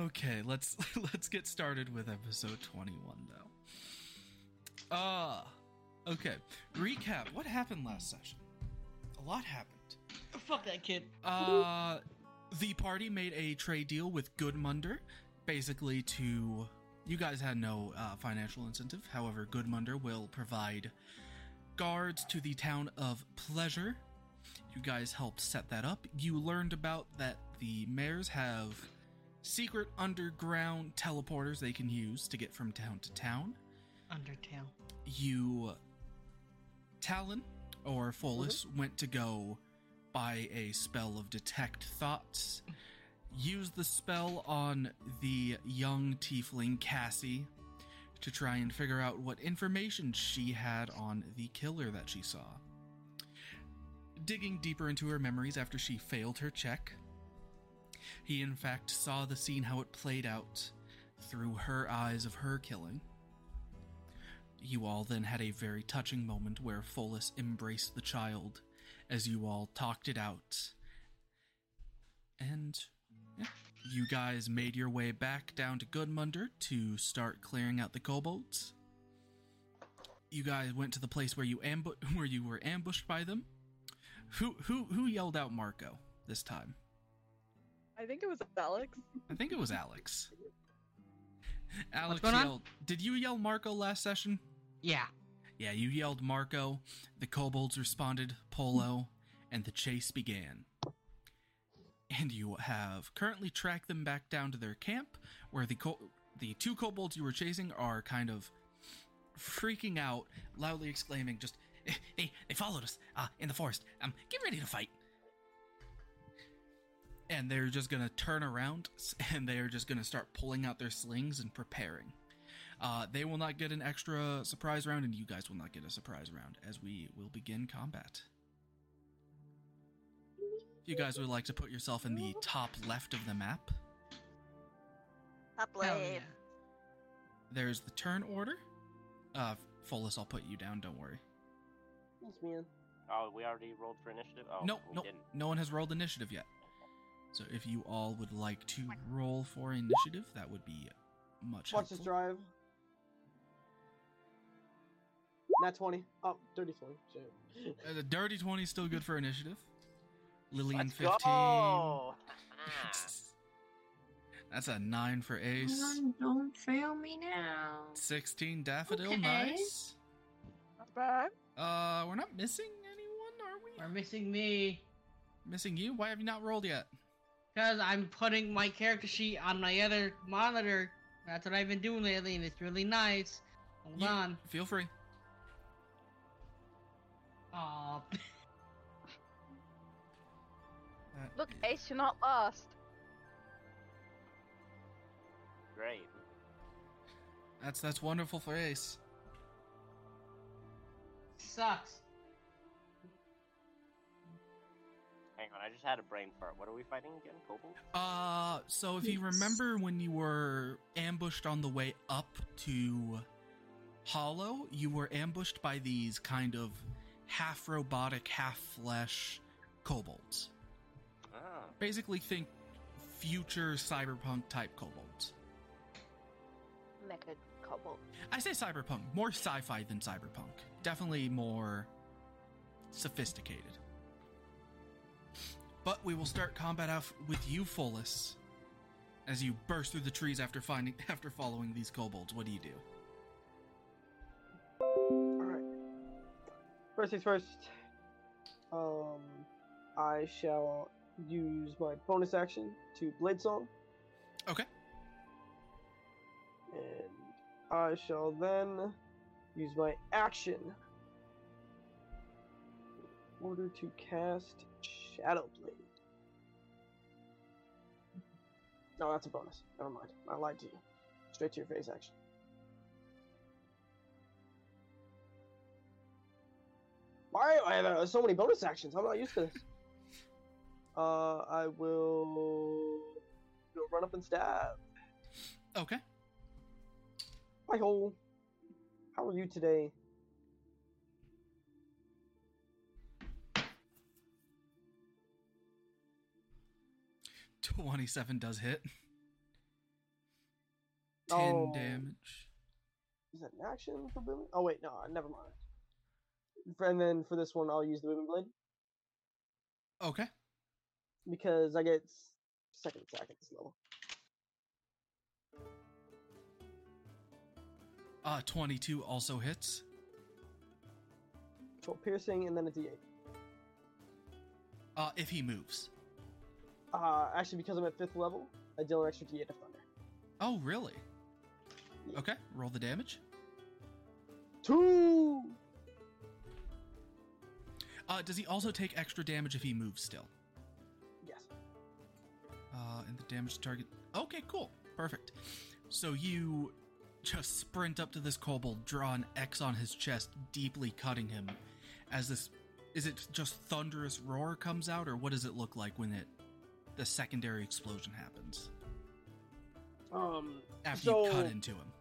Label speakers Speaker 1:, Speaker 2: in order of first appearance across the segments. Speaker 1: Okay, let's let's get started with episode 21 though. Uh okay. Recap. What happened last session? A lot happened.
Speaker 2: Fuck that kid.
Speaker 1: Uh the party made a trade deal with Goodmunder, basically to you guys had no uh, financial incentive. However, Goodmunder will provide guards to the town of Pleasure. You guys helped set that up. You learned about that the mayors have secret underground teleporters they can use to get from town to town.
Speaker 2: Undertale.
Speaker 1: You, Talon or Folus, went to go buy a spell of detect thoughts. Used the spell on the young tiefling Cassie to try and figure out what information she had on the killer that she saw. Digging deeper into her memories after she failed her check, he in fact saw the scene how it played out through her eyes of her killing. You all then had a very touching moment where Folus embraced the child as you all talked it out. And yeah, you guys made your way back down to Goodmunder to start clearing out the kobolds. You guys went to the place where you ambu- where you were ambushed by them. Who who who yelled out Marco this time?
Speaker 3: I think it was Alex.
Speaker 1: I think it was Alex. Alex
Speaker 2: going on?
Speaker 1: yelled, Did you yell Marco last session?
Speaker 2: Yeah.
Speaker 1: Yeah, you yelled Marco. The kobolds responded, Polo, and the chase began. And you have currently tracked them back down to their camp, where the co- the two kobolds you were chasing are kind of freaking out, loudly exclaiming, "Just "Eh, they they followed us uh, in the forest. Um, get ready to fight!" And they're just gonna turn around, s- and they are just gonna start pulling out their slings and preparing. Uh, they will not get an extra surprise round, and you guys will not get a surprise round as we will begin combat. If you guys would like to put yourself in the top left of the map,
Speaker 3: Top
Speaker 2: Hell
Speaker 3: lane.
Speaker 2: yeah.
Speaker 1: there's the turn order. Uh, Folus, I'll put you down. Don't worry.
Speaker 4: Yes, man.
Speaker 5: Oh, we already rolled for initiative. Oh,
Speaker 1: no,
Speaker 5: we
Speaker 1: no,
Speaker 5: didn't.
Speaker 1: no one has rolled initiative yet. So if you all would like to roll for initiative, that would be much
Speaker 4: Watch
Speaker 1: helpful.
Speaker 4: this drive. Nat 20. Oh, dirty 20. Shit.
Speaker 1: Uh, the dirty twenty is still good for initiative. Lillian
Speaker 5: Let's
Speaker 1: fifteen.
Speaker 5: go!
Speaker 1: That's a nine for Ace.
Speaker 6: Come on, Don't fail me now.
Speaker 1: 16 Daffodil,
Speaker 6: Okay.
Speaker 1: nice.
Speaker 3: Not bad.
Speaker 1: Uh, we're not missing anyone, are we?
Speaker 2: We're missing me.
Speaker 1: Missing you? Why have you not rolled yet?
Speaker 2: Because I'm putting my character sheet on my other monitor. That's what I've been doing lately, and it's really nice. Hold
Speaker 1: You-
Speaker 2: on.
Speaker 1: Feel free.
Speaker 2: Aw.
Speaker 1: That
Speaker 3: Look,
Speaker 1: is-
Speaker 3: Ace, you're not lost.
Speaker 5: Great.
Speaker 1: that's that's wonderful for Ace.
Speaker 2: Sucks.
Speaker 5: Hang on, I just had a brain fart. What are we fighting again? Kobolds?
Speaker 1: Uh, so if you
Speaker 6: Yes.
Speaker 1: remember when you were ambushed on the way up to Hollow, you were ambushed by these kind of half robotic, half flesh kobolds.
Speaker 5: Ah,
Speaker 1: Basically, think future cyberpunk type kobolds.
Speaker 3: Mecha cobalt.
Speaker 1: I say cyberpunk, more sci fi than cyberpunk. Definitely more sophisticated. But we will start combat off with you, Folus. As you burst through the trees after finding after following these kobolds, what do you do?
Speaker 4: Alright. First things first. Um, I shall use my bonus action to Blade Song.
Speaker 1: Okay.
Speaker 4: And I shall then use my action in order to cast Shadow Blade. No, that's a bonus. Never mind. I lied to you. Straight to your face action. Why do I have uh, so many bonus actions? I'm not used to this. Uh, I will will run up and stab.
Speaker 1: Okay.
Speaker 4: Hi ho. How are you today?
Speaker 1: Twenty seven does hit. Ten
Speaker 4: Oh.
Speaker 1: damage.
Speaker 4: Is that an action for booming? Oh wait, no, never mind. For- And then for this one, I'll use the booming blade
Speaker 1: Okay.
Speaker 4: because I get s- second attack at this level.
Speaker 1: Uh, 22 also hits.
Speaker 4: So piercing and then a D8.
Speaker 1: Uh, if he moves.
Speaker 4: Uh, actually, because I'm at fifth level, I deal an extra D8 of thunder.
Speaker 1: Oh, really? Okay, roll the damage.
Speaker 4: Two.
Speaker 1: Uh, does he also take extra damage if he moves still?
Speaker 4: Yes.
Speaker 1: Uh, and the damage to target. Okay, cool. Perfect. So you just sprint up to this kobold, draw an X on his chest, deeply cutting him. As this. Is it just thunderous roar comes out, or what does it look like when it. the secondary explosion happens?
Speaker 4: Um.
Speaker 1: After you
Speaker 4: So-
Speaker 1: cut into him.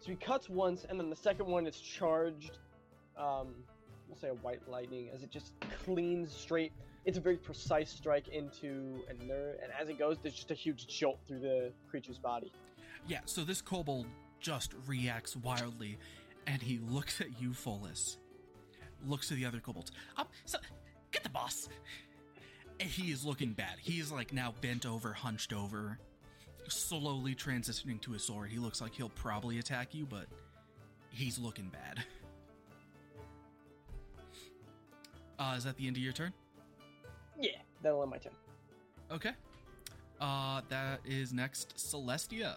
Speaker 4: So he cuts once, and then the second one is charged. Um, we'll say a white lightning as it just cleans straight. It's a very precise strike into a nerve, and as it goes, there's just a huge jolt through the creature's body.
Speaker 1: Yeah, so this kobold just reacts wildly, and he looks at you, Follis. Looks to the other kobolds. Up, so, get the boss. And he is looking bad. He is like now bent over, hunched over, slowly transitioning to his sword. He looks like he'll probably attack you, but he's looking bad. Uh, is that the end of your turn?
Speaker 4: Yeah, that'll end my turn.
Speaker 1: Okay. Uh, that is next Celestia.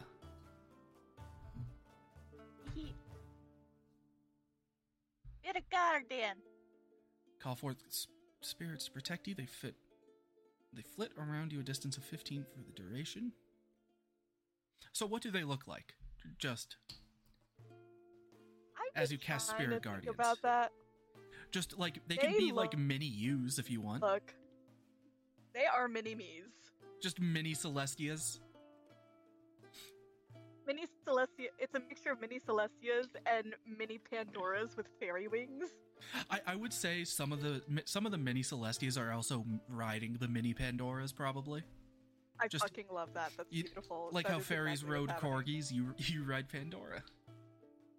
Speaker 7: Get a garden.
Speaker 1: Call forth s- spirits to protect you. They fit. They flit around you a distance of 15 for the duration. So, what do they look like? Just,
Speaker 3: I've
Speaker 1: As
Speaker 3: been
Speaker 1: you cast
Speaker 3: trying to
Speaker 1: Spirit
Speaker 3: think
Speaker 1: Guardians.
Speaker 3: About that,
Speaker 1: just like they can
Speaker 3: They
Speaker 1: be like
Speaker 3: look-
Speaker 1: mini yous if you want.
Speaker 3: look, they are mini me's.
Speaker 1: Just mini Celestias.
Speaker 3: Mini Celestia. It's a mixture of mini Celestias and mini Pandoras with fairy wings.
Speaker 1: I, I would say some of the mi- some of the mini Celestias are also riding the mini Pandoras, probably.
Speaker 3: I
Speaker 1: Just-
Speaker 3: fucking love that. That's
Speaker 1: you-
Speaker 3: beautiful.
Speaker 1: Like
Speaker 3: That
Speaker 1: how
Speaker 3: is
Speaker 1: fairies
Speaker 3: exactly
Speaker 1: rode
Speaker 3: what's happening.
Speaker 1: corgis, you you ride Pandora.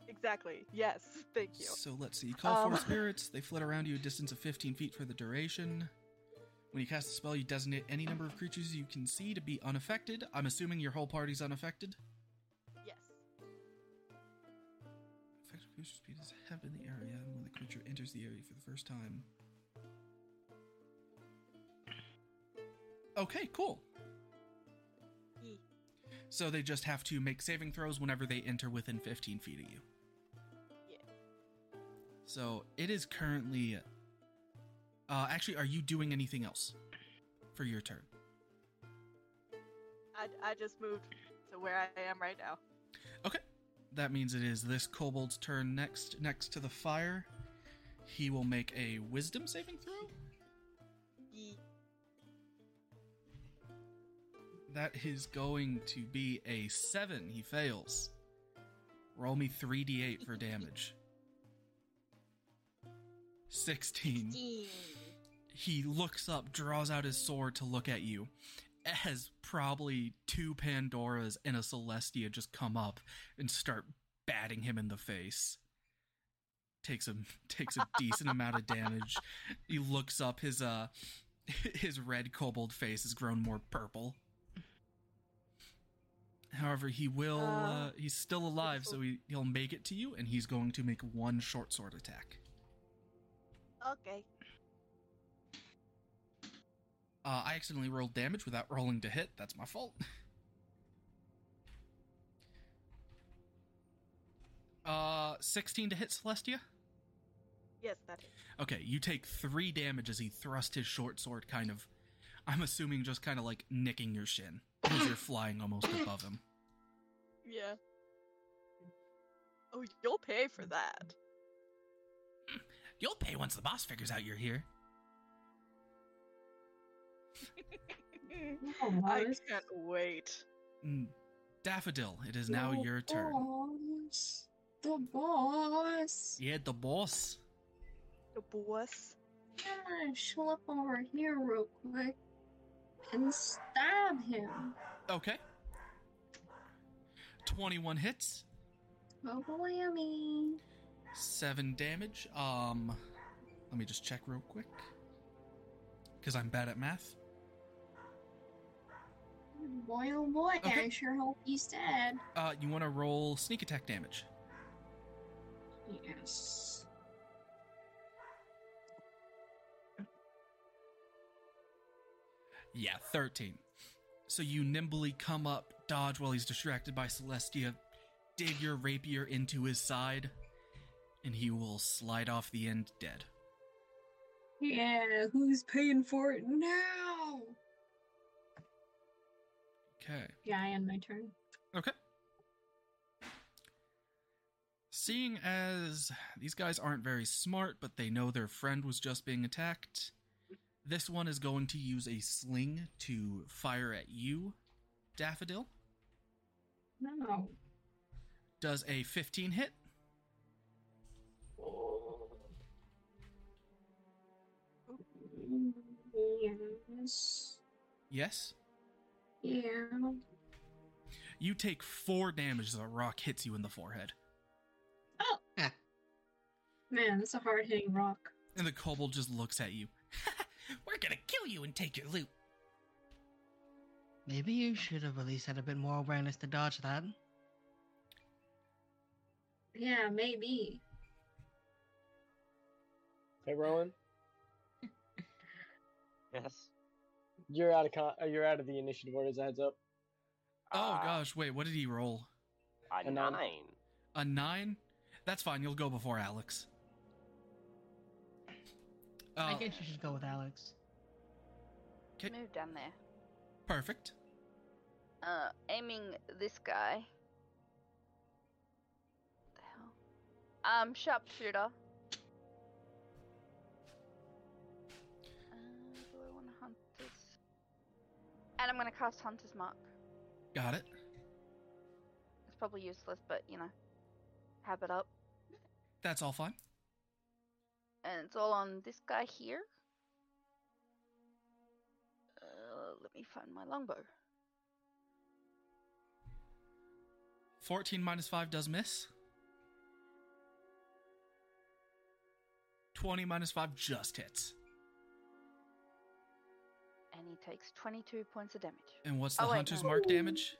Speaker 3: Exactly. Yes. Thank you.
Speaker 1: So let's see. Call
Speaker 3: Um,
Speaker 1: forth spirits. They flit around you a distance of 15 feet for the duration. When you cast a spell, you designate any number of creatures you can see to be unaffected. I'm assuming your whole party's unaffected.
Speaker 3: Yes.
Speaker 1: Affected creature speed is halved in the area when the creature enters the area for the first time. Okay, cool.
Speaker 3: Yee.
Speaker 1: So they just have to make saving throws whenever they enter within 15 feet of you.
Speaker 3: Yeah.
Speaker 1: So it is currently. Uh, actually, are you doing anything else for your turn?
Speaker 3: I, I just moved to where I am right now.
Speaker 1: That means it is this kobold's turn next. Next to the fire, he will make a wisdom saving throw.
Speaker 3: Yee.
Speaker 1: That is going to be a seven. He fails. Roll me 3d8 for damage. 16. He looks up, draws out his sword to look at you. As probably two Pandoras and a Celestia just come up and start batting him in the face. Takes him takes a decent amount of damage. He looks up, his uh his red kobold face has grown more purple. However, he will.
Speaker 3: Uh,
Speaker 1: Uh, he's still alive, so he, he'll make it to you, and he's going to make one short sword attack.
Speaker 7: Okay.
Speaker 1: Uh, I accidentally rolled damage without rolling to hit. That's my fault. Uh, 16 to hit Celestia.
Speaker 3: Yes, that is.
Speaker 1: Okay, you take three damage as he thrust his short sword, kind of. I'm assuming just kind of like nicking your shin as you're flying almost above him.
Speaker 3: Yeah. Oh, you'll pay for that.
Speaker 1: You'll pay once the boss figures out you're here.
Speaker 3: Mm-hmm.
Speaker 6: No,
Speaker 3: I
Speaker 6: Morris.
Speaker 3: can't wait.
Speaker 1: Mm, Daffodil, it is now
Speaker 6: The
Speaker 1: your turn.
Speaker 6: Oh, boss. The boss.
Speaker 1: Yeah, the boss.
Speaker 3: The boss.
Speaker 6: I'm gonna show up over here real quick and stab him.
Speaker 1: Okay. 21 hits,
Speaker 6: Oh, blammy.
Speaker 1: 7 damage. Um, let me just check real quick. Because I'm bad at math.
Speaker 6: Boy, oh boy,
Speaker 1: Okay.
Speaker 6: I sure hope he's dead.
Speaker 1: Uh, you want to roll sneak attack damage.
Speaker 6: Yes.
Speaker 1: Yeah, 13. So you nimbly come up, dodge while he's distracted by Celestia, dig your rapier into his side, and he will slide off the end dead.
Speaker 6: Yeah, who's paying for it now?
Speaker 1: Okay.
Speaker 6: Yeah, I end my turn.
Speaker 1: Okay. Seeing as these guys aren't very smart, but they know their friend was just being attacked, this one is going to use a sling to fire at you, Daffodil.
Speaker 6: No.
Speaker 1: Does a 15 hit? Oh.
Speaker 6: Yes.
Speaker 1: Yes.
Speaker 6: Yeah.
Speaker 1: You take four damage as a rock hits you in the forehead.
Speaker 6: Man, that's a hard hitting rock.
Speaker 1: And the kobold just looks at you. We're gonna kill you and take your loot.
Speaker 2: Maybe you should have at least had a bit more awareness to dodge that.
Speaker 6: Yeah, maybe.
Speaker 4: Hey, Rowan,
Speaker 5: Yes.
Speaker 4: you're out of con- uh, you're out of the initiative order. As a heads up,
Speaker 1: Oh
Speaker 5: Ah,
Speaker 1: gosh, wait, what did he roll?
Speaker 5: A
Speaker 4: And I'm-
Speaker 5: nine.
Speaker 1: A nine? That's fine, you'll go before Alex.
Speaker 2: I
Speaker 1: Uh,
Speaker 2: guess you should go with Alex.
Speaker 1: Okay.
Speaker 7: Move down there.
Speaker 1: perfect.
Speaker 7: Uh, aiming this guy. The hell? Um, sharpshooter. Uh, do I want to hunt this? And I'm gonna cast Hunter's Mark.
Speaker 1: Got it.
Speaker 7: It's probably useless, but you know, have it up.
Speaker 1: That's all fine.
Speaker 7: and it's all on this guy here. Uh, let me find my longbow.
Speaker 1: 14 minus 5 does miss. 20 minus 5 just hits.
Speaker 7: And he takes 22 points of damage.
Speaker 1: And what's the
Speaker 7: Oh, wait,
Speaker 1: hunter's
Speaker 7: no.
Speaker 1: mark damage?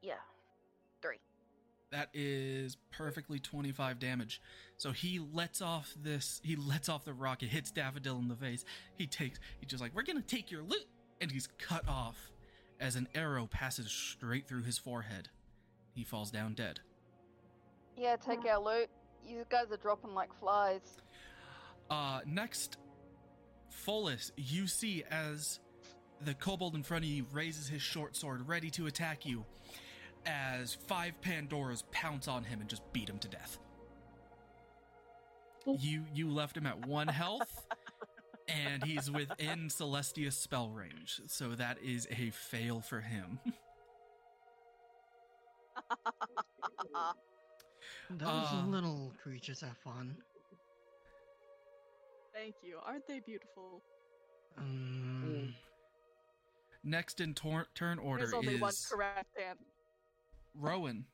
Speaker 7: Yeah. Three.
Speaker 1: That is perfectly 25 damage. So he lets off this, he lets off the rocket, hits Daffodil in the face. He takes, he's just like, we're gonna take your loot! And he's cut off as an arrow passes straight through his forehead. He falls down dead.
Speaker 7: Yeah, take our loot. You guys are dropping like flies.
Speaker 1: Uh, next, Follis, you see as the kobold in front of you raises his short sword, ready to attack you, as five Pandoras pounce on him and just beat him to death. You you left him at one health, and he's within Celestia's spell range, so that is a fail for him.
Speaker 3: Uh-uh.
Speaker 2: Those
Speaker 1: Uh,
Speaker 2: little creatures are fun.
Speaker 3: Thank you. Aren't they beautiful?
Speaker 2: Um,
Speaker 1: Next in tor- turn order
Speaker 3: There's only one
Speaker 1: is
Speaker 3: correct answer.
Speaker 1: Rowan.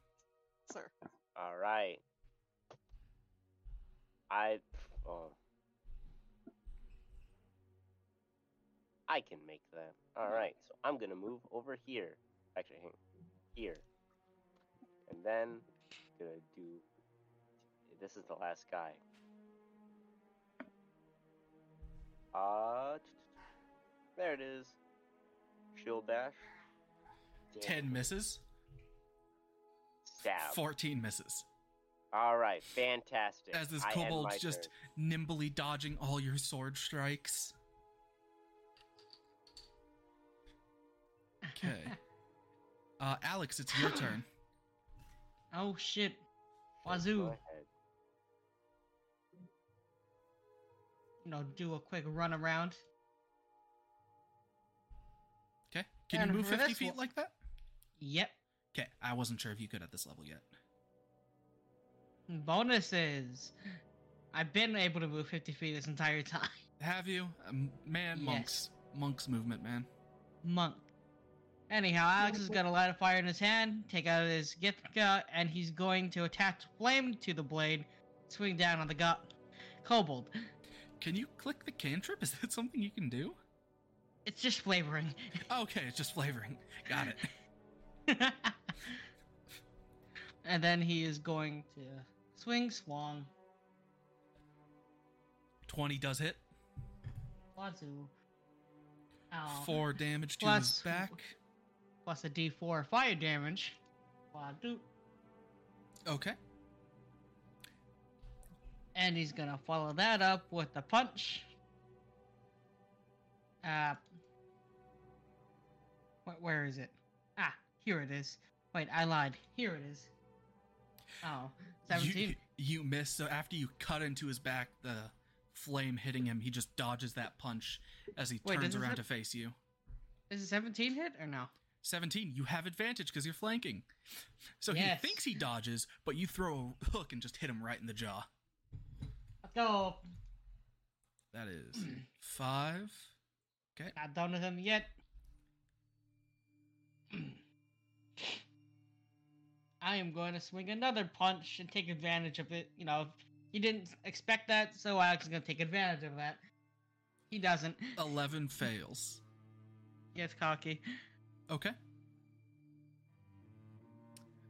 Speaker 5: All right. I. Oh. I can make that. All right. So I'm gonna move over here. Actually, hang on. here. And then gonna do. This is the last guy. Uh, there it is. Shield dash. Damn.
Speaker 1: 10 misses,
Speaker 5: Stab.
Speaker 1: 14 misses.
Speaker 5: All right, fantastic.
Speaker 1: As this
Speaker 5: I end
Speaker 1: kobold's
Speaker 5: my
Speaker 1: just
Speaker 5: turn.
Speaker 1: nimbly dodging all your sword strikes. Okay. Uh, Alex, it's your turn.
Speaker 2: oh shit.
Speaker 5: Sure,
Speaker 2: Wazoo.
Speaker 5: go ahead.
Speaker 2: You know, do a quick run around.
Speaker 1: Okay. Can you
Speaker 2: And
Speaker 1: move
Speaker 2: for
Speaker 1: 50
Speaker 2: this
Speaker 1: feet
Speaker 2: one-
Speaker 1: like that?
Speaker 2: Yep.
Speaker 1: Okay. I wasn't sure if you could at this level yet.
Speaker 2: Bonuses. I've been able to move 50 feet this entire time.
Speaker 1: Have you? Um, man, monks. Monks movement, man.
Speaker 2: Monk. Anyhow, Alex has got a light of fire in his hand, take out his Githka, and he's going to attach flame to the blade, swing down on the go- kobold.
Speaker 1: Can you click the cantrip? Is that something you can do?
Speaker 2: It's just flavoring.
Speaker 1: Okay, it's just flavoring. Got it.
Speaker 2: and then he is going to swing Swan.
Speaker 1: 20 does hit.
Speaker 2: Wazoo. Ow.
Speaker 1: 4 damage to his
Speaker 2: Oh. Plus-
Speaker 1: back.
Speaker 2: Plus a d4 fire damage. Wazoo.
Speaker 1: Okay.
Speaker 2: And he's gonna follow that up with a punch. Uh, wh- where is it? Ah, here it is. Wait, I lied. Here it is. Oh, 17.
Speaker 1: You, you miss. So after you cut into his back, the flame hitting him, he just dodges that punch as he
Speaker 2: Wait,
Speaker 1: turns
Speaker 2: doesn't
Speaker 1: around
Speaker 2: it-
Speaker 1: to face you.
Speaker 2: Is it 17 hit or no?
Speaker 1: 17, you have advantage because you're flanking. So
Speaker 2: Yes.
Speaker 1: he thinks he dodges, but you throw a hook and just hit him right in the jaw.
Speaker 2: Let's go.
Speaker 1: That is 5. Okay.
Speaker 2: Not done with him yet. I am going to swing another punch and take advantage of it. You know, he didn't expect that, so Alex is going to take advantage of that. He doesn't.
Speaker 1: Oh. 11 fails.
Speaker 2: He gets cocky.
Speaker 1: Okay.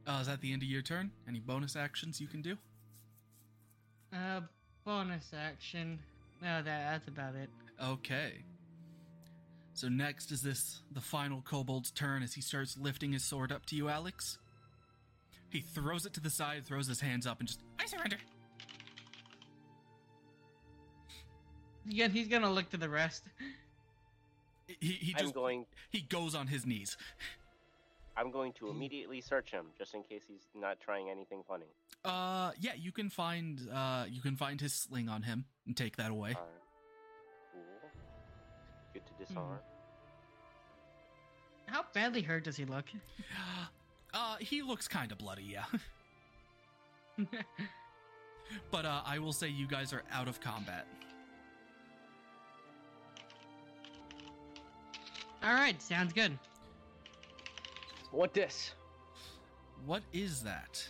Speaker 1: Uh, is that the end of your turn? Any bonus actions you can do?
Speaker 2: Uh, bonus action. No, that that's about it.
Speaker 1: Okay. So next is this the final kobold's turn as he starts lifting his sword up to you, Alex. He throws it to the side, throws his hands up, and just I surrender.
Speaker 2: Yeah, he's gonna look to the rest.
Speaker 1: He he
Speaker 5: I'm
Speaker 1: just
Speaker 5: going.
Speaker 1: he goes on his knees.
Speaker 5: I'm going to immediately search him just in case he's not trying anything funny.
Speaker 1: Uh yeah, you can find uh you can find his sling on him and take that away.
Speaker 5: Alright. Cool. Good
Speaker 1: Hmm.
Speaker 5: to disarm.
Speaker 2: How badly hurt does he look?
Speaker 1: Uh he looks kind of bloody, yeah. But uh I will say you guys are out of combat.
Speaker 2: All right, sounds good.
Speaker 4: What this?
Speaker 1: What is that?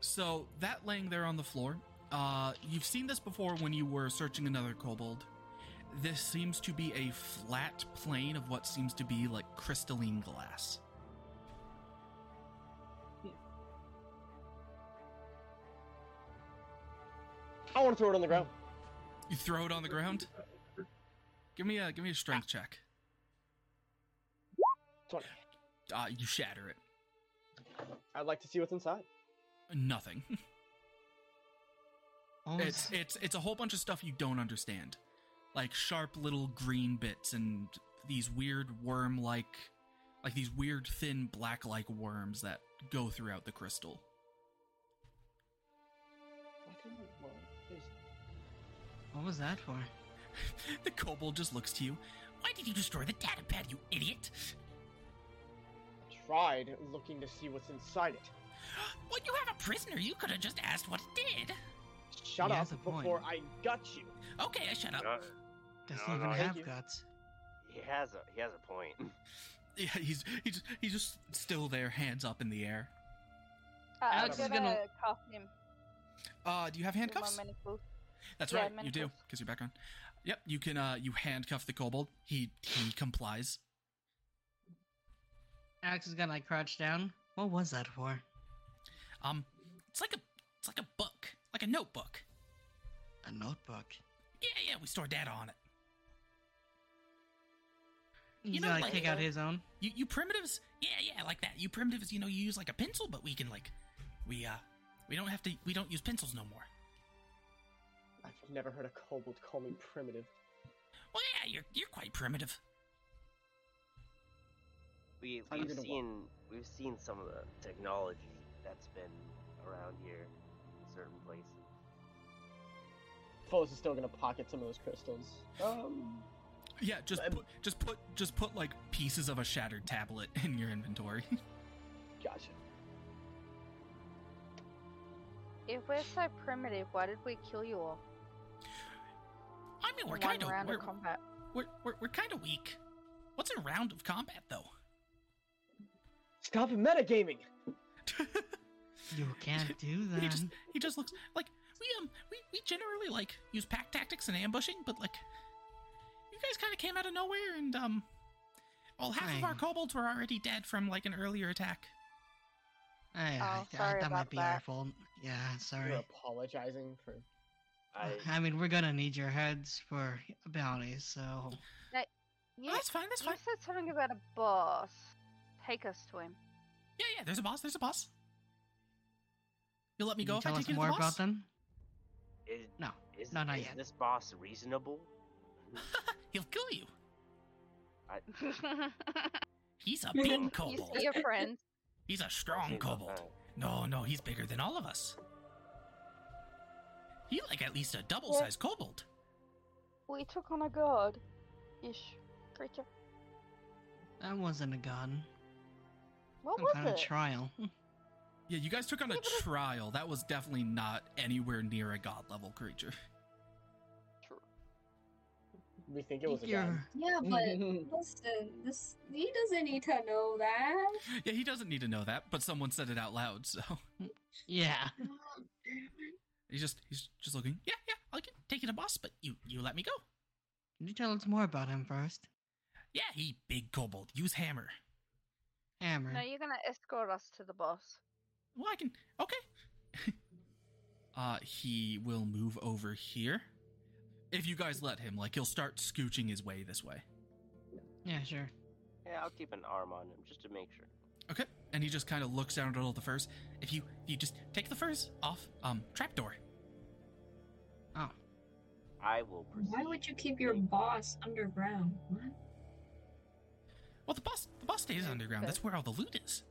Speaker 1: So that laying there on the floor, uh, you've seen this before when you were searching another kobold. This seems to be a flat plane of what seems to be like crystalline glass.
Speaker 4: I want to throw it on the ground.
Speaker 1: You throw it on the ground. Give me a give me a strength check.
Speaker 4: Twenty.
Speaker 1: Uh, you shatter it.
Speaker 4: I'd like to see what's inside.
Speaker 1: Nothing. It's
Speaker 2: Almost.
Speaker 1: it's it's a whole bunch of stuff you don't understand, like sharp little green bits and these weird worm-like, like these weird thin black-like worms that go throughout the crystal.
Speaker 2: What was that for?
Speaker 1: the kobold just looks to you. Why did you destroy the datapad, you idiot?
Speaker 4: I tried looking to see what's inside it.
Speaker 1: Well, you have a prisoner. You could have just asked what it did.
Speaker 4: Shut
Speaker 2: He
Speaker 4: up
Speaker 2: has a point.
Speaker 4: before I gut you.
Speaker 1: Okay, I shut up.
Speaker 5: Uh,
Speaker 2: Does
Speaker 5: No,
Speaker 2: he even
Speaker 5: no,
Speaker 4: thank
Speaker 2: have
Speaker 4: you.
Speaker 2: guts?
Speaker 5: he has a he has a point.
Speaker 1: Yeah, he's he's he's just still there, hands up in the air.
Speaker 7: Uh, I'm
Speaker 2: Alex is gonna-
Speaker 7: cuff him.
Speaker 1: Uh, do you have
Speaker 7: with my
Speaker 1: handcuffs?
Speaker 7: manacles.
Speaker 1: That's
Speaker 7: Yeah,
Speaker 1: right, you do,
Speaker 7: manacles.
Speaker 1: because you're back on. Yep, you can. Uh, you handcuff the kobold. He he complies.
Speaker 2: Alex is gonna like crouch down. What was that for?
Speaker 1: Um, it's like a it's like a book, like a notebook.
Speaker 2: A notebook.
Speaker 1: Yeah, yeah, we store data on it.
Speaker 2: He's
Speaker 1: You know,
Speaker 2: gonna like,
Speaker 1: like- uh,
Speaker 2: take out his own.
Speaker 1: You you primitives, yeah, yeah, like that. You primitives, you know, you use like a pencil, but we can like, we uh, we don't have to, we don't use pencils no more.
Speaker 4: I've never heard a kobold call me primitive.
Speaker 1: Well, yeah, you're you're quite primitive.
Speaker 5: We
Speaker 4: I'm
Speaker 5: we've
Speaker 4: gonna walk.
Speaker 5: seen we've seen some of the technology that's been around here in certain places.
Speaker 4: Foes is still gonna pocket some of those crystals. Um,
Speaker 1: Yeah, just
Speaker 7: Um,
Speaker 4: I'm-
Speaker 1: put, just put just put like pieces of a shattered tablet in your inventory.
Speaker 4: gotcha.
Speaker 7: If we're so primitive, why did we kill you all?
Speaker 1: I mean, we're
Speaker 7: in
Speaker 1: kind of
Speaker 7: one round
Speaker 1: we're,
Speaker 7: of combat.
Speaker 1: we're we're, we're kind of weak. What's a round of combat though?
Speaker 4: Stop metagaming!
Speaker 2: You can't do
Speaker 1: he
Speaker 2: that.
Speaker 1: just he just looks like we um we, we generally like use pack tactics and ambushing, but like you guys kind of came out of nowhere and um well half of our
Speaker 2: Fine.
Speaker 1: kobolds were already dead from like an earlier attack.
Speaker 2: I, I,
Speaker 8: Oh, sorry
Speaker 2: that might
Speaker 8: about
Speaker 2: be our
Speaker 8: that.
Speaker 2: fault. Yeah, sorry. Uh,
Speaker 9: You're apologizing for.
Speaker 1: Oh,
Speaker 5: I
Speaker 2: I mean, we're gonna need your heads for bounties, so
Speaker 7: You,
Speaker 1: Oh, that's fine. That's
Speaker 7: you
Speaker 1: fine.
Speaker 7: said something about a boss. Take us to him.
Speaker 1: Yeah, yeah. There's a boss. There's a boss. You'll let me go
Speaker 2: can you
Speaker 1: if I
Speaker 2: tell
Speaker 1: take
Speaker 2: us
Speaker 1: you to
Speaker 2: more
Speaker 1: the
Speaker 2: about
Speaker 1: boss.
Speaker 2: them?
Speaker 5: is,
Speaker 2: No,
Speaker 5: is,
Speaker 2: no, not
Speaker 5: is
Speaker 2: yet.
Speaker 5: this boss reasonable?
Speaker 1: He'll kill you. He's a
Speaker 8: You
Speaker 1: big
Speaker 7: you
Speaker 1: kobold.
Speaker 7: see your friends.
Speaker 1: He's a strong
Speaker 5: Seems
Speaker 1: kobold.
Speaker 5: fine.
Speaker 1: No, no, he's bigger than all of us. He like at least a double-sized kobold.
Speaker 8: We took on a god ish creature.
Speaker 2: That wasn't a gun.
Speaker 8: What
Speaker 2: Some
Speaker 8: was
Speaker 2: kind
Speaker 8: it?
Speaker 2: of trial.
Speaker 1: Yeah, you guys took on a
Speaker 8: Yeah, but it's-
Speaker 1: trial. That was definitely not anywhere near a god level creature.
Speaker 9: We think it was a gun.
Speaker 2: You're-
Speaker 6: Yeah, but listen, this he doesn't need to know that.
Speaker 1: Yeah, he doesn't need to know that, but someone said it out loud, so
Speaker 2: Yeah.
Speaker 6: Um,
Speaker 1: he just he's just looking. Yeah, yeah, I'll get, take you to boss, but you you let me go.
Speaker 2: Can you tell us more about him first?
Speaker 1: Yeah, he big kobold. Use hammer.
Speaker 2: Hammer.
Speaker 7: No, you're gonna escort us to the boss.
Speaker 1: Well, I can. Okay. uh, he will move over here. If you guys let him, like he'll start scooching his way this way.
Speaker 2: Yeah, sure.
Speaker 5: Yeah, I'll keep an arm on him just to make sure.
Speaker 1: Okay. And he just kind of looks down at all the furs. If you if you just take the furs off, um, trapdoor.
Speaker 2: Oh,
Speaker 5: I will.
Speaker 6: Why would
Speaker 5: proceed to
Speaker 6: you keep your
Speaker 5: make-
Speaker 6: boss underground? What?
Speaker 1: Well, the boss the boss stays underground. That's where all the loot is.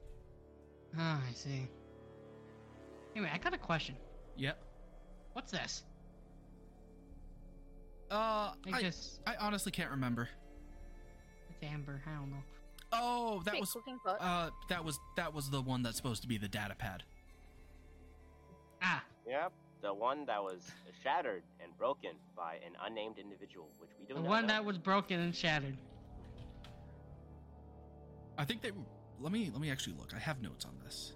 Speaker 2: oh, I see. Anyway, I got a question.
Speaker 1: Yep.
Speaker 2: What's this?
Speaker 1: Uh,
Speaker 2: I
Speaker 1: I,
Speaker 2: just
Speaker 1: I honestly can't remember.
Speaker 2: it's amber. I don't know.
Speaker 1: Oh, that
Speaker 7: Wait,
Speaker 1: was
Speaker 7: cooking pot.
Speaker 1: uh, that was that was the one that's supposed to be the data pad.
Speaker 2: Ah,
Speaker 5: Yep, the one that was shattered and broken by an unnamed individual, which we
Speaker 2: the
Speaker 5: don't.
Speaker 2: one
Speaker 5: know.
Speaker 2: that was broken and shattered.
Speaker 1: I think they. Let me let me actually look. I have notes on this.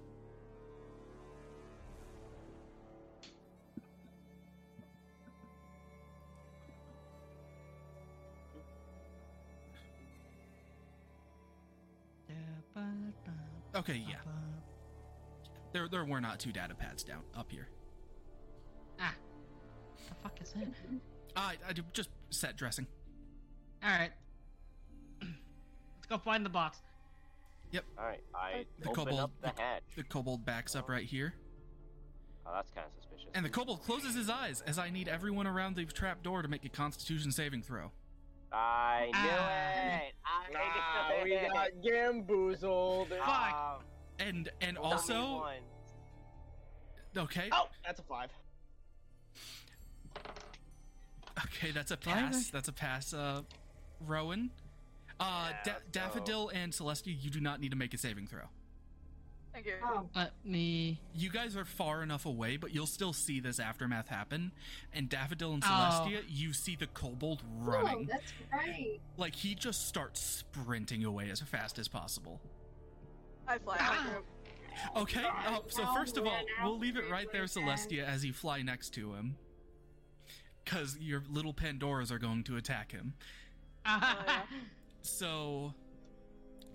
Speaker 1: Okay, yeah. There there were not two data pads down up here.
Speaker 2: Ah, the fuck is that?
Speaker 1: I, I do- just set dressing.
Speaker 2: All right, let's go find the box.
Speaker 5: All right, I
Speaker 1: The
Speaker 5: open
Speaker 1: kobold-
Speaker 5: up the hatch.
Speaker 1: The kobold backs up right here,
Speaker 5: Oh, that's kind of suspicious.
Speaker 1: and the kobold closes his eyes as I need everyone around the trap door to make a Constitution saving throw.
Speaker 5: I knew
Speaker 2: Ah.
Speaker 5: it. I knew
Speaker 4: Ah,
Speaker 5: it.
Speaker 4: we got gamboozled.
Speaker 5: Um,
Speaker 1: And and
Speaker 5: dummy
Speaker 1: also,
Speaker 5: one.
Speaker 1: okay,
Speaker 4: Oh, that's a five.
Speaker 1: okay, that's a
Speaker 2: Blimey.
Speaker 1: pass. That's a pass. Uh, Rowan, uh,
Speaker 5: Yeah,
Speaker 1: da-
Speaker 5: let's go.
Speaker 1: Daffodil and Celestia, you do not need to make a saving throw.
Speaker 3: Thank you.
Speaker 6: Oh,
Speaker 2: Let me.
Speaker 1: You guys are far enough away, but you'll still see this aftermath happen. And Daffodil and
Speaker 2: Oh.
Speaker 1: Celestia, you see the kobold
Speaker 6: oh,
Speaker 1: running.
Speaker 6: that's right.
Speaker 1: Like he just starts sprinting away as fast as possible.
Speaker 3: I fly.
Speaker 2: Ah.
Speaker 3: my group.
Speaker 1: Okay,
Speaker 6: God.
Speaker 1: um, so
Speaker 6: Now
Speaker 1: first of
Speaker 6: we're
Speaker 1: all,
Speaker 6: an
Speaker 1: we'll leave it
Speaker 6: outfit
Speaker 1: right there,
Speaker 6: like
Speaker 1: Celestia, as you fly next to him. Because your little Pandoras are going to attack him.
Speaker 3: yeah.
Speaker 1: So,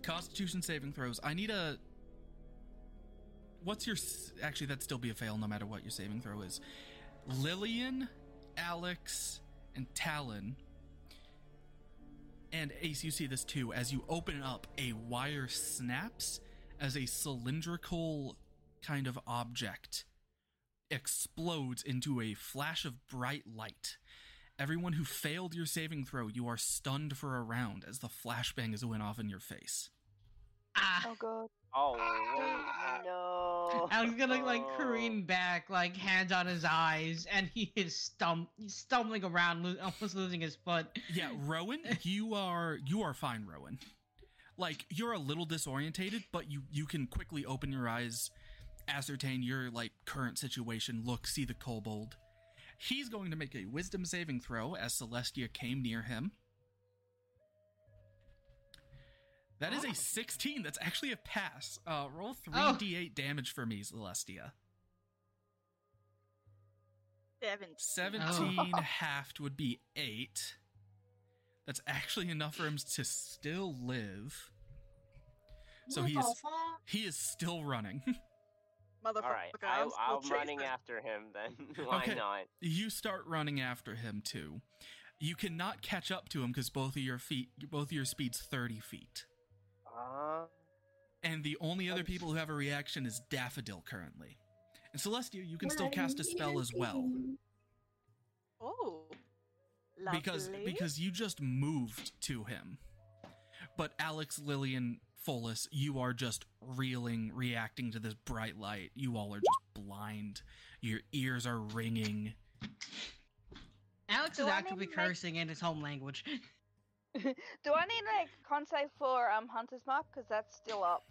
Speaker 1: Constitution saving throws. I need a. What's your. s- Actually, that'd still be a fail no matter what your saving throw is. Lillian, Alex, and Talon. And Ace, you see this too. As you open up, a wire snaps as a cylindrical kind of object explodes into a flash of bright light. Everyone who failed your saving throw, you are stunned for a round as the flashbangs went off in your face.
Speaker 2: ah,
Speaker 8: Oh god.
Speaker 5: Oh
Speaker 4: Ah.
Speaker 5: wait, no!
Speaker 2: I was gonna like
Speaker 5: Oh.
Speaker 2: careen back, like hands on his eyes, and he is stum- he's stumbling around, lo- almost losing his foot.
Speaker 1: Yeah, Rowan, you are you are fine, Rowan. Like you're a little disorientated, but you you can quickly open your eyes, ascertain your like current situation, look, see the kobold. He's going to make a wisdom saving throw as Celestia came near him. That is a 16. That's actually a pass. Uh, roll 3d8 damage for me, Celestia.
Speaker 3: 17.
Speaker 1: 17 halved would be 8. That's actually enough for him to still live. So
Speaker 6: What
Speaker 1: he
Speaker 6: the
Speaker 1: is-
Speaker 6: fuck?
Speaker 1: He is still running.
Speaker 3: Motherfucker.
Speaker 5: All right, I,
Speaker 3: I'm
Speaker 5: am
Speaker 3: still
Speaker 5: i am
Speaker 3: chasing.
Speaker 5: running after him then. Why
Speaker 1: Okay.
Speaker 5: not?
Speaker 1: you start running after him too. You cannot catch up to him because both of your feet, both of your speeds 30 feet.
Speaker 5: Uh,
Speaker 1: And the only other
Speaker 4: Um,
Speaker 1: people who have a reaction is Daffodil currently. And Celestia, you can still cast a spell as well
Speaker 3: Oh.
Speaker 1: because
Speaker 3: lovely.
Speaker 1: because you just moved to him. But Alex, Lillian, Follis, you are just reeling, reacting to this bright light. You all are just blind. Your ears are ringing.
Speaker 2: Alex
Speaker 7: Do
Speaker 2: is
Speaker 7: I
Speaker 2: actively
Speaker 7: need, like-
Speaker 2: cursing in his home language.
Speaker 8: Do I need like con save for um Hunter's Mark? Because that's still up.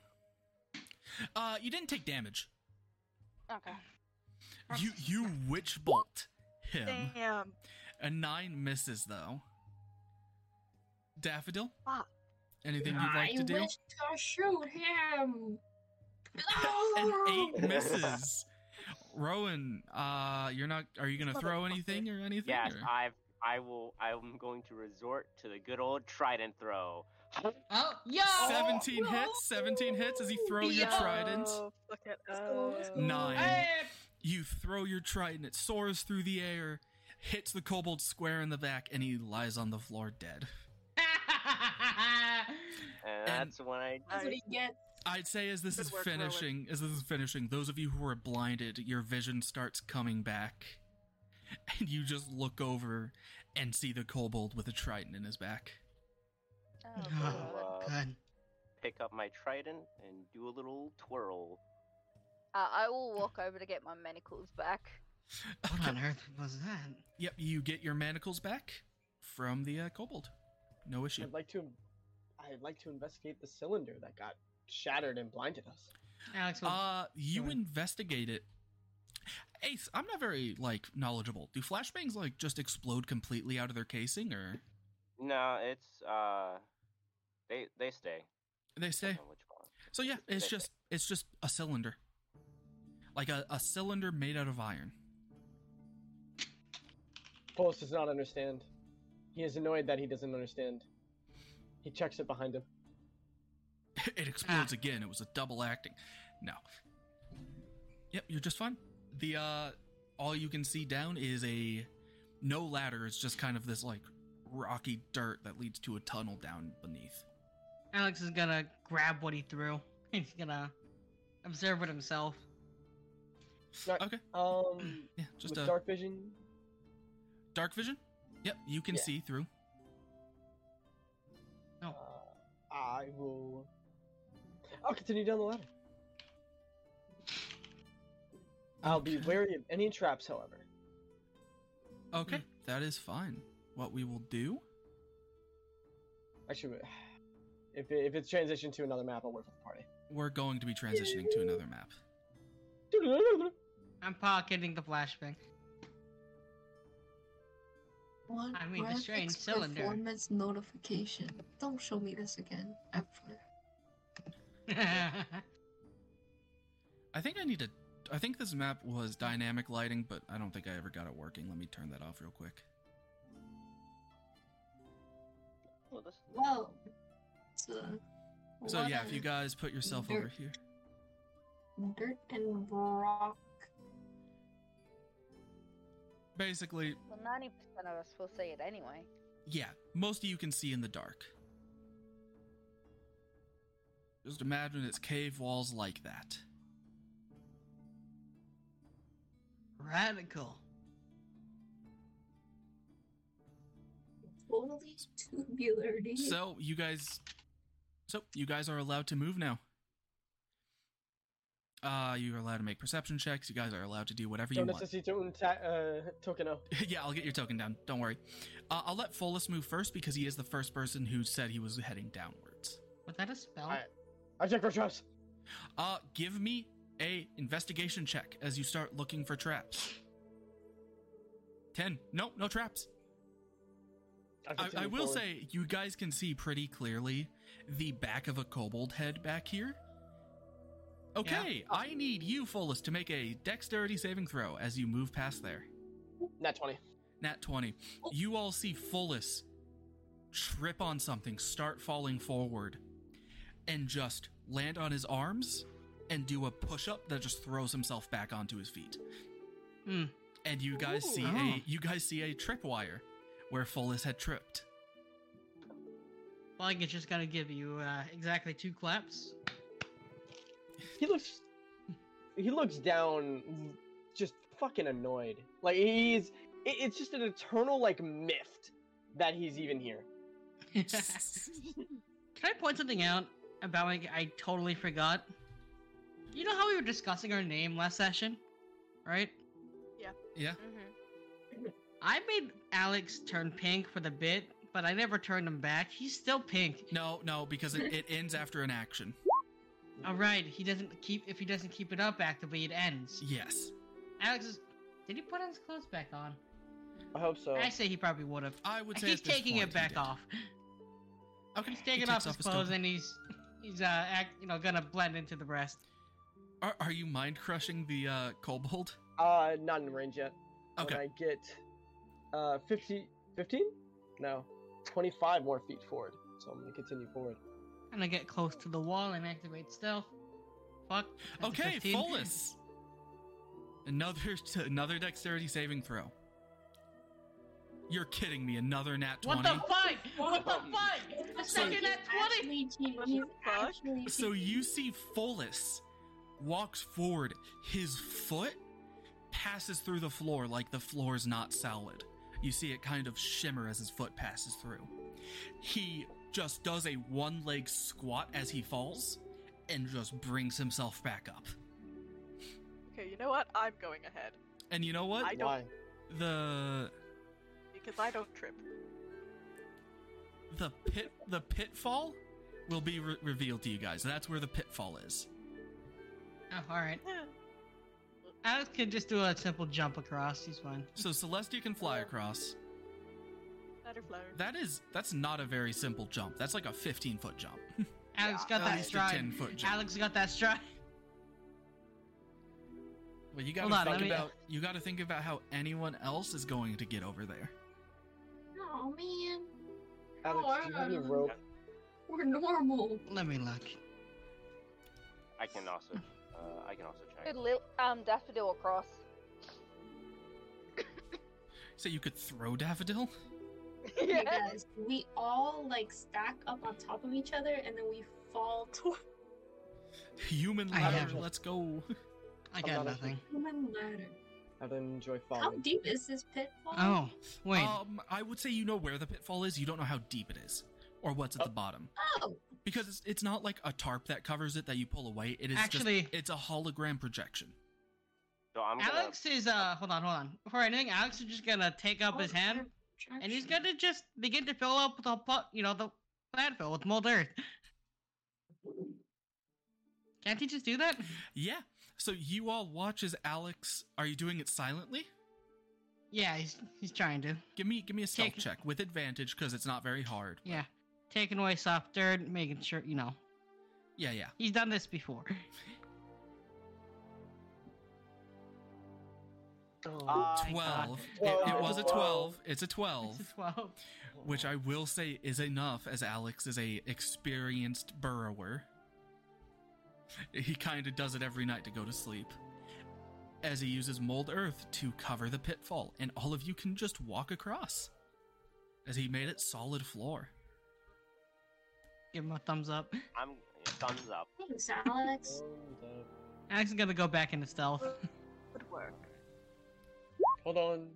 Speaker 1: Uh, you didn't take damage.
Speaker 8: Okay.
Speaker 1: You you witch bolt him.
Speaker 3: Damn.
Speaker 1: A nine misses though. Daffodil.
Speaker 3: Fuck.
Speaker 1: Anything you'd
Speaker 6: I
Speaker 1: like to do?
Speaker 6: wish to shoot him.
Speaker 1: An
Speaker 6: No!
Speaker 1: eight misses. Rowan, uh, you're not. Are you gonna throw anything or anything?
Speaker 5: yes,
Speaker 1: or-
Speaker 5: I've. I will. I'm going to resort to the good old trident throw.
Speaker 2: oh, yo!
Speaker 1: Seventeen
Speaker 6: no.
Speaker 1: hits. Seventeen hits as you throw your
Speaker 2: Yeah.
Speaker 1: trident.
Speaker 3: Oh, fuck it. Uh,
Speaker 6: Let's go,
Speaker 3: up.
Speaker 6: let's
Speaker 1: Nine.
Speaker 2: Hey!
Speaker 1: You throw your trident. It soars through the air, hits the kobold square in the back, and he lies on the floor dead.
Speaker 5: And
Speaker 1: And-
Speaker 5: that's when I.
Speaker 6: That's what he gets.
Speaker 1: I'd say as this
Speaker 3: Good
Speaker 1: is
Speaker 3: work, Rowan.
Speaker 1: finishing, as this is finishing, those of you who are blinded, your vision starts coming back, and you just look over and see the kobold with a trident in his baback.
Speaker 8: Oh,
Speaker 5: Oh,
Speaker 8: good.
Speaker 5: uh,
Speaker 2: God.
Speaker 5: pick up my trident and do a little twirl.
Speaker 8: Uh, I will walk over to get my manacles back.
Speaker 2: What on earth was that?
Speaker 1: Yep, you get your manacles back from the uh, kobold. No issue.
Speaker 9: I'd like to. I'd like to investigate the cylinder that got shattered and blinded us.
Speaker 2: Alex will.
Speaker 1: Uh, you
Speaker 2: Sorry.
Speaker 1: investigate it. Ace, I'm not very like knowledgeable. Do flashbangs like just explode completely out of their casing, or
Speaker 5: No, it's uh, they they stay.
Speaker 1: they
Speaker 5: I don't
Speaker 1: stay?
Speaker 5: know which one.
Speaker 1: So yeah, it's just it's just a cylinder, like a, a cylinder made out of iron.
Speaker 4: Polis does not understand. He is annoyed that he doesn't understand. He checks it behind him.
Speaker 1: It explodes again. It was a double acting. No. Yep, you're just fine. The uh, all you can see down is a no ladder. It's just kind of this like rocky dirt that leads to a tunnel down beneath. Uh,
Speaker 2: Alex is gonna grab what he threw. He's gonna observe it himself.
Speaker 1: Okay.
Speaker 4: Um,
Speaker 1: Yeah, just
Speaker 4: with
Speaker 1: a dark,
Speaker 4: dark vision.
Speaker 1: vision. Yep, you can
Speaker 4: Yeah.
Speaker 1: see through.
Speaker 4: Uh, I will. I'll continue down the ladder. I'll be
Speaker 1: Okay.
Speaker 4: wary of any traps, however.
Speaker 1: Okay, Mm-hmm. that is fine. What we will do?
Speaker 4: Actually, if it, if it's transitioned to another map, I'll wait for the party.
Speaker 1: We're going to be transitioning to another map.
Speaker 2: I'm pocketing the flashbang.
Speaker 6: One
Speaker 2: I mean, the
Speaker 6: graphics
Speaker 2: strange cylinder.
Speaker 6: Performance notification. Don't show me this again. Ever.
Speaker 1: I think I need to. I think this map was dynamic lighting, but I don't think I ever got it working. Let me turn that off real quick.
Speaker 5: Well, this-
Speaker 6: Well, so,
Speaker 1: So
Speaker 6: what
Speaker 1: yeah, if you
Speaker 6: a
Speaker 1: guys put yourself over
Speaker 6: Dirt.
Speaker 1: here.
Speaker 6: dirt and rock.
Speaker 1: Basically,
Speaker 8: Well, ninety percent of us will see it anyway.
Speaker 1: yeah, most of you can see in the dark. Just imagine it's cave walls like that.
Speaker 2: Radical.
Speaker 6: Totally tubular. dude.
Speaker 1: So you guys, so you guys are allowed to move now. Uh, you are allowed to make perception checks. You guys are allowed to do whatever you
Speaker 4: Don't
Speaker 1: want.
Speaker 4: necessitate to unta- uh, token out.
Speaker 1: yeah, I'll get your token down. Don't worry. Uh, I'll let Follis move first because he is the first person who said he was heading downwards.
Speaker 2: Was that a spell?
Speaker 4: I- I check for traps.
Speaker 1: Uh, give me a investigation check as you start looking for traps. Ten. No, no traps. I, I
Speaker 4: continue
Speaker 1: will
Speaker 4: forward.
Speaker 1: say, you guys can see pretty clearly the back of a kobold head back here. Okay, I need you, Follis, to make a dexterity saving throw as you move past there.
Speaker 4: Nat 20.
Speaker 1: Nat 20. You all see Fullis trip on something, start falling forward, and just land on his arms and do a push up that just throws himself back onto his feet.
Speaker 2: Hmm.
Speaker 1: And you guys see
Speaker 2: Oh.
Speaker 1: a you guys see a tripwire where Fullis had tripped.
Speaker 2: Well, I think it's just gonna give you uh, exactly two claps.
Speaker 4: He looks he looks down just fucking annoyed. Like he's it, it's just an eternal like myth that he's even here.
Speaker 2: Can I point something out about like I totally forgot? You know how we were discussing our name last session, right?
Speaker 1: Yeah.
Speaker 8: Mm-hmm.
Speaker 2: I made Alex turn pink for the bit, but I never turned him back. He's still pink.
Speaker 1: No, no, because it, it ends after an action.
Speaker 2: All right, he doesn't keep if he doesn't keep it up actively, it ends.
Speaker 1: Yes.
Speaker 2: Alex is. Did he put his clothes back on?
Speaker 4: I hope so.
Speaker 2: I say he probably would have.
Speaker 1: I would say
Speaker 2: He's
Speaker 1: at this
Speaker 2: taking
Speaker 1: point
Speaker 2: it
Speaker 1: he
Speaker 2: back
Speaker 1: did.
Speaker 2: off.
Speaker 1: Okay.
Speaker 2: He's
Speaker 1: he
Speaker 2: taking
Speaker 1: takes
Speaker 2: off his clothes
Speaker 1: coat.
Speaker 2: and he's he's uh act, you know gonna blend into the rest.
Speaker 1: Are, are you mind crushing the uh, kobold?
Speaker 4: Uh not in range yet.
Speaker 1: Okay.
Speaker 4: When I get uh 50 15? No. 25 more feet forward. So I'm going to continue forward.
Speaker 2: And I get close to the wall and activate stealth. Fuck. that's a
Speaker 1: Okay,
Speaker 2: 15.
Speaker 1: Follis. Another another dexterity saving throw. You're kidding me. Another nat
Speaker 2: What
Speaker 1: 20.
Speaker 2: the fuck? What the fuck? A
Speaker 1: So-
Speaker 2: second at twenty.
Speaker 6: Actually, Jim,
Speaker 3: What the
Speaker 6: he's
Speaker 3: fuck?
Speaker 6: actually
Speaker 1: so you see Follis walks forward. His foot passes through the floor like the floor's not solid. You see it kind of shimmer as his foot passes through. He just does a one leg squat as he falls and just brings himself back up.
Speaker 3: Okay, you know what? I'm going ahead
Speaker 1: And you know what?
Speaker 3: I don't-
Speaker 4: Why?
Speaker 1: the
Speaker 3: because I don't trip.
Speaker 1: the pit the pitfall will be re- revealed to you guys. That's where the pitfall is.
Speaker 2: Oh, all right. Alex can just do a simple jump across. He's fine.
Speaker 1: So Celestia can fly across.
Speaker 3: Butterfly.
Speaker 1: That is that's not a very simple jump. That's like a 15 foot jump.
Speaker 2: Alex
Speaker 1: At
Speaker 2: got that
Speaker 1: least a
Speaker 2: stride.
Speaker 1: 10 foot jump.
Speaker 2: Alex got that stride.
Speaker 1: Well, you
Speaker 2: Hold on,
Speaker 1: got to
Speaker 2: let
Speaker 1: think
Speaker 2: me-
Speaker 1: about you got to think about how anyone else is going to get over there.
Speaker 6: Oh man,
Speaker 4: Alex, do you have any rope?
Speaker 6: we're normal.
Speaker 2: Let me look.
Speaker 5: I can also,
Speaker 1: Hmm.
Speaker 5: uh, I can also try.
Speaker 8: Could Lil- um, Daffodil across.
Speaker 1: So you could throw Daffodil?
Speaker 6: You guys, we all like stack up on top of each other and then we fall to
Speaker 1: Human
Speaker 2: I
Speaker 1: ladder,
Speaker 2: have it.
Speaker 1: let's go.
Speaker 2: I
Speaker 4: not
Speaker 2: got
Speaker 4: a-
Speaker 2: nothing.
Speaker 6: a human ladder.
Speaker 4: I don't enjoy
Speaker 6: How
Speaker 4: falling.
Speaker 6: deep is this pitfall?
Speaker 2: Oh, wait.
Speaker 1: Um I would say you know where the pitfall is, you don't know how deep it is or what's at the bottom.
Speaker 6: Oh,
Speaker 1: Because it's, it's not like a tarp that covers it that you pull away. It is
Speaker 2: Actually-
Speaker 1: just, it's a hologram projection.
Speaker 5: So I'm gonna.
Speaker 2: Alex is uh. Hold on, hold on. Before anything, Alex is just gonna take up his hand and he's gonna just begin to fill up the pot. You know the landfill with mold earth. Can't he just do that?
Speaker 1: Yeah. So you all watch as Alex. Are you doing it silently?
Speaker 2: Yeah, he's he's trying to.
Speaker 1: Give me give me a stealth
Speaker 2: Take-
Speaker 1: check with advantage because it's not very hard.
Speaker 2: Yeah, taking away soft dirt, making sure you know
Speaker 1: Yeah, yeah.
Speaker 2: he's done this before.
Speaker 4: Uh,
Speaker 2: Oh my
Speaker 1: Oh, Twelve.
Speaker 2: God.
Speaker 1: It, it
Speaker 4: Twelve.
Speaker 1: was a twelve. It's a twelve,
Speaker 2: It's a twelve.
Speaker 1: which I will say is enough as Alex is a experienced burrower. He kind of does it every night to go to sleep. As he uses mold earth to cover the pitfall, and all of you can just walk across. As he made it solid floor.
Speaker 2: Give him a thumbs up.
Speaker 5: I'm thumbs up.
Speaker 6: Thanks, Alex.
Speaker 2: Alex is gonna go back into stealth.
Speaker 3: Good work.
Speaker 4: Hold on.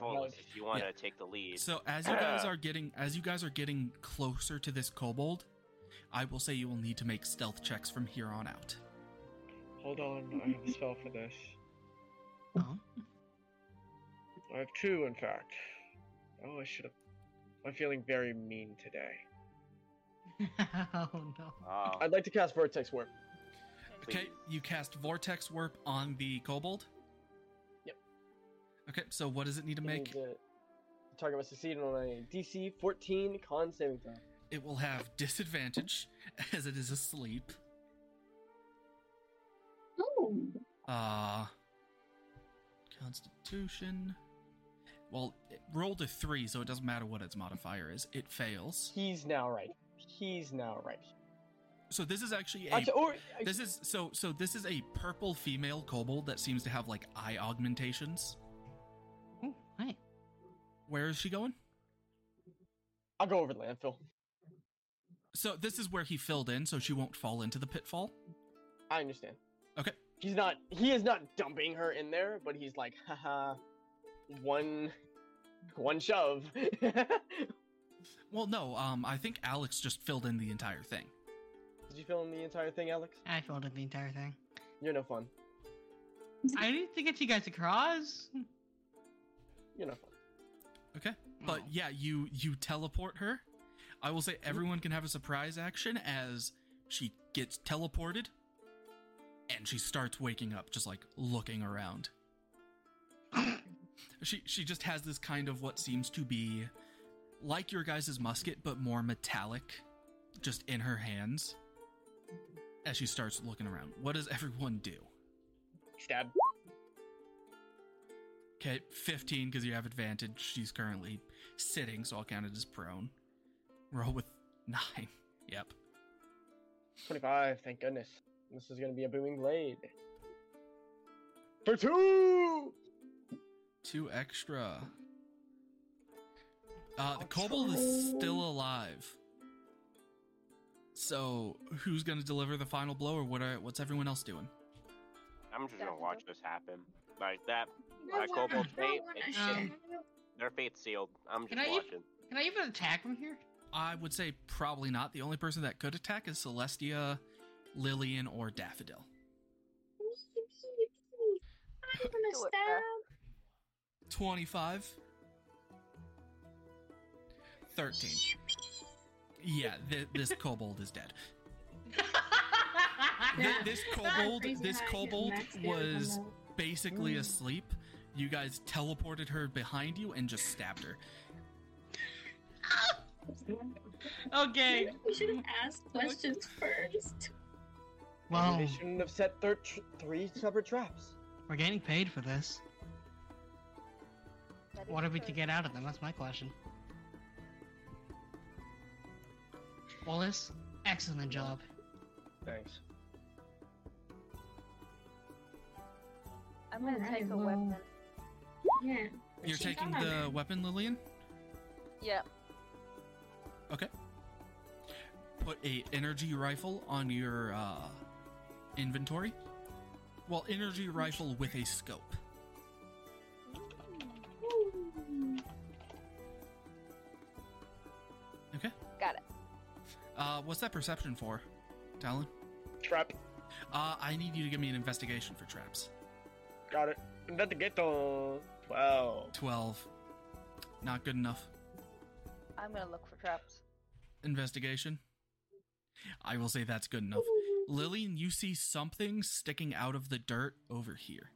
Speaker 5: Follis, if you want to take the lead.
Speaker 1: So as you guys are getting as you guys are getting closer to this kobold, I will say you will need to make stealth checks from here on out.
Speaker 9: Hold on, I have a spell for this.
Speaker 2: Oh.
Speaker 9: I have two, in fact. Oh, I should have. I'm feeling very mean today.
Speaker 2: oh no.
Speaker 5: Oh,
Speaker 4: I'd like to cast Vortex Warp.
Speaker 1: Okay, you cast vortex warp on the kobold.
Speaker 4: Yep.
Speaker 1: Okay, so what does it need to
Speaker 4: It
Speaker 1: make?
Speaker 4: needs a- target must succeed on a DC 14 con saving throw.
Speaker 1: It will have disadvantage as it is asleep.
Speaker 6: Oh,
Speaker 1: Uh Constitution. Well, it rolled a three, so it doesn't matter what its modifier is. It fails.
Speaker 4: He's now right. He's now right.
Speaker 1: So this is actually a
Speaker 4: Actually, or,
Speaker 1: this is so so this is a purple female kobold that seems to have like eye augmentations.
Speaker 2: Ooh, hi.
Speaker 1: Where is she going?
Speaker 4: I'll go over the landfill.
Speaker 1: So this is where he filled in, so she won't fall into the pitfall.
Speaker 4: I understand.
Speaker 1: Okay.
Speaker 4: He's not. He is not dumping her in there, but he's like, haha, one, one shove. Did
Speaker 1: Well, no. Um, I think Alex just filled in the entire thing.
Speaker 4: you film the entire thing, Alex?
Speaker 2: I filled in the entire thing.
Speaker 4: You're no fun.
Speaker 2: I need to get you guys across.
Speaker 4: You're no fun.
Speaker 1: Okay. But
Speaker 2: Oh.
Speaker 1: yeah, you you teleport her. I will say everyone can have a surprise action as she gets teleported and she starts waking up just like looking around. she she just has this kind of what seems to be like your guys' musket but more metallic just in her hands as she starts looking around. What does everyone do?
Speaker 9: Stab.
Speaker 1: Okay, 15 because you have advantage. She's currently sitting, so I'll count it as prone. Roll with 9. Yep.
Speaker 4: 25. Thank goodness. This is gonna be a booming blade. For two.
Speaker 1: Two extra. Uh, the kobold is still alive. So, who's going to deliver the final blow, or what? Are, what's everyone else doing?
Speaker 5: I'm just gonna
Speaker 8: Definitely.
Speaker 5: watch this happen. Like that,
Speaker 6: no
Speaker 5: Black
Speaker 6: one-
Speaker 5: kobold's
Speaker 6: no
Speaker 5: fate,
Speaker 6: one-
Speaker 5: it's
Speaker 2: Um,
Speaker 5: their fate's sealed. I'm
Speaker 2: Can
Speaker 5: just
Speaker 2: I-
Speaker 5: watching.
Speaker 2: Can I even attack from here?
Speaker 1: I would say probably not. The only person that could attack is Celestia, Lillian, or Daffodil.
Speaker 6: I'm gonna
Speaker 8: Do it, bruh.
Speaker 6: stab.
Speaker 1: 25 13 yeah th- this kobold is dead Th-
Speaker 6: Yeah.
Speaker 1: this
Speaker 6: I'm
Speaker 1: kobold
Speaker 6: crazy
Speaker 1: this
Speaker 6: how I get
Speaker 1: kobold
Speaker 6: max damage on
Speaker 1: was
Speaker 6: that.
Speaker 1: basically
Speaker 6: Mm.
Speaker 1: asleep you guys teleported her behind you and just stabbed her
Speaker 2: okay.
Speaker 6: We should have asked questions first.
Speaker 4: Maybe
Speaker 2: Well,
Speaker 4: They shouldn't have set thir- tr- three separate traps.
Speaker 2: we're getting paid for this.
Speaker 8: That is
Speaker 2: What are we to
Speaker 8: true.
Speaker 2: get out of them? That's my question. Wallace, excellent job.
Speaker 4: Thanks.
Speaker 8: I'm gonna
Speaker 6: Alright,
Speaker 8: take a
Speaker 6: well-
Speaker 8: weapon.
Speaker 6: Yeah.
Speaker 1: you're
Speaker 6: She's
Speaker 1: taking
Speaker 6: on
Speaker 1: the
Speaker 6: it.
Speaker 1: weapon lillian
Speaker 8: Yeah.
Speaker 1: put a energy rifle on your uh, inventory well energy rifle with a scope uh, what's that perception for talon
Speaker 9: Trap.
Speaker 1: Uh, I need you to give me an investigation for traps.
Speaker 9: Got it. Investigator. Twelve.
Speaker 1: 12. Not good enough.
Speaker 8: I'm gonna look for traps.
Speaker 1: Investigation. I will say that's good enough. Lillian, you see something sticking out of the dirt over here.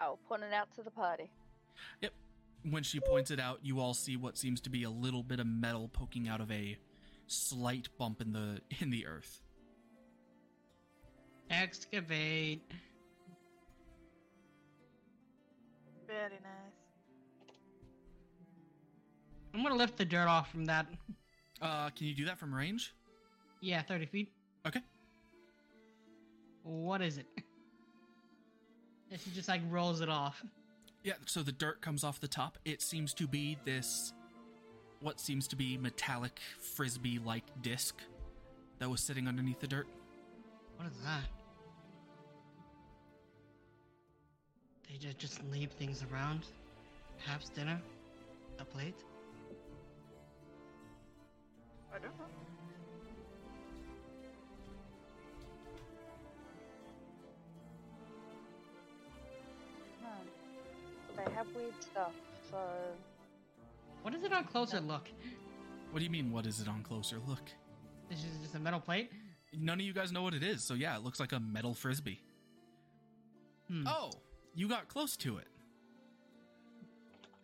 Speaker 8: I'll point it out to the party.
Speaker 1: When she points it out, you all see what seems to be a little bit of metal poking out of a slight bump in the in the earth.
Speaker 2: Excavate.
Speaker 3: Very nice.
Speaker 2: I'm gonna lift the dirt off from that.
Speaker 1: Uh, can you do that from range?
Speaker 2: Yeah, 30 feet.
Speaker 1: Okay.
Speaker 2: What is it? And she just like rolls it off.
Speaker 1: Yeah, so the dirt comes off the top. It seems to be this, what seems to be metallic frisbee like disc that was sitting underneath the dirt.
Speaker 2: What is that? They just just leave things around. Perhaps dinner, a plate.
Speaker 3: I don't know.
Speaker 8: Hmm. They have weird stuff, so
Speaker 2: What is it on closer look?
Speaker 1: What do you mean, what is it on closer look?
Speaker 2: This is just a metal plate.
Speaker 1: None of you guys know what it is, so yeah, it looks like a metal frisbee.
Speaker 2: Hmm.
Speaker 1: Oh, you got close to it.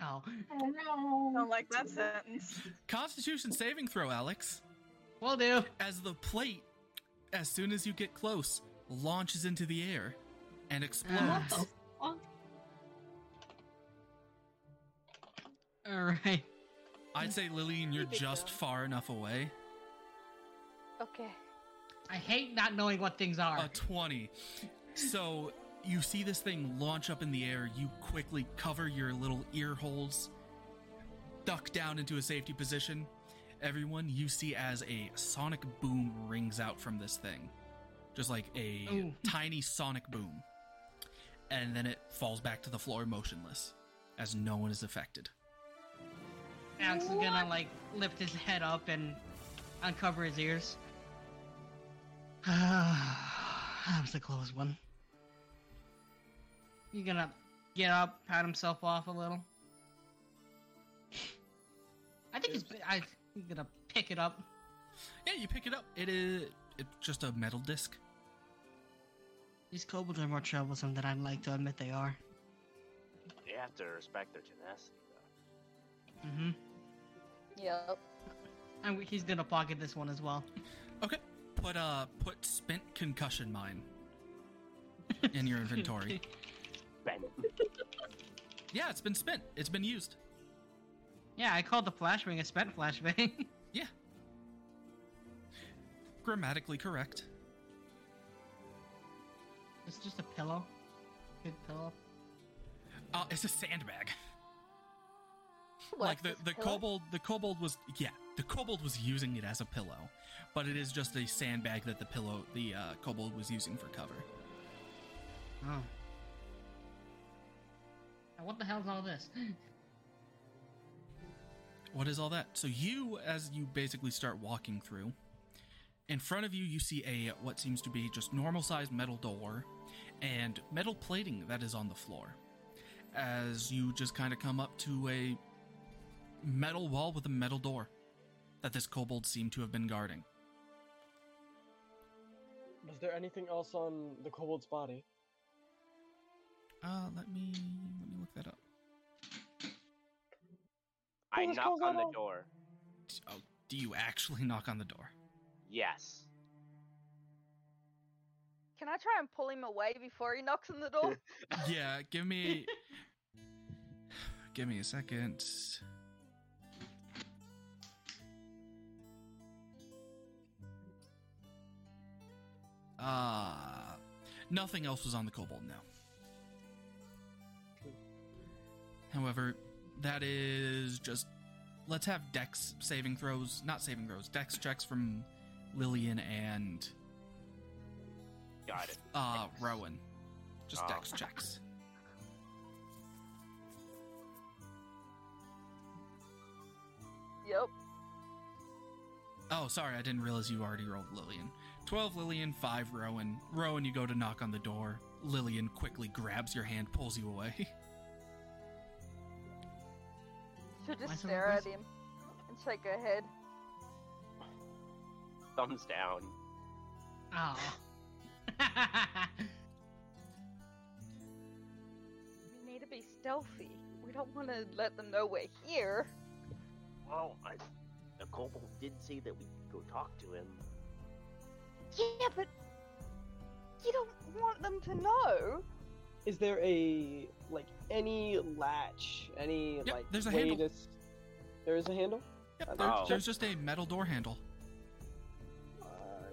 Speaker 2: Oh.
Speaker 6: Oh no.
Speaker 3: Don't like that sentence.
Speaker 1: Constitution saving throw, Alex.
Speaker 2: Will do.
Speaker 1: As the plate, as soon as you get close, launches into the air and explodes.
Speaker 2: Ah. Alright.
Speaker 1: I'd say, Lillian, you're
Speaker 8: Big
Speaker 1: just
Speaker 8: girl.
Speaker 1: far enough away.
Speaker 8: Okay.
Speaker 2: I hate not knowing what things are.
Speaker 1: A 20. So you see this thing launch up in the air. You quickly cover your little ear holes, duck down into a safety position. Everyone, you see as a sonic boom rings out from this thing. Just like a
Speaker 2: Ooh.
Speaker 1: tiny sonic boom. And then it falls back to the floor motionless, as no one is affected.
Speaker 2: Alex is gonna like lift his head up and uncover his ears. that was the close one. You gonna get up, pat himself off a little. I think he's. I he's gonna pick it up.
Speaker 1: Yeah, you pick it up. It is it's just a metal disc.
Speaker 2: These kobolds are more troublesome than I'd like to admit they are.
Speaker 5: You have to respect their tenacity, though.
Speaker 2: Mm-hmm.
Speaker 8: Yep.
Speaker 2: And we- he's gonna pocket this one as well.
Speaker 1: Okay. Put uh put spent concussion mine in your inventory.
Speaker 5: Ben.
Speaker 1: yeah, it's been spent. It's been used.
Speaker 2: yeah, I called the flashbang a spent flashbang.
Speaker 1: Grammatically correct.
Speaker 2: it's just a pillow. Good pillow.
Speaker 1: Uh it's a sandbag.
Speaker 8: What,
Speaker 1: like the
Speaker 8: this
Speaker 1: the
Speaker 8: pillow?
Speaker 1: kobold the kobold was yeah, the kobold was using it as a pillow, but it is just a sandbag that the pillow the uh kobold was using for cover.
Speaker 2: Oh. Now what the hell's all this?
Speaker 1: What is all that? So you, as you basically start walking through, in front of you, you see a what seems to be just normal sized metal door and metal plating that is on the floor. As you just kind of come up to a metal wall with a metal door that this kobold seemed to have been guarding.
Speaker 4: Was there anything else on the kobold's body?
Speaker 1: Uh, let me let me look that up.
Speaker 5: I
Speaker 4: Who's
Speaker 5: knock on the
Speaker 4: Kozoro?
Speaker 5: door.
Speaker 1: D- Oh, do you actually knock on the door?
Speaker 5: Yes.
Speaker 8: Can I try and pull him away before he knocks on the door?
Speaker 1: yeah, give me give me a second. Uh nothing else was on the kobold now. However, that is just let's have dex saving throws, not saving throws, dex checks from Lillian and
Speaker 5: Got it.
Speaker 1: uh
Speaker 5: Dex.
Speaker 1: Rowan. Just
Speaker 5: Oh.
Speaker 1: dex checks.
Speaker 8: yep.
Speaker 1: Oh, sorry, I didn't realize you already rolled Lillian. 12 Lillian, 5 Rowan. Rowan, you go to knock on the door. Lillian quickly grabs your hand, pulls you away.
Speaker 8: She'll
Speaker 2: Why
Speaker 8: just
Speaker 2: so
Speaker 8: stare at
Speaker 2: aggressive?
Speaker 8: him and shake her head.
Speaker 5: Thumbs down.
Speaker 2: Oh.
Speaker 8: We need to be stealthy. We don't want to let them know we're here.
Speaker 5: Well, I, the kobold did say that we could go talk to him.
Speaker 8: Yeah, but you don't want them to know.
Speaker 4: Is there a like any latch? Any
Speaker 1: Yep,
Speaker 4: like
Speaker 1: there's a
Speaker 4: way
Speaker 1: handle.
Speaker 4: to s- There is a handle.
Speaker 1: Yep, there-
Speaker 5: Oh.
Speaker 1: there's just a metal door handle.
Speaker 4: I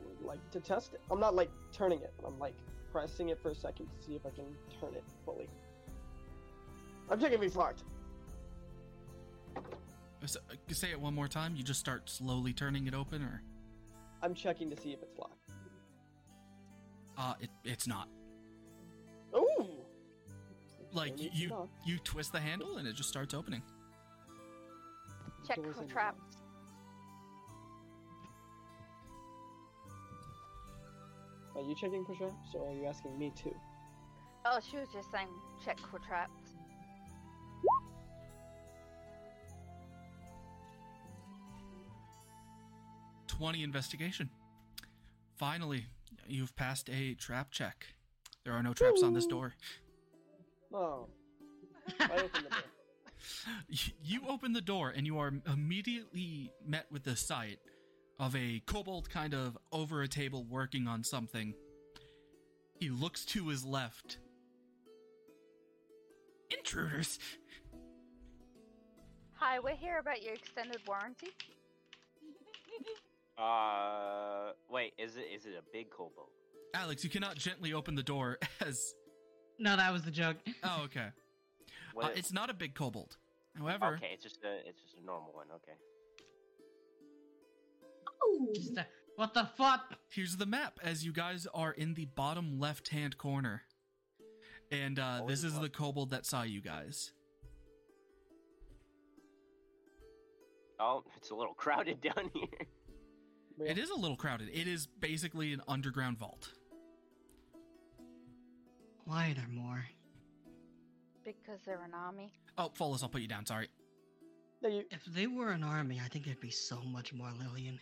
Speaker 4: would uh, like to test it. I'm not like turning it. I'm like pressing it for a second to see if I can turn it fully. I'm checking if he's locked.
Speaker 1: S- uh, Say it one more time. You just start slowly turning it open, or.
Speaker 4: I'm checking to see if it's locked.
Speaker 1: Uh, it, it's not.
Speaker 4: Ooh.
Speaker 1: Like,
Speaker 4: Turn
Speaker 1: you,
Speaker 4: it
Speaker 1: you,
Speaker 4: off.
Speaker 1: you twist the handle and it just starts opening.
Speaker 8: Check
Speaker 4: Doors
Speaker 8: for
Speaker 4: and-
Speaker 8: traps.
Speaker 4: Are you checking for traps, or are you asking me too?
Speaker 8: Oh, she was just saying check for traps.
Speaker 1: Twenty investigation. Finally, you've passed a trap check. There are no traps on this door.
Speaker 4: No. I opened the door.
Speaker 1: Y- You open the door and you are immediately met with the sight of a kobold kind of over a table working on something. He looks to his left. Intruders!
Speaker 7: Hi, we're here about your extended warranty.
Speaker 5: Uh, wait, is it is it a big kobold?
Speaker 1: Alex, you cannot gently open the door as.
Speaker 2: No, that was the joke.
Speaker 1: Oh, okay.
Speaker 5: What
Speaker 1: Uh,
Speaker 5: is-
Speaker 1: it's not a big kobold. However,
Speaker 5: okay. It's just a it's just a normal one. Okay.
Speaker 6: Oh,
Speaker 2: Just a, what the fuck?
Speaker 1: here's the map as you guys are in the bottom left hand corner. And uh,
Speaker 5: Oh,
Speaker 1: this
Speaker 5: is it
Speaker 1: is
Speaker 5: up?
Speaker 1: the kobold that saw you guys.
Speaker 5: Oh, it's a little crowded down here.
Speaker 4: Yeah.
Speaker 1: It is a little crowded. It is basically an underground vault.
Speaker 2: Why are there more?
Speaker 7: Because they're an army.
Speaker 1: Oh, Follis, I'll put you down. Sorry.
Speaker 4: No, you,
Speaker 2: If they were an army, I think there'd be so much more Lillian.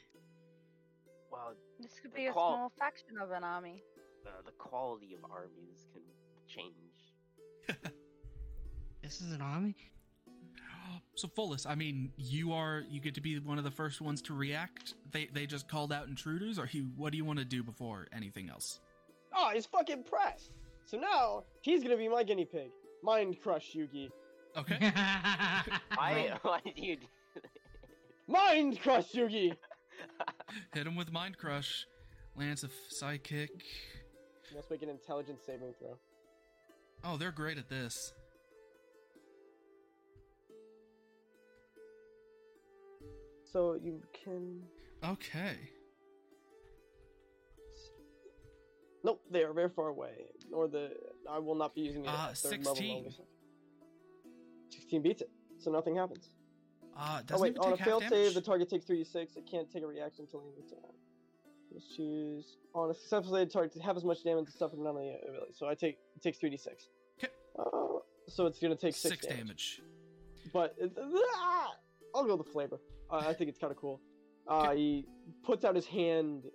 Speaker 5: Well,
Speaker 7: This could
Speaker 5: The
Speaker 7: be a
Speaker 5: qual-
Speaker 7: small faction of an army.
Speaker 5: the, the quality of armies can change.
Speaker 2: This is an army?
Speaker 1: So Follis, I mean, you are you get to be one of the first ones to react. They they just called out intruders, or you what do you want to do before anything else?
Speaker 4: oh, he's fucking pressed. So now he's gonna be my guinea pig. Mind crush, Yugi.
Speaker 1: Okay.
Speaker 5: Why? Why do you?
Speaker 4: Mind crush, Yugi.
Speaker 1: Hit him with Mind Crush. Lance a f- sidekick.
Speaker 4: You must make an intelligence saving throw.
Speaker 1: Oh, they're great at this.
Speaker 4: So you can.
Speaker 1: Okay.
Speaker 4: Nope, they are very far away. Or the I will not be using it. at
Speaker 1: Ah,
Speaker 4: third level
Speaker 1: 16.
Speaker 4: level. Sixteen beats it, so nothing happens.
Speaker 1: Uh doesn't
Speaker 4: Oh wait,
Speaker 1: even
Speaker 4: on a
Speaker 1: take half
Speaker 4: failed save,
Speaker 1: damage?
Speaker 4: the target takes 3d6. It can't take a reaction until the end of the time. Let's choose on a successful save, the target half as much damage as suffered none of the ability. So I take it takes 3d6.
Speaker 1: 'Kay.
Speaker 4: Uh, so it's gonna take six,
Speaker 1: six damage.
Speaker 4: But it, ah, I'll go with the flavor. Uh, I think it's kind of cool. Uh, He puts out his hand.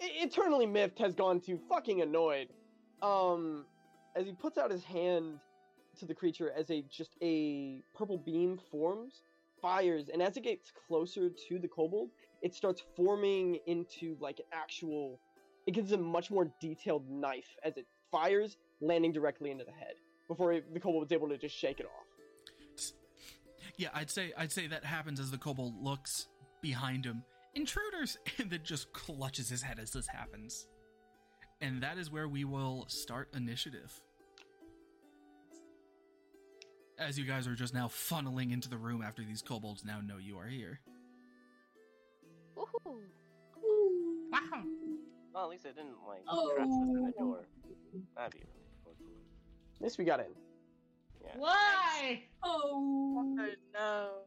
Speaker 4: E- Eternally miffed has gone to fucking annoyed. Um, as he puts out his hand to the creature, as a just a purple beam forms, fires, and as it gets closer to the kobold, it starts forming into like an actual. It gives a much more detailed knife as it fires, landing directly into the head before it, the kobold was able to just shake it off.
Speaker 1: Yeah, I'd say I'd say that happens as the kobold looks behind him. Intruders, and then just clutches his head as this happens. And that is where we will start initiative. As you guys are just now funneling into the room after these kobolds now know you are here.
Speaker 7: Woohoo!
Speaker 6: ooh.
Speaker 2: Wow.
Speaker 5: Well, at least I didn't like
Speaker 6: Oh.
Speaker 5: crouch within the door. That'd be really unfortunate.
Speaker 4: At least we got in.
Speaker 5: Yeah.
Speaker 2: Why?
Speaker 6: Oh.
Speaker 3: Oh no.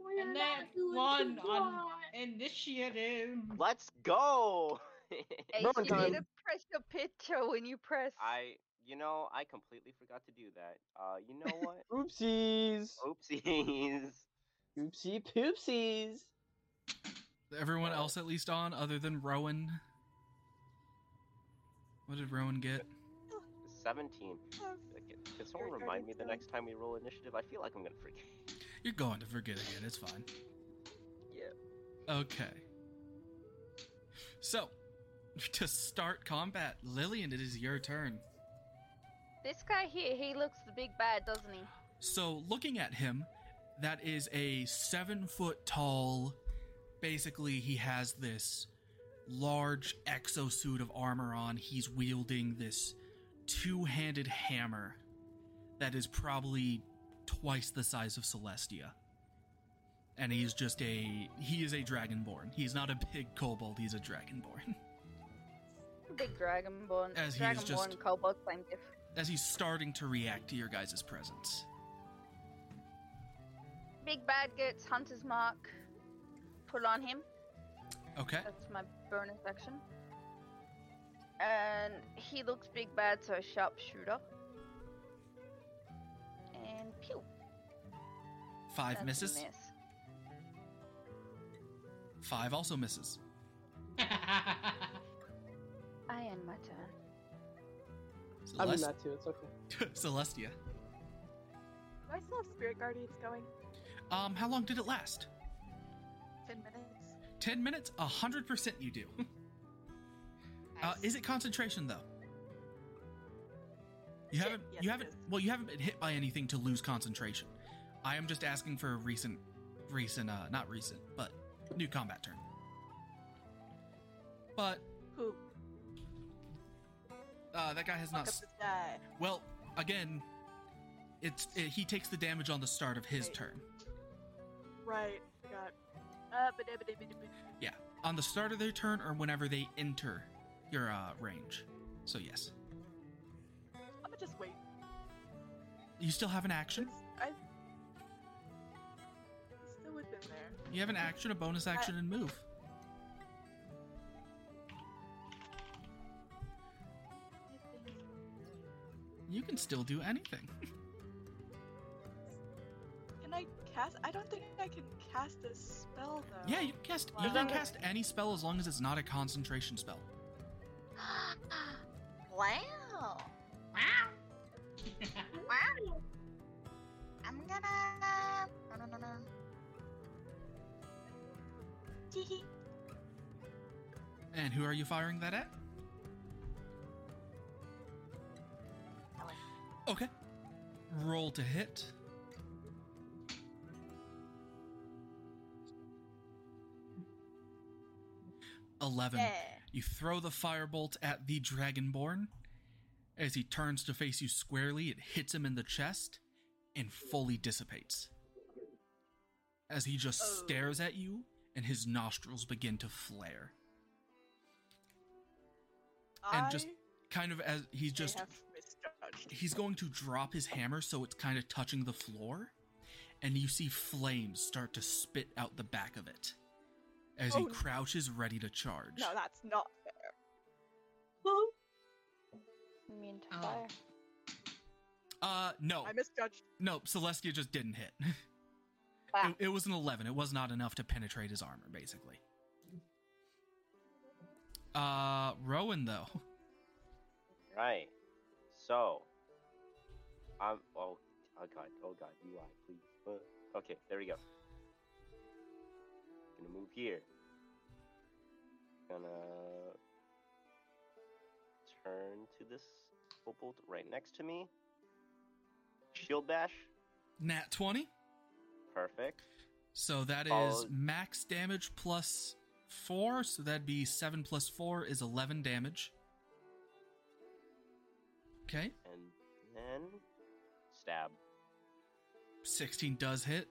Speaker 6: We're
Speaker 2: And
Speaker 6: not
Speaker 2: that
Speaker 6: doing
Speaker 2: one
Speaker 6: too
Speaker 2: on-
Speaker 6: hot.
Speaker 2: Initiative.
Speaker 5: Let's go.
Speaker 7: Ace,
Speaker 4: Rowan
Speaker 7: you
Speaker 4: time.
Speaker 7: need to press your picture when you press.
Speaker 5: I, you know, I completely forgot to do that. Uh, you know what?
Speaker 4: Oopsies.
Speaker 5: Oopsies.
Speaker 4: Oopsie poopsies.
Speaker 1: Everyone
Speaker 5: Oh.
Speaker 1: else at least on, other than Rowan. What did Rowan get?
Speaker 5: Seventeen. Can- Can someone
Speaker 3: You're
Speaker 5: remind me the
Speaker 3: thirty-seven.
Speaker 5: next time we roll initiative? I feel like I'm gonna forget.
Speaker 1: You're going to forget again. It's fine. Yeah. Okay. So, to start combat, Lillian, it is your turn.
Speaker 7: This guy here, he looks the big bad, doesn't he?
Speaker 1: So, looking at him, that is a seven foot tall. Basically, he has this large exosuit of armor on. He's wielding this two handed hammer that is probably twice the size of Celestia. And he's just a. He is a dragonborn. He's not a big kobold, he's a dragonborn.
Speaker 7: Big dragonborn.
Speaker 1: As he is
Speaker 7: dragonborn
Speaker 1: just-
Speaker 7: kobold same diff.
Speaker 1: As he's starting to react to your guys' presence.
Speaker 7: Big bad gets hunter's mark. Put on him.
Speaker 1: Okay.
Speaker 7: That's my bonus action. And he looks big bad, so a sharpshooter. And pew.
Speaker 1: Five
Speaker 7: that's a
Speaker 1: misses.
Speaker 7: miss.
Speaker 1: Five also misses.
Speaker 7: I end my turn.
Speaker 4: I'm in
Speaker 1: Celest-
Speaker 4: that too. It's okay.
Speaker 1: Celestia.
Speaker 3: Do I still have spirit guardians going?
Speaker 1: Um, how long did it last?
Speaker 3: Ten minutes.
Speaker 1: 10 minutes? 100% you do. Uh, is it concentration though? You
Speaker 3: Yeah,
Speaker 1: haven't
Speaker 3: yes,
Speaker 1: you
Speaker 3: it
Speaker 1: haven't
Speaker 3: is.
Speaker 1: well you haven't been hit by anything to lose concentration. I am just asking for a recent recent uh not recent, but new combat turn. But
Speaker 3: Who?
Speaker 1: uh that guy has
Speaker 3: Fuck
Speaker 1: not
Speaker 3: up
Speaker 1: s-
Speaker 3: this guy.
Speaker 1: well, again, it's it, he takes the damage on the start of his
Speaker 3: Right.
Speaker 1: turn.
Speaker 3: Right. Forgot. Uh, but but but
Speaker 1: Yeah, on the start of their turn or whenever they enter your uh, range. So yes,
Speaker 3: I'm gonna just wait.
Speaker 1: you still have an action.
Speaker 3: It's- I. It's still within there.
Speaker 1: You have an action, a bonus action, and move. You can still do anything.
Speaker 3: Can I cast? I don't think I can cast a spell though.
Speaker 1: Yeah, you can cast. You can cast any spell as long as it's not a concentration spell.
Speaker 8: wow.
Speaker 2: Wow.
Speaker 8: Wow. I'm gonna. No, no, no, no.
Speaker 1: And who are you firing that at?
Speaker 8: Ellen.
Speaker 1: Okay. Roll to hit. Eleven. You throw the firebolt at the dragonborn. As he turns to face you squarely, it hits him in the chest and fully dissipates. As he just
Speaker 3: Oh.
Speaker 1: stares at you and his nostrils begin to flare. and just-
Speaker 3: I
Speaker 1: Kind of as he's
Speaker 3: may
Speaker 1: just
Speaker 3: have misjudged.
Speaker 1: he's going to drop his hammer so it's kind of touching the floor and you see flames start to spit out the back of it as he
Speaker 3: Oh.
Speaker 1: crouches ready to charge.
Speaker 3: No, that's not fair.
Speaker 1: Oh.
Speaker 3: Huh?
Speaker 7: Mean to
Speaker 2: Oh.
Speaker 7: fire.
Speaker 1: Uh no.
Speaker 3: I misjudged.
Speaker 1: No, Celestia just didn't hit.
Speaker 8: Wow.
Speaker 1: It, it was an 11. It was not enough to penetrate his armor, basically. Uh, Rowan, though.
Speaker 5: Right. So, I'm. Oh, oh god. Oh god. UI, please. Uh, okay, there we go. Gonna move here. Gonna turn to this kobold right next to me. Shield dash.
Speaker 1: Nat 20.
Speaker 5: Perfect.
Speaker 1: So that is
Speaker 5: Oh.
Speaker 1: max damage plus 4. So that'd be 7 plus 4 is 11 damage. Okay.
Speaker 5: And then stab.
Speaker 1: 16 does hit.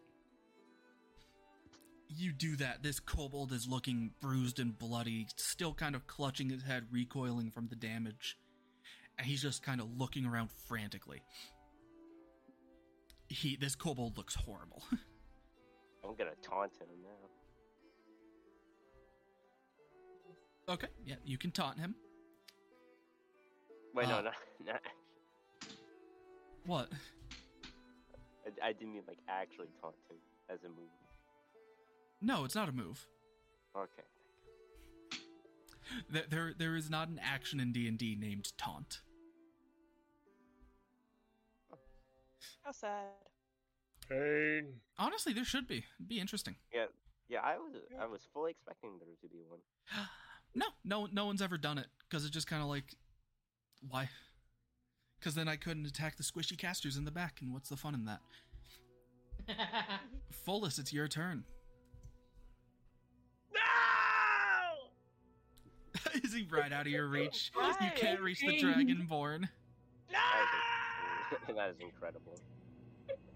Speaker 1: You do that. This kobold is looking bruised and bloody, still kind of clutching his head, recoiling from the damage. And he's just kind of looking around frantically. He this kobold looks horrible.
Speaker 5: I'm gonna taunt him now.
Speaker 1: okay, yeah, you can taunt him.
Speaker 5: Wait,
Speaker 1: Ah.
Speaker 5: no, no, not.
Speaker 1: What?
Speaker 5: I, I didn't mean like actually taunt him as a move.
Speaker 1: No, it's not a move.
Speaker 5: Okay.
Speaker 1: There there, there is not an action in D&D named taunt.
Speaker 3: How sad.
Speaker 9: Pain.
Speaker 1: Honestly, there should be. It'd be interesting.
Speaker 5: Yeah, I was I was fully expecting there to be one.
Speaker 1: No, no, no one's ever done it because it's just kind of like, why? Because then I couldn't attack the squishy casters in the back, and what's the fun in that? Follis, it's your turn. No! Is he right out of your reach? You
Speaker 3: Right.
Speaker 1: can't reach the dragonborn.
Speaker 5: That is, that is incredible.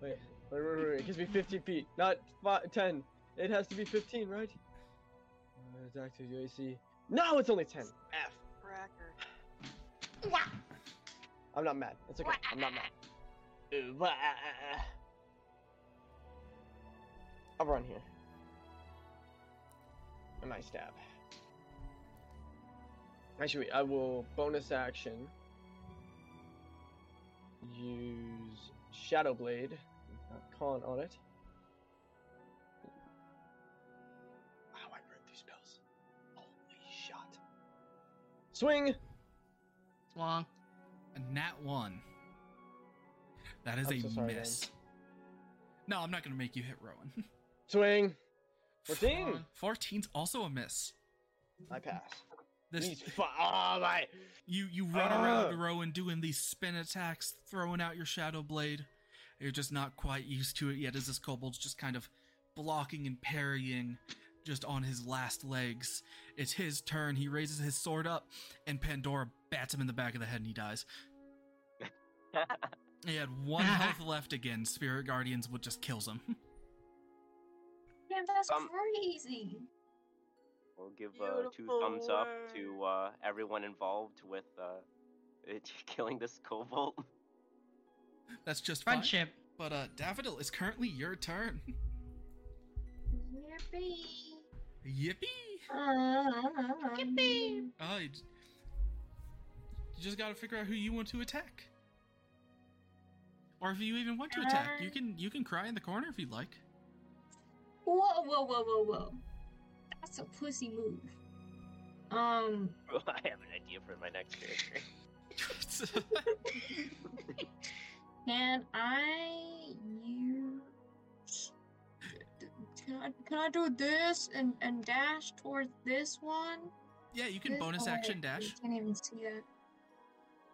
Speaker 4: Wait, wait, wait, wait. It gives me 50 feet, not fi 10. It has to be 15, right? Uh, attack to UAC. No, it's only 10. F.
Speaker 3: Cracker.
Speaker 4: I'm not mad. It's okay. I'm not mad. Uh, wah. I'll run here. And I stab. Actually, wait, I will bonus action. Use Shadow Blade. Not con on it. Wow, I read through spells. Holy shot. Swing!
Speaker 2: Long.
Speaker 1: A nat one. That is
Speaker 4: I'm
Speaker 1: a
Speaker 4: so sorry,
Speaker 1: miss. No, I'm not gonna make you hit Rowan.
Speaker 4: Swing. 14.
Speaker 1: 14's also a miss.
Speaker 4: I pass.
Speaker 1: This
Speaker 4: These fu- oh my!
Speaker 1: you you run
Speaker 4: Ah.
Speaker 1: around Rowan doing these spin attacks, throwing out your shadow blade. You're just not quite used to it yet, as this kobold's just kind of blocking and parrying, just on his last legs. It's his turn. He raises his sword up, and Pandora bats him in the back of the head, and he dies. He had one health left again. Spirit Guardians would just kills him.
Speaker 6: Damn, that's
Speaker 5: Um,
Speaker 6: crazy.
Speaker 5: We'll give uh, two
Speaker 3: Beautiful
Speaker 5: thumbs up to
Speaker 3: work.
Speaker 5: uh, everyone involved with uh, it killing this kobold.
Speaker 1: That's just fine.
Speaker 2: Friendship.
Speaker 1: But uh, Daffodil, it's currently your turn.
Speaker 6: Yippee.
Speaker 1: Yippee!
Speaker 6: Yippee.
Speaker 1: Uh, you j- you just gotta figure out who you want to attack, or if you even want to attack. You can you can cry in the corner if you'd like.
Speaker 6: Whoa, whoa, whoa, whoa, whoa. That's a pussy move. Um,
Speaker 5: I have an idea for my next character.
Speaker 6: can I use? Can I, can I do this and, and dash towards this one?
Speaker 1: yeah, you can
Speaker 6: This-
Speaker 1: bonus
Speaker 6: oh,
Speaker 1: action
Speaker 6: wait,
Speaker 1: dash.
Speaker 6: I can't even see that.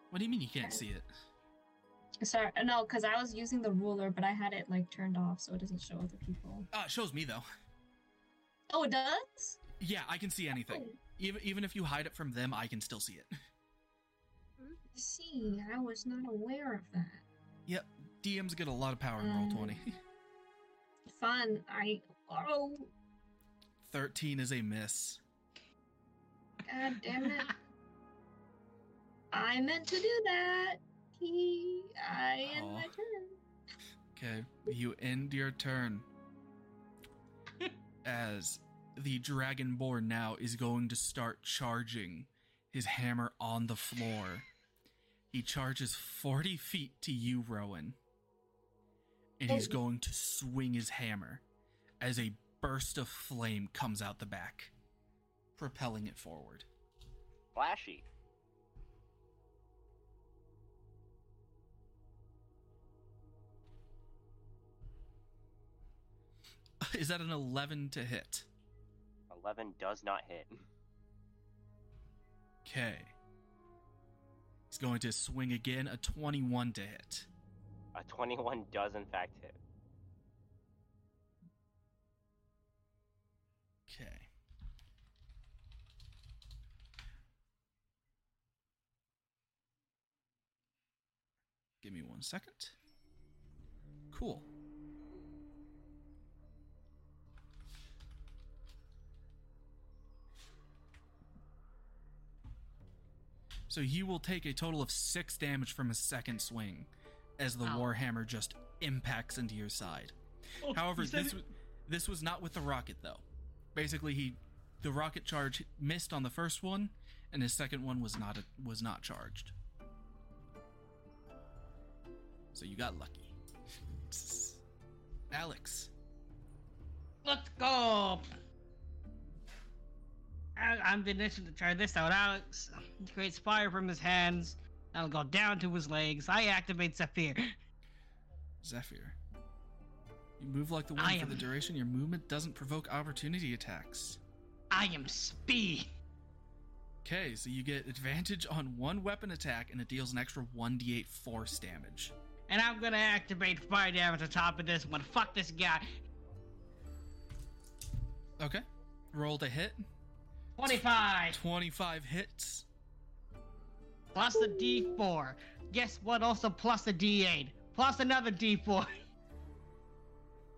Speaker 1: What do you mean you can't see it?
Speaker 6: Sorry, uh, no, because I was using the ruler, but I had it like turned off, so it doesn't show other people.
Speaker 1: Uh, it shows me though.
Speaker 6: Oh, it does.
Speaker 1: Yeah, I can see anything.
Speaker 6: Oh,
Speaker 1: Even even if you hide it from them, I can still see it.
Speaker 6: I see, I was not aware of that.
Speaker 1: Yep, DMs get a lot of power in roll twenty.
Speaker 6: Fun. I oh,
Speaker 1: Thirteen is a miss.
Speaker 6: god damn it! I meant to do that. He, I end
Speaker 1: Aw.
Speaker 6: my turn.
Speaker 1: Okay, you end your turn as the dragonborn now is going to start charging his hammer on the floor. He charges 40 feet to you, Rowan, and he's
Speaker 6: Oh.
Speaker 1: going to swing his hammer as a burst of flame comes out the back, propelling it forward.
Speaker 5: Flashy.
Speaker 1: Is that an 11 to hit?
Speaker 5: 11 does not hit.
Speaker 1: Okay. He's going to swing again, a 21 to hit.
Speaker 5: A 21 does, in fact, hit.
Speaker 1: Okay. Give me one second. Cool. So you will take a total of six damage from a second swing as the
Speaker 2: Ow.
Speaker 1: Warhammer just impacts into your side.
Speaker 2: Oh,
Speaker 1: However,
Speaker 2: you said
Speaker 1: this
Speaker 2: it-
Speaker 1: was, this was not with the rocket though. Basically, he the rocket charge missed on the first one, and his second one was not was not charged. So you got lucky, Alex.
Speaker 2: Let's go. I, I'm the initiative to try this out. Alex creates fire from his hands. That'll go down to his legs. I activate Zephyr.
Speaker 1: Zephyr. You move like the
Speaker 2: I
Speaker 1: wind for the
Speaker 2: am-
Speaker 1: duration. Your movement doesn't provoke opportunity attacks.
Speaker 2: I am speed.
Speaker 1: Okay, so you get advantage on one weapon attack, and it deals an extra 1d8 force damage.
Speaker 2: And I'm gonna activate fire damage on top of this one. Fuck this guy.
Speaker 1: Okay, roll to hit.
Speaker 2: 25
Speaker 1: 25 hits.
Speaker 2: plus the D4. Guess what? Also plus the D8 plus another D4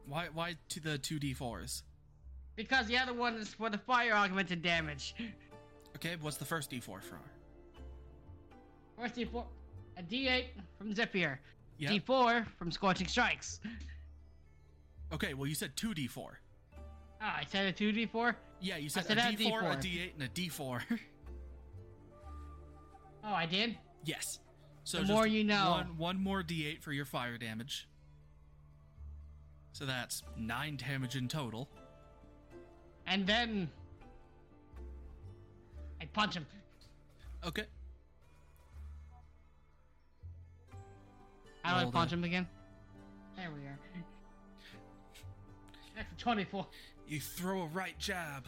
Speaker 1: Why? Why to the two d4s?
Speaker 2: because the other one is for the fire augmented damage.
Speaker 1: Okay, what's the first d4 for?
Speaker 2: First D4, a D8 from Zephyr,
Speaker 1: Yeah.
Speaker 2: D4 from Scorching Strikes.
Speaker 1: Okay, well you said two d4.
Speaker 2: Ah, I said a 2d4?
Speaker 1: Yeah, you said,
Speaker 2: said
Speaker 1: a,
Speaker 2: I had
Speaker 1: D4, a
Speaker 2: D4.
Speaker 1: d8, and a d4.
Speaker 2: Oh, I did?
Speaker 1: yes. So
Speaker 2: The
Speaker 1: just
Speaker 2: more you know.
Speaker 1: One, one more d8 for your fire damage. So that's nine damage in total.
Speaker 2: And then. I punch him.
Speaker 1: Okay.
Speaker 2: How do I
Speaker 1: Roll
Speaker 2: punch
Speaker 1: the-
Speaker 2: him again? There we are. Natural 24.
Speaker 1: You throw a right jab.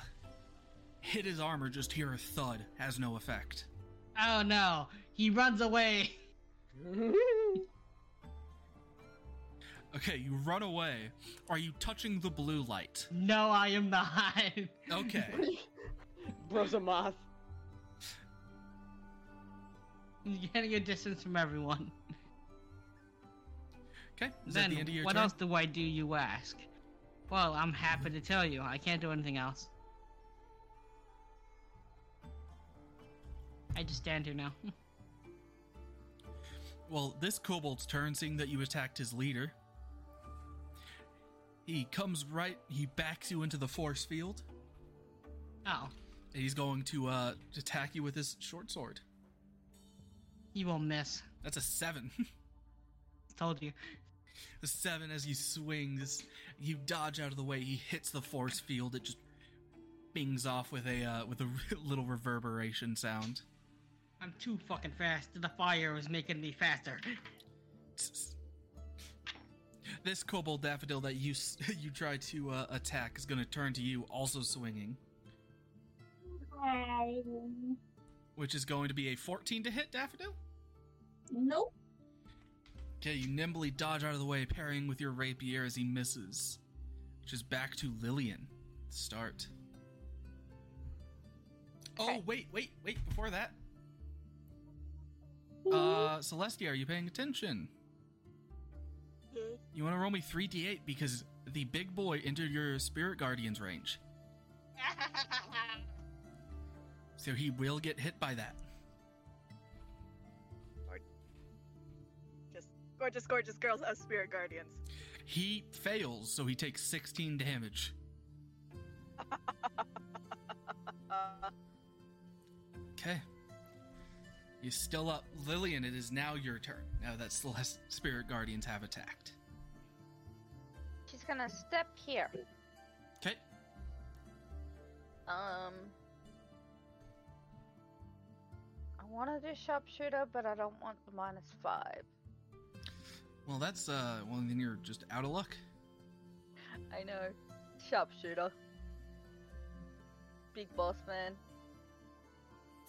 Speaker 1: Hit his armor, just hear a thud. Has no effect.
Speaker 2: Oh no, he runs away.
Speaker 1: Okay, you run away. Are you touching the blue light?
Speaker 2: No, I am not.
Speaker 1: Okay.
Speaker 4: Bro's a moth.
Speaker 2: You're getting a distance from everyone.
Speaker 1: Okay. Is
Speaker 2: then
Speaker 1: that the end of your
Speaker 2: what
Speaker 1: turn?
Speaker 2: else do I do? You ask. Well, I'm happy to tell you, I can't do anything else. I just stand here now.
Speaker 1: Well, this kobold's turn, seeing that you attacked his leader. He comes right. He backs you into the force field,
Speaker 2: oh,
Speaker 1: and he's going to uh, attack you with his short sword.
Speaker 2: he will miss.
Speaker 1: That's a seven.
Speaker 2: Told you.
Speaker 1: The seven as you swing, this you dodge out of the way. He hits the force field. It just bings off with a uh, with a little reverberation sound.
Speaker 2: I'm too fucking fast. The fire was making me faster.
Speaker 1: This kobold daffodil that you s- you try to uh, attack is going to turn to you, also swinging,
Speaker 6: Hi.
Speaker 1: which is going to be a 14 to hit daffodil.
Speaker 6: Nope.
Speaker 1: Okay, you nimbly dodge out of the way, parrying with your rapier as he misses, which is back to Lillian. Start. Oh
Speaker 8: Okay.
Speaker 1: wait, wait, wait! Before that, uh, Celestia, are you paying attention? You want to roll me 3d8 because the big boy entered your spirit guardian's range. So he will get hit by that.
Speaker 3: Just gorgeous, gorgeous girls as spirit guardians.
Speaker 1: He fails, so he takes 16 damage.
Speaker 3: Uh,
Speaker 1: Okay. He's still up. Lillian, it is now your turn. Now that Celeste Spirit Guardians have attacked.
Speaker 8: She's gonna step here.
Speaker 1: Okay.
Speaker 8: Um. I want to do sharpshooter, but I don't want the minus five.
Speaker 1: Well, that's, uh, well, then you're just out of luck.
Speaker 8: I know. Sharpshooter. Big boss man.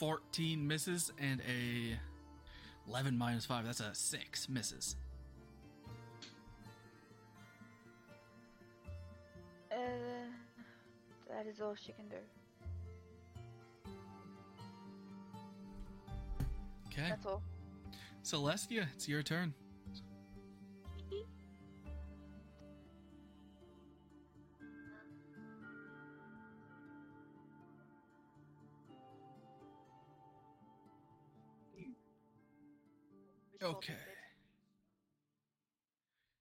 Speaker 1: 14 misses and a 11 minus 5. That's a 6 misses.
Speaker 8: Uh, that is all she can do.
Speaker 1: Okay.
Speaker 8: That's all.
Speaker 1: Celestia, it's your turn.
Speaker 3: we should all
Speaker 1: Okay.
Speaker 3: be good.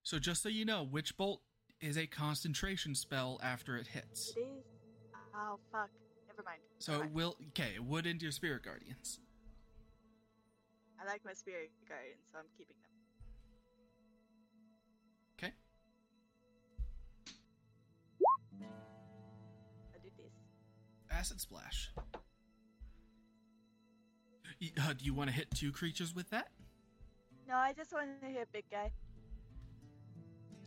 Speaker 1: So just so you know, Witch Bolt is a concentration spell after it hits.
Speaker 3: It is. Oh fuck. Never mind.
Speaker 1: So it will, okay, it would into your Spirit Guardians.
Speaker 3: I like my spirit guardians, so I'm keeping them.
Speaker 1: Okay.
Speaker 3: I do this.
Speaker 1: Acid Splash. Y- Uh, do you want to hit two creatures with that?
Speaker 3: No, I just wanted to hit big guy.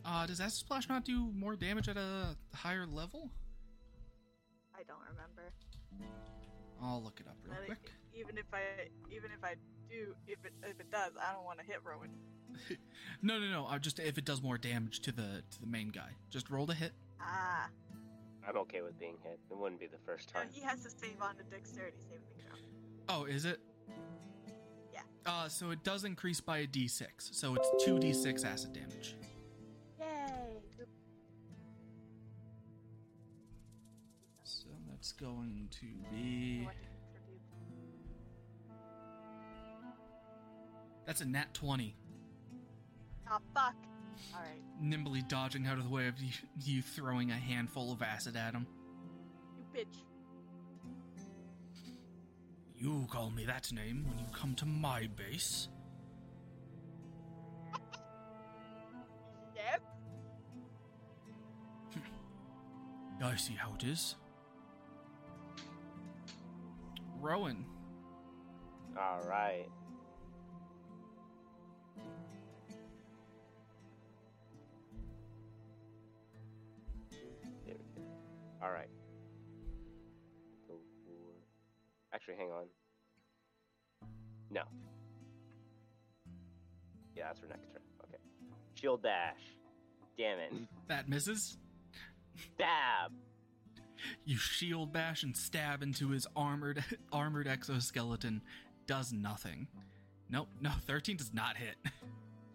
Speaker 1: Uh, does Acid Splash not do more damage at a higher level?
Speaker 3: I don't remember.
Speaker 1: I'll look it up real
Speaker 3: But
Speaker 1: quick.
Speaker 3: e- even if I, even if I do, if it if it does, I don't want to hit Rowan.
Speaker 1: No, no, no. I just if it does more damage to the to the main guy, just roll to hit.
Speaker 3: Ah,
Speaker 5: I'm okay with being hit. It wouldn't be the first
Speaker 3: no,
Speaker 5: time.
Speaker 3: he has to save on the dexterity saving throw.
Speaker 1: Oh, is it?
Speaker 3: Yeah.
Speaker 1: Uh, so it does increase by a d6, so it's two d6 acid damage.
Speaker 3: Yay!
Speaker 1: So that's going to be
Speaker 3: I want to contribute.
Speaker 1: that's a nat twenty.
Speaker 3: Ah, fuck. All right,
Speaker 1: Nimbly dodging out of the way of you, you throwing a handful of acid at him.
Speaker 3: you bitch.
Speaker 1: You call me that name when you come to my base.
Speaker 3: Yep.
Speaker 1: I see how it is. Rowan,
Speaker 5: All right. All right. Go for. Actually, hang on. No. Yeah, that's her next turn. Okay. She'll dash. Damn it.
Speaker 1: That misses.
Speaker 5: Stab.
Speaker 1: You shield bash and stab into his armored armored exoskeleton. Does nothing. Nope, no, 13 does not hit.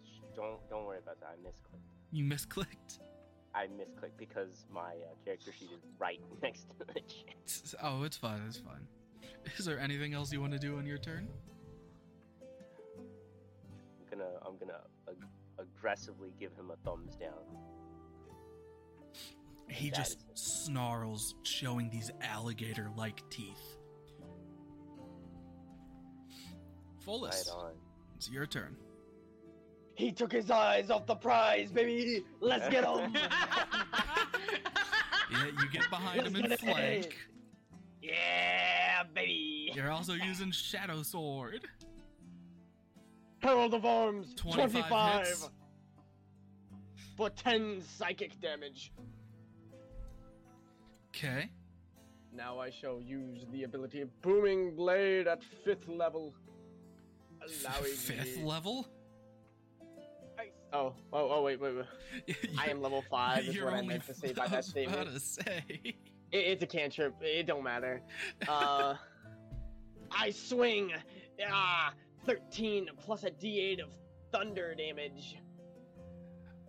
Speaker 5: Sh- Don't don't worry about that. I misclicked.
Speaker 1: You misclicked.
Speaker 5: I misclicked because my uh, character sheet is right next to the chat.
Speaker 1: It's- Oh, it's fine, it's fine. Is there anything else you want to do on your turn?
Speaker 5: I'm gonna I'm gonna ag- aggressively give him a thumbs down.
Speaker 1: He
Speaker 5: That
Speaker 1: just
Speaker 5: is it.
Speaker 1: snarls, showing these alligator like teeth. Fullest,
Speaker 5: Right on.
Speaker 1: it's your turn.
Speaker 4: He took his eyes off the prize, baby. Let's get him.
Speaker 1: Yeah, you get behind him and
Speaker 4: Let's get it.
Speaker 1: flank.
Speaker 4: yeah, baby.
Speaker 1: You're also using Shadow Sword.
Speaker 4: Herald of Arms.
Speaker 1: 25
Speaker 4: Twenty-five.
Speaker 1: hits.
Speaker 4: For ten psychic damage.
Speaker 1: Okay.
Speaker 4: Now I shall use the ability of Booming Blade at fifth level, allowing
Speaker 1: Fifth
Speaker 4: me.
Speaker 1: level?
Speaker 3: Nice.
Speaker 4: oh, oh, oh, wait, wait, wait. I am level five. Is
Speaker 1: You're
Speaker 4: what I
Speaker 1: only-
Speaker 4: meant to say by that
Speaker 1: was about
Speaker 4: statement.
Speaker 1: to say.
Speaker 4: It, it's a cantrip. It don't matter. Uh, I swing. Ah, thirteen plus a D8 of thunder damage.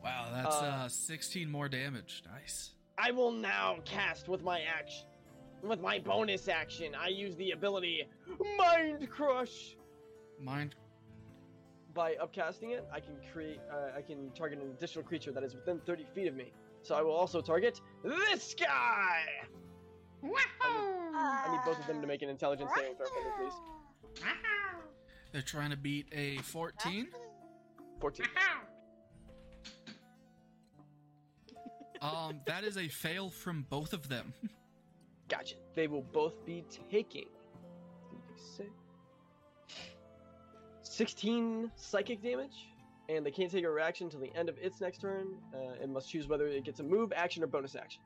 Speaker 1: Wow, that's uh,
Speaker 4: Uh,
Speaker 1: 16 more damage. Nice.
Speaker 4: I will now cast with my action. With my bonus action, I use the ability Mind Crush.
Speaker 1: Mind.
Speaker 4: By upcasting it, I can create. Uh, I can target an additional creature that is within 30 feet of me. So I will also target this guy.
Speaker 2: Wahoo!
Speaker 4: I need both of them to make an
Speaker 3: Ah.
Speaker 4: intelligence saving throw for me, please.
Speaker 2: Wahoo!
Speaker 1: They're trying to beat a 14.
Speaker 4: 14.
Speaker 1: Um, that is a fail from both of them.
Speaker 4: Gotcha. They will both be taking. 3d6. 16 psychic damage, and they can't take a reaction till the end of its next turn. Uh, and must choose whether it gets a move, action, or bonus action.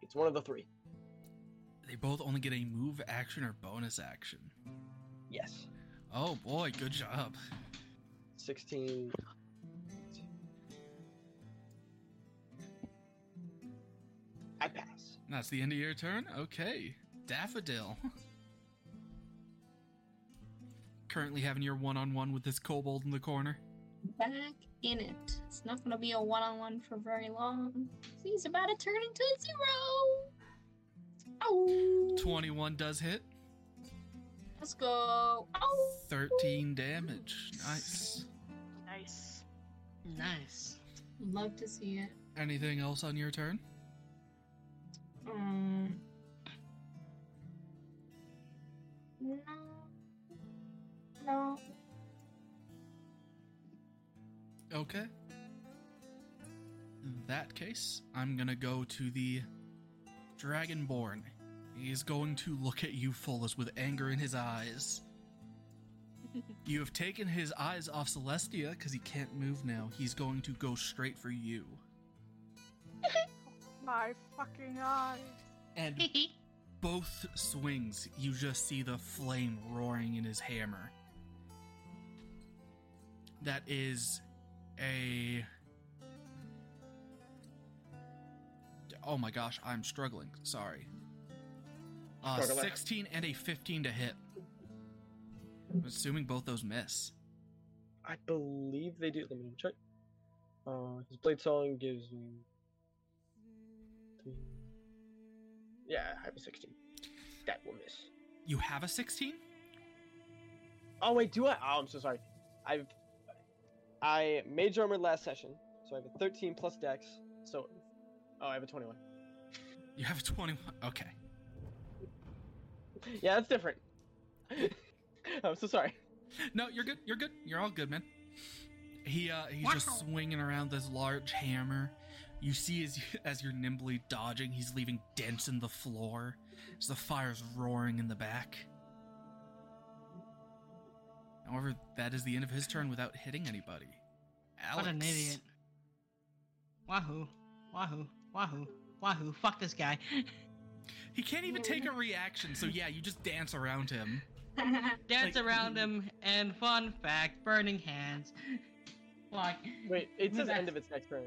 Speaker 4: It's one of the three.
Speaker 1: They both only get a move action or bonus action.
Speaker 4: Yes.
Speaker 1: Oh boy, good job.
Speaker 4: 16. I pass.
Speaker 1: That's the end of your turn? Okay. Daffodil. Currently having your one on one with this kobold in the corner.
Speaker 6: Back in it. It's not gonna be a one-on-one for very long. He's about to turn into a zero. Oh.
Speaker 1: 21 does hit.
Speaker 6: Let's go. Oh.
Speaker 1: 13 damage. Nice.
Speaker 3: Nice.
Speaker 2: Nice.
Speaker 6: Love to see it.
Speaker 1: Anything else on your turn?
Speaker 6: Um. No. No.
Speaker 1: Okay. In that case, I'm gonna go to the Dragonborn. He is going to look at you, Fullus, with anger in his eyes. you have taken his eyes off Celestia because he can't move now. He's going to go straight for you.
Speaker 3: My fucking eyes.
Speaker 1: And both swings, you just see the flame roaring in his hammer. That is a. Oh my gosh, I'm struggling. Sorry. Uh,
Speaker 9: Struggle.
Speaker 1: 16 and a 15 to hit. I'm assuming both those miss.
Speaker 4: I believe they do. Let me check. Uh, his blade song gives me. Yeah, I have a 16. That will miss.
Speaker 1: You have a 16?
Speaker 4: Oh wait, do I? Oh, I'm so sorry. I've I mage armored last session, so I have a 13 plus Dex. So, oh, I have a 21.
Speaker 1: You have a 21. Okay.
Speaker 4: Yeah, that's different. I'm so sorry.
Speaker 1: No, you're good. You're good. You're all good, man. He uh, he's just
Speaker 2: Wow.
Speaker 1: swinging around this large hammer. You see as as you're nimbly dodging, he's leaving dents in the floor. As the fire's roaring in the back. However, that is the end of his turn without hitting anybody. Alex,
Speaker 2: What an idiot. Wahoo. Wahoo. Wahoo. Wahoo. Fuck this guy.
Speaker 1: He can't even take a reaction, so yeah, you just dance around him.
Speaker 2: Dance
Speaker 1: Like-
Speaker 2: around him, and fun fact, burning hands. Like,
Speaker 4: Wait, it says
Speaker 2: That's-
Speaker 4: end of its next turn.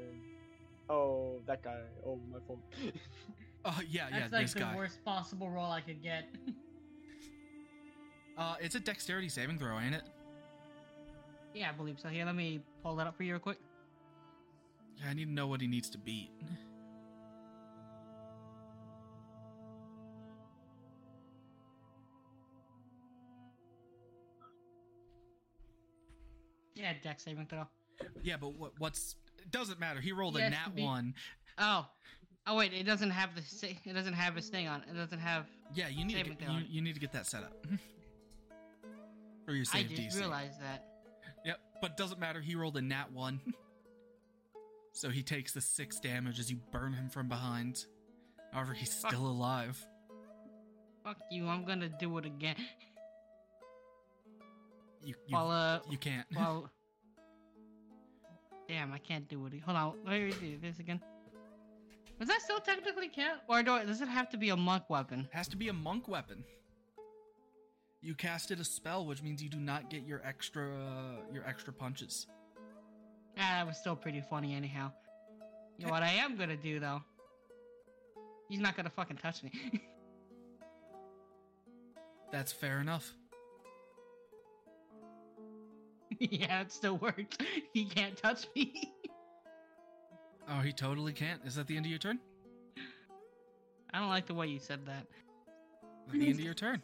Speaker 4: Oh, that guy. Oh, my phone.
Speaker 1: Uh, yeah, yeah,
Speaker 2: that's like
Speaker 1: this
Speaker 2: the
Speaker 1: guy.
Speaker 2: worst possible role I could get.
Speaker 1: Uh, it's a dexterity saving throw, ain't it?
Speaker 2: yeah, I believe so. Here, let me pull that up for you real quick.
Speaker 1: Yeah, I need to know what he needs to beat.
Speaker 2: Yeah, deck saving throw.
Speaker 1: Yeah, but what, what's it doesn't matter. He rolled
Speaker 2: He
Speaker 1: a
Speaker 2: has to
Speaker 1: nat
Speaker 2: beat-
Speaker 1: one.
Speaker 2: Oh, oh wait, it doesn't have the sa- it doesn't have his thing on. It It doesn't have.
Speaker 1: Yeah, you need to
Speaker 2: Saving
Speaker 1: get,
Speaker 2: throw.
Speaker 1: you, you need to get that set up. or your
Speaker 2: I
Speaker 1: save
Speaker 2: just
Speaker 1: DC.
Speaker 2: realized that.
Speaker 1: Yep, but doesn't matter. He rolled a nat one, so he takes the six damage as you burn him from behind. However, he's
Speaker 2: Fuck.
Speaker 1: still alive.
Speaker 2: Fuck you! I'm gonna do it again.
Speaker 1: You you,
Speaker 2: Follow.
Speaker 1: you can't.
Speaker 2: Follow. Damn, I can't do it. Hold on. Let me do this again. Does that still technically count, or do I, does it have to be a monk weapon?
Speaker 1: Has to be a monk weapon. You casted a spell, which means you do not get your extra uh, your extra punches.
Speaker 2: Ah, that was still pretty funny, anyhow. You know what I am gonna do though? He's not gonna fucking touch me.
Speaker 1: That's fair enough.
Speaker 2: yeah, it still works. He can't touch me.
Speaker 1: Oh, he totally can't. Is that the end of your turn?
Speaker 2: I don't like the way you said that.
Speaker 1: At the end of your turn.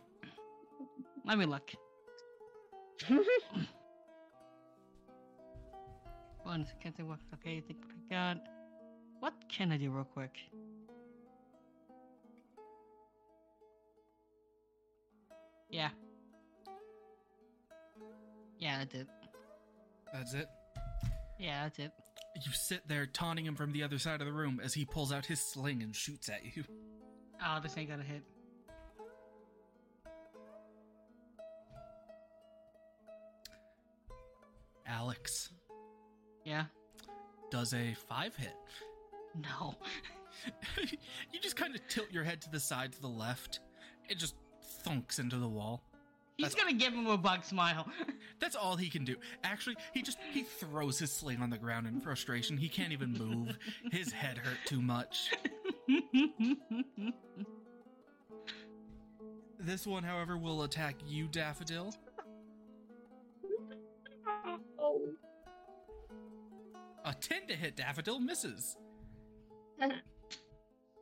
Speaker 2: Let me look. One can't think what okay, think what I got. What can I do real quick? Yeah. Yeah, that's it.
Speaker 1: That's it.
Speaker 2: Yeah, that's it.
Speaker 1: You sit there taunting him from the other side of the room as he pulls out his sling and shoots at you.
Speaker 2: Oh, this ain't gonna hit.
Speaker 1: Alex
Speaker 2: Yeah?
Speaker 1: does a five hit.
Speaker 2: No.
Speaker 1: you just kind of tilt your head to the side to the left. It just thunks into the wall.
Speaker 2: He's
Speaker 1: That's-
Speaker 2: gonna give him a bug smile.
Speaker 1: That's all he can do. Actually, he just he throws his sling on the ground in frustration. He can't even move. His head hurt too much. This one, however, will attack you, Daffodil.
Speaker 6: oh.
Speaker 1: A 10 to hit Daffodil misses.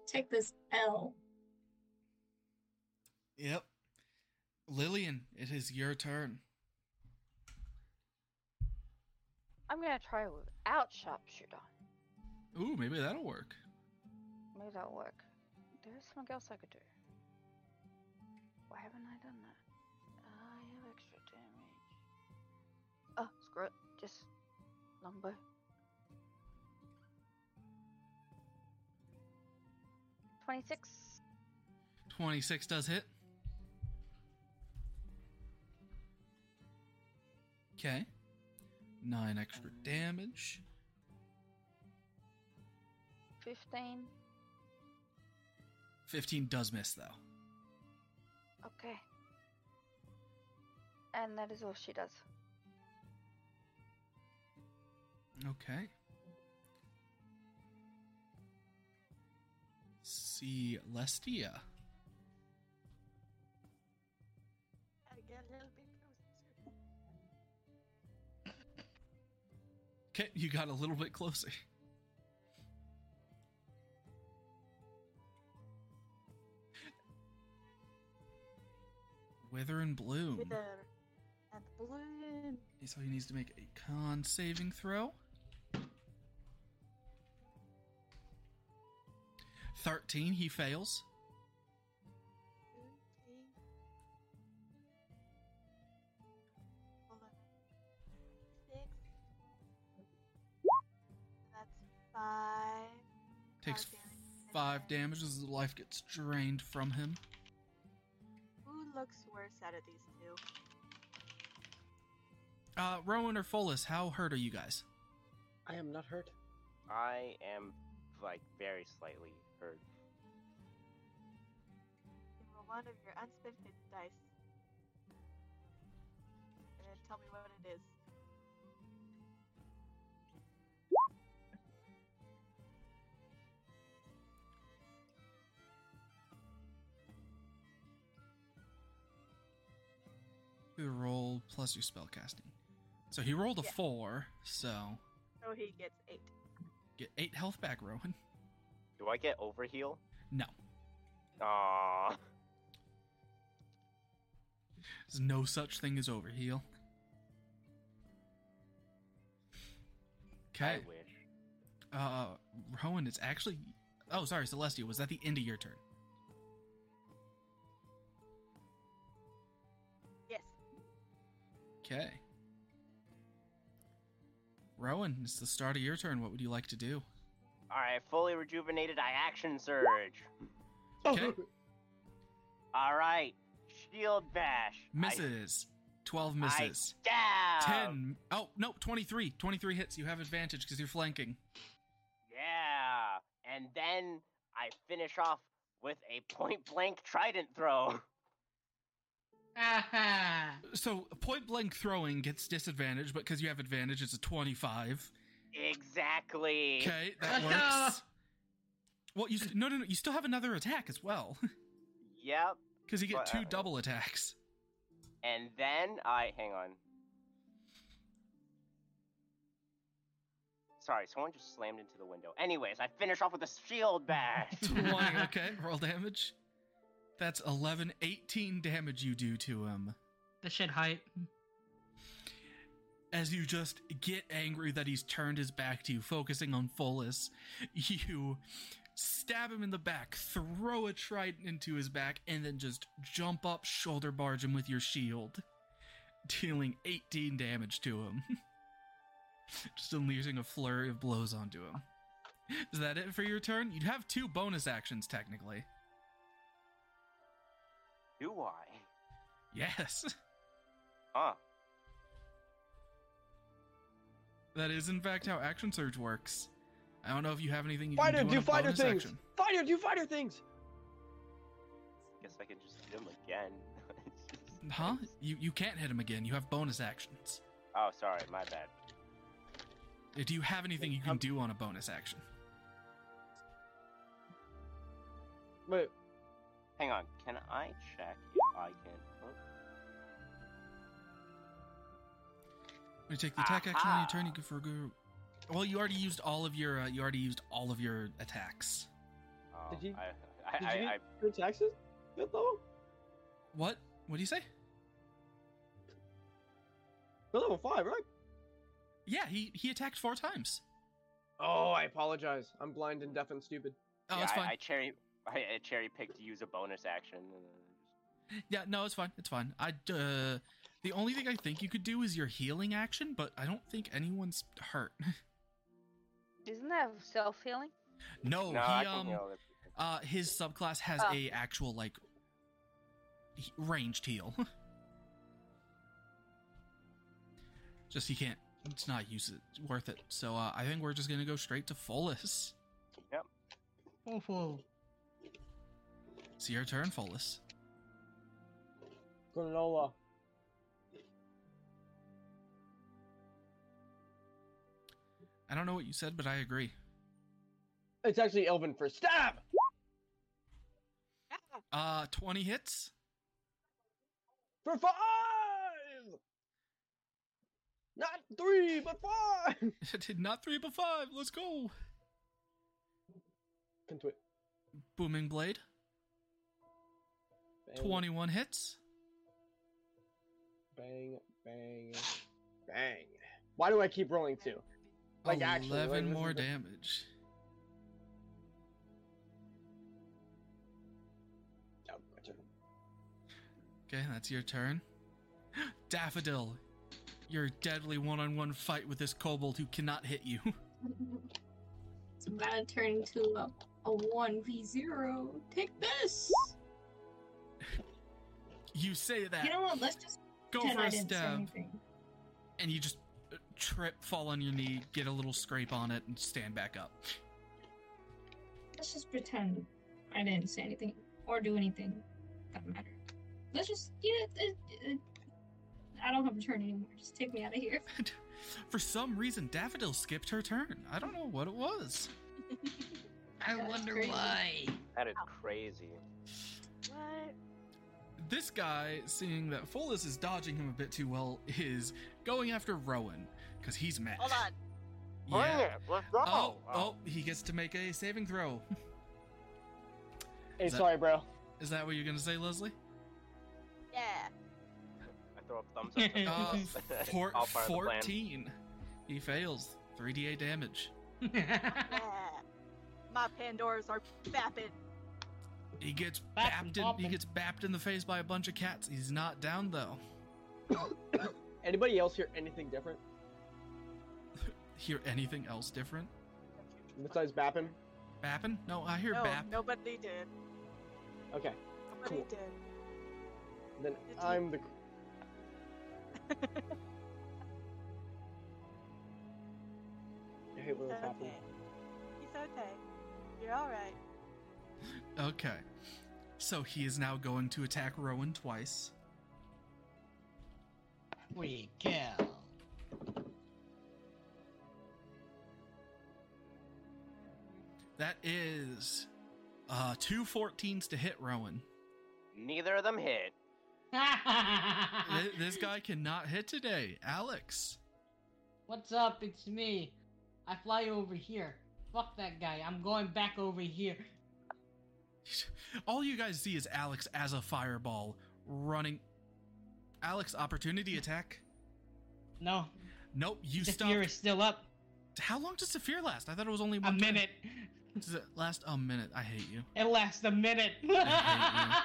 Speaker 6: Take this L.
Speaker 1: Yep. Lillian, it is your turn.
Speaker 8: I'm gonna try without sharpshooter.
Speaker 1: Ooh, maybe that'll work.
Speaker 8: Maybe that'll work. There's something else I could do. Why haven't I done that? I have extra damage. Oh, screw it. Just longbow. Twenty-six.
Speaker 1: 26 does hit. Okay. 9 extra damage.
Speaker 8: 15.
Speaker 1: 15 does miss, though.
Speaker 8: Okay. And that is all she does.
Speaker 1: Okay. See Lestia. Okay, you got a little bit closer. Wither and Bloom.
Speaker 3: And balloon.
Speaker 1: So he needs to make a con saving throw. 13, he fails.
Speaker 3: That's five.
Speaker 1: Takes
Speaker 3: Five damage.
Speaker 1: five damage as his life gets drained from him.
Speaker 3: Who looks worse out of these two?
Speaker 1: Uh, Rowan or Folus, how hurt are you guys?
Speaker 4: I am not hurt.
Speaker 5: I am like very slightly hurt.
Speaker 3: one of your unspent dice. And then tell me what it is.
Speaker 1: You roll plus your spell casting. So he rolled a
Speaker 3: Yeah.
Speaker 1: four, so
Speaker 3: So he gets eight.
Speaker 1: get eight health back, Rowan.
Speaker 5: Do I get overheal?
Speaker 1: No.
Speaker 5: Aww.
Speaker 1: There's no such thing as overheal.
Speaker 5: I
Speaker 1: Okay.
Speaker 5: wish.
Speaker 1: Uh Rowan, it's actually Oh, sorry, Celestia, was that the end of your turn?
Speaker 3: Yes.
Speaker 1: Okay. Rowan, it's the start of your turn. What would you like to do?
Speaker 5: Alright, fully rejuvenated, I action surge.
Speaker 4: Oh,
Speaker 1: Okay.
Speaker 5: Alright, shield bash. I
Speaker 1: Misses. 12 misses.
Speaker 5: stab.
Speaker 1: 10. Oh, no, 23. 23 hits. You have advantage because you're flanking.
Speaker 5: Yeah. And then I finish off with a point blank trident throw.
Speaker 2: Ah-ha.
Speaker 1: So, point blank throwing gets disadvantage, but because you have advantage, it's a 25.
Speaker 5: Exactly.
Speaker 1: Okay, that works. Well, you st- no, no, no. You still have another attack as well
Speaker 5: Yep.
Speaker 1: because you get
Speaker 5: Well,
Speaker 1: two
Speaker 5: uh,
Speaker 1: double attacks.
Speaker 5: And then I hang on. Sorry, someone just slammed into the window. Anyways, I finish off with a shield bash.
Speaker 1: 20. Okay, roll damage. That's 11, 18 damage you do to him.
Speaker 2: The shit height.
Speaker 1: as you just get angry that he's turned his back to you, focusing on Follis, you stab him in the back, throw a trident into his back, and then just jump up, shoulder barge him with your shield, dealing 18 damage to him. just unleashing a flurry of blows onto him. Is that it for your turn? You'd have two bonus actions, technically.
Speaker 5: Do I?
Speaker 1: Yes.
Speaker 5: Huh.
Speaker 1: That is, in fact, how action surge works. I don't know if you have anything you
Speaker 4: Fighter,
Speaker 1: can do,
Speaker 4: do
Speaker 1: on a
Speaker 4: fighter
Speaker 1: bonus
Speaker 4: things.
Speaker 1: action.
Speaker 4: Fighter, do fighter things.
Speaker 5: Guess I could just hit him again.
Speaker 1: Huh? You you can't hit him again. You have bonus actions. Uh,
Speaker 5: Oh, sorry, my bad.
Speaker 1: Do you have anything you can
Speaker 4: Um,
Speaker 1: do on a bonus action?
Speaker 4: Wait,
Speaker 5: Hang on, can I check if I can? Oh,
Speaker 1: You take the attack action on
Speaker 5: Aha.
Speaker 1: your turn. You can forgo. Well, you already used all of your uh, you already used all of your attacks.
Speaker 5: oh,
Speaker 4: Did you-
Speaker 5: I,
Speaker 4: did
Speaker 5: I, I,
Speaker 4: you
Speaker 5: I,
Speaker 4: get your taxes? Good level.
Speaker 1: What? What do you say?
Speaker 4: You're level five, right?
Speaker 1: Yeah, he he attacked four times.
Speaker 4: Oh, I apologize. I'm blind and deaf and stupid.
Speaker 1: Oh,
Speaker 5: yeah,
Speaker 1: it's
Speaker 5: I-
Speaker 1: fine.
Speaker 5: I, cherry, I, I cherry picked to use a bonus action. and then I
Speaker 1: Yeah, no, it's fine. It's fine. I uh, the only thing I think you could do is your healing action, but I don't think anyone's hurt.
Speaker 8: Isn't that self healing?
Speaker 1: no,
Speaker 5: just- No, I
Speaker 1: he
Speaker 5: can
Speaker 1: um
Speaker 5: heal other people.
Speaker 1: uh his subclass has
Speaker 8: Oh.
Speaker 1: a actual like he- ranged heal. just he can't. It's not use it worth it. So uh, I think we're just gonna go straight to Follis.
Speaker 2: Woof woof.
Speaker 1: It's your turn, Follis.
Speaker 4: Granola.
Speaker 1: I don't know what you said, but I agree.
Speaker 4: It's actually Elvin for stab.
Speaker 1: Uh, twenty hits.
Speaker 4: for five. Not three, but five.
Speaker 1: Not three but five. Let's go.
Speaker 4: Can twit.
Speaker 1: Booming blade.
Speaker 4: Bang,
Speaker 1: Twenty-one hits.
Speaker 4: Bang, bang, bang. Why do I keep rolling two? Like, actually, like,
Speaker 1: eleven
Speaker 4: this
Speaker 1: more
Speaker 4: is the-
Speaker 1: damage.
Speaker 4: Oh, my turn.
Speaker 1: Okay, that's your turn. Daffodil, your deadly one-on-one fight with this kobold who cannot hit you.
Speaker 6: It's about to turn into a, a 1v0. Take this!
Speaker 1: You say that,
Speaker 6: You know what? Let's just
Speaker 1: go
Speaker 6: pretend
Speaker 1: for
Speaker 6: I
Speaker 1: a
Speaker 6: didn't say
Speaker 1: stab,
Speaker 6: anything.
Speaker 1: and you just uh, trip, fall on your knee, get a little scrape on it, and stand back up.
Speaker 6: Let's just pretend I didn't say anything or do anything. Doesn't matter. Let's just yeah. It, it, I don't have a turn anymore. Just take me out of here.
Speaker 1: For some reason, Daffodil skipped her turn. I don't know what it was.
Speaker 2: I
Speaker 6: That's
Speaker 2: wonder
Speaker 6: crazy.
Speaker 2: why.
Speaker 5: That is crazy.
Speaker 3: What?
Speaker 1: This guy, seeing that Follis is dodging him a bit too well, is going after Rowan because he's mad.
Speaker 3: Hold on.
Speaker 1: Yeah.
Speaker 5: Bring it, let's go.
Speaker 1: Oh, oh, he gets to make a saving throw.
Speaker 4: Hey,
Speaker 1: Is that-
Speaker 4: sorry, bro.
Speaker 1: Is that what you're gonna say, Leslie?
Speaker 3: Yeah.
Speaker 5: I throw up thumbs up. thumbs
Speaker 1: Uh,
Speaker 5: up.
Speaker 1: Four,
Speaker 5: All part of the plan.
Speaker 1: 14. He fails. 3d8 damage.
Speaker 3: Yeah. My Pandoras are bapping.
Speaker 1: He gets
Speaker 2: Bap and
Speaker 1: bapped in, he
Speaker 2: bopping.
Speaker 1: gets bapped in the face by a bunch of cats. He's not down though.
Speaker 4: Anybody else hear anything different
Speaker 1: Hear anything else different?
Speaker 4: besides Bappin?
Speaker 1: Bapping? No, I hear
Speaker 3: No,
Speaker 1: bap.
Speaker 3: nobody did.
Speaker 4: Okay,
Speaker 3: Nobody
Speaker 4: Cool.
Speaker 3: did.
Speaker 4: then
Speaker 3: It's me.
Speaker 4: I'm the. I hate when
Speaker 3: It's
Speaker 4: this
Speaker 3: okay.
Speaker 4: happens.
Speaker 3: It's okay. You're alright.
Speaker 1: Okay. So he is now going to attack Rowan twice.
Speaker 2: We go.
Speaker 1: That is uh two 14s to hit Rowan.
Speaker 5: Neither of them hit.
Speaker 2: Uh-uh.
Speaker 1: Th- this guy cannot hit today. Alex.
Speaker 2: What's up? It's me. I fly over here. Fuck that guy. I'm going back over here.
Speaker 1: All you guys see is Alex as a fireball running. Alex, opportunity attack?
Speaker 2: No,
Speaker 1: Nope, you
Speaker 2: the
Speaker 1: stop.
Speaker 2: fear is still up.
Speaker 1: How long does Saphir last? I thought it was only
Speaker 2: A
Speaker 1: one turn.
Speaker 2: minute.
Speaker 1: Does it last a minute? I hate you.
Speaker 2: It lasts a minute. I,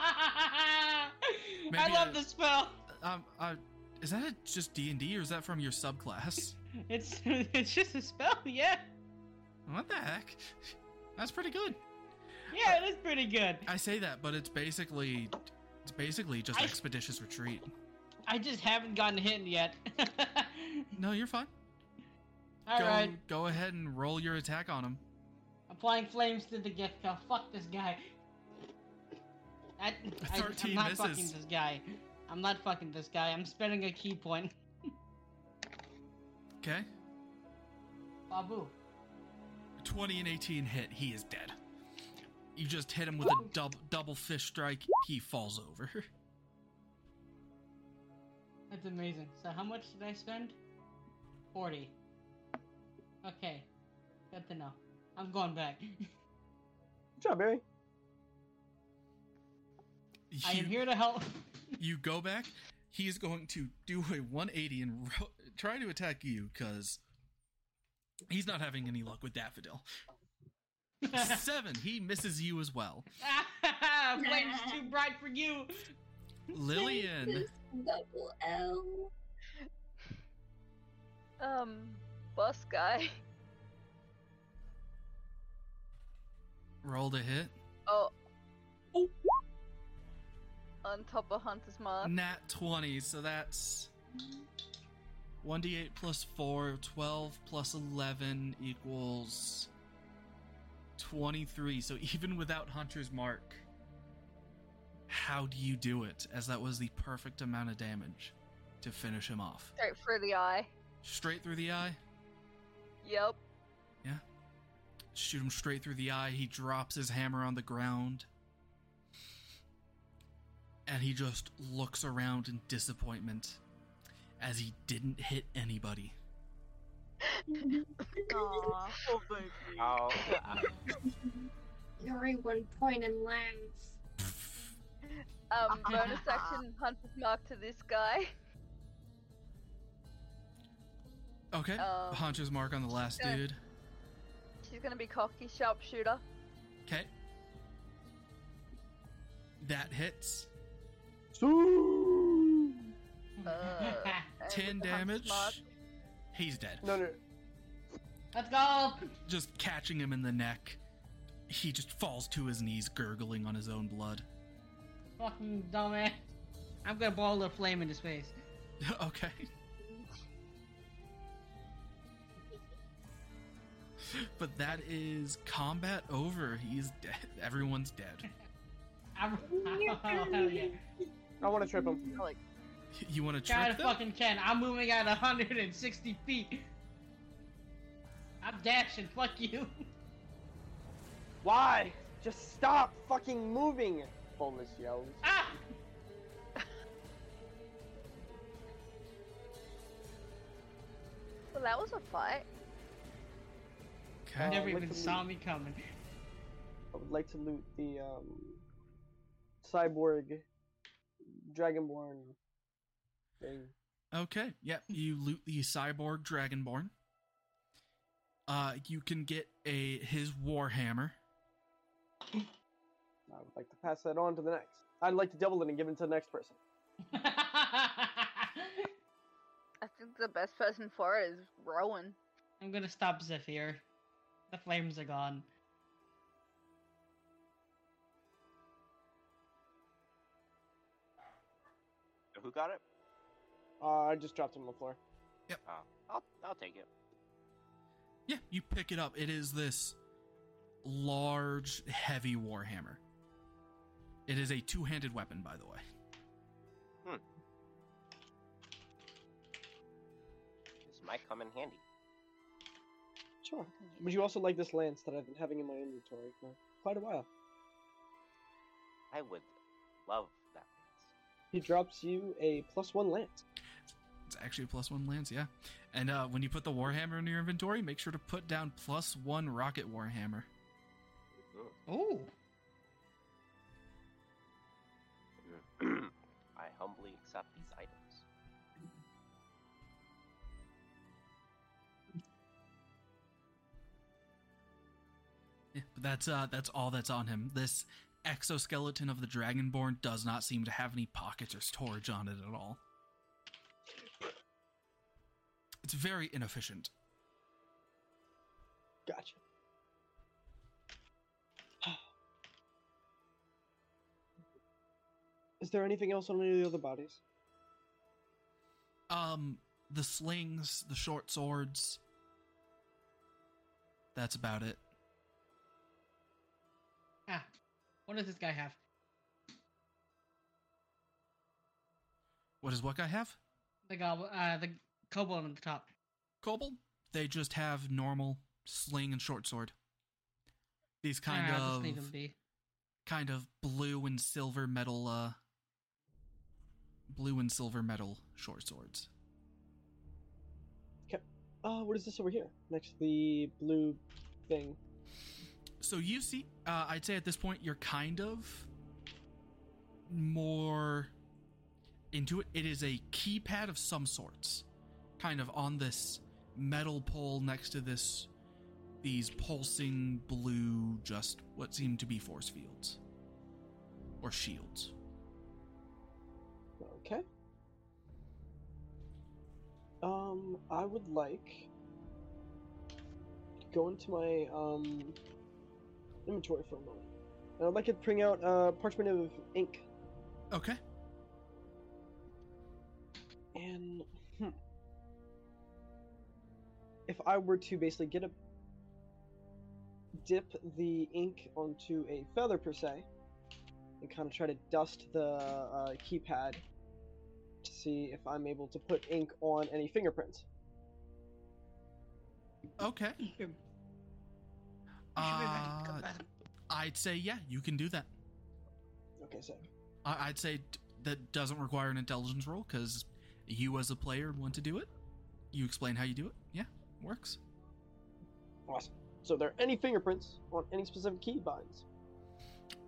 Speaker 1: Maybe
Speaker 2: love
Speaker 1: I-
Speaker 2: the spell.
Speaker 1: Um, uh, is that just D and D, or is that from your subclass?
Speaker 2: It's it's just a spell. Yeah,
Speaker 1: what the heck? That's pretty good.
Speaker 2: yeah, it is pretty good.
Speaker 1: I say that, but it's basically, it's basically just
Speaker 2: I-
Speaker 1: expeditious retreat.
Speaker 2: I just haven't gotten hit yet.
Speaker 1: No, you're fine.
Speaker 2: All
Speaker 1: go,
Speaker 2: right.
Speaker 1: go ahead and roll your attack on him.
Speaker 2: Applying flames to the gift cup. Fuck this guy. I, I, I'm
Speaker 1: 13
Speaker 2: not
Speaker 1: misses.
Speaker 2: fucking this guy. I'm not fucking this guy. I'm spending a key point.
Speaker 1: Okay,
Speaker 2: Babu.
Speaker 1: twenty and eighteen hit. He is dead. You just hit him with a double double fish strike. He falls over.
Speaker 2: That's amazing. So how much did I spend? Forty. Okay. Good to know. I'm going back.
Speaker 4: Good job, Barry.
Speaker 2: I am
Speaker 1: You-
Speaker 2: here to help.
Speaker 1: you go back he is going to do a 180 and ro- try to attack you because he's not having any luck with daffodil seven he misses you as well
Speaker 2: Flames too bright for you.
Speaker 1: lillian
Speaker 6: Double L.
Speaker 8: Um, bus guy.
Speaker 1: rolled a hit
Speaker 8: Oh. On top of Hunter's Mark.
Speaker 1: nat 20 so that's 1d8 plus 4 12 plus 11 equals 23 so even without hunter's mark how do you do it as that was the perfect amount of damage to finish him off
Speaker 8: Straight through the eye.
Speaker 1: straight through the eye
Speaker 8: Yep.
Speaker 1: shoot him straight through the eye he drops his hammer on the ground and he just looks around in disappointment as he didn't hit anybody
Speaker 6: Mm-hmm.
Speaker 3: Aw, oh baby.
Speaker 5: Oh,
Speaker 6: Everyone point and laugh.
Speaker 8: Um, bonus action Hunter's Mark to this guy.
Speaker 1: okay
Speaker 8: Um,
Speaker 1: Hunter's mark on the last
Speaker 8: okay.
Speaker 1: dude.
Speaker 8: She's gonna be cocky sharpshooter.
Speaker 1: Okay. That hits.
Speaker 8: Uh, and
Speaker 1: 10
Speaker 8: with the Hunter's
Speaker 1: damage.
Speaker 8: Mark-
Speaker 1: He's dead.
Speaker 4: No, no.
Speaker 2: Let's go.
Speaker 1: Just catching him in the neck. He just falls to his knees, gurgling on his own blood.
Speaker 2: Fucking dumbass. I'm gonna ball a flame into space.
Speaker 1: okay. but that is combat over. He's dead. Everyone's dead.
Speaker 2: I'm, hell yeah.
Speaker 4: I want to trip him.
Speaker 3: Like,
Speaker 1: You want to
Speaker 2: God
Speaker 1: trip them?
Speaker 2: fucking can. I'm moving at 160 feet. I'm dashing. Fuck you.
Speaker 4: Why? Just stop fucking moving! Bolus yells.
Speaker 2: Ah!
Speaker 8: Well, that was a fight.
Speaker 1: Okay.
Speaker 2: Never
Speaker 4: look
Speaker 2: even
Speaker 4: at
Speaker 2: saw
Speaker 4: me.
Speaker 2: me coming.
Speaker 4: I would like to loot the um, cyborg dragonborn thing.
Speaker 1: Okay. Yep. You loot the cyborg dragonborn. Uh, you can get a his warhammer.
Speaker 4: I would like to pass that on to the next. I'd like to double it and give it to the next person.
Speaker 2: I'm
Speaker 8: I think the best person for it is Rowan.
Speaker 2: gonna stop Zephyr. The flames are gone.
Speaker 5: Who got it?
Speaker 4: Uh, I just dropped him on the floor.
Speaker 5: I'll, I'll take it.
Speaker 1: Yeah, you pick it up. It is this large, heavy warhammer. It is a two-handed weapon, by the way.
Speaker 5: This might come in handy.
Speaker 4: Sure. Would you also like this lance that I've been having in my inventory for quite a while?
Speaker 5: I would love that.
Speaker 4: He drops you a plus one lance.
Speaker 1: It's actually a plus one lance, yeah. And uh, when you put the warhammer in your inventory, make sure to put down plus one rocket warhammer.
Speaker 2: Ooh.
Speaker 5: Mhm. I humbly accept these items.
Speaker 1: Yeah, but that's uh, that's all that's on him. This exoskeleton of the dragonborn does not seem to have any pockets or storage on it at all. It's very inefficient.
Speaker 4: Gotcha. Is there anything else on any of the other bodies?
Speaker 1: Um, the slings, the short swords. That's about it.
Speaker 2: Ah. What does this guy have?
Speaker 1: What does what guy have?
Speaker 2: The goblin, uh, the kobold on the top.
Speaker 1: Kobold? They just have normal sling and short sword. These kind
Speaker 2: Alright, I'll
Speaker 1: of
Speaker 2: just leave him be.
Speaker 1: kind of blue and silver metal uh blue and silver metal short swords.
Speaker 4: Uh, what is this over here? Next to the blue thing.
Speaker 1: So you see uh, I'd say at this point you're kind of more into it. It is a keypad of some sorts. Kind of on this metal pole next to this these pulsing blue just what seem to be force fields or shields.
Speaker 4: Okay. Um, I would like to go into my um inventory for a moment. And I'd like to bring out uh, parchment of ink
Speaker 1: Okay.
Speaker 4: and hmm. if I were to basically get a dip the ink onto a feather per se, and kind of try to dust the uh, keypad to see if I'm able to put ink on any fingerprints.
Speaker 1: Okay.
Speaker 2: should-
Speaker 1: Uh, I'd say yeah, you can do that.
Speaker 4: Okay, so
Speaker 1: I- I'd say t- that doesn't require an intelligence roll because you, as a player, want to do it. You explain how you do it. Yeah, works.
Speaker 4: awesome. So there are any fingerprints on any specific key binds.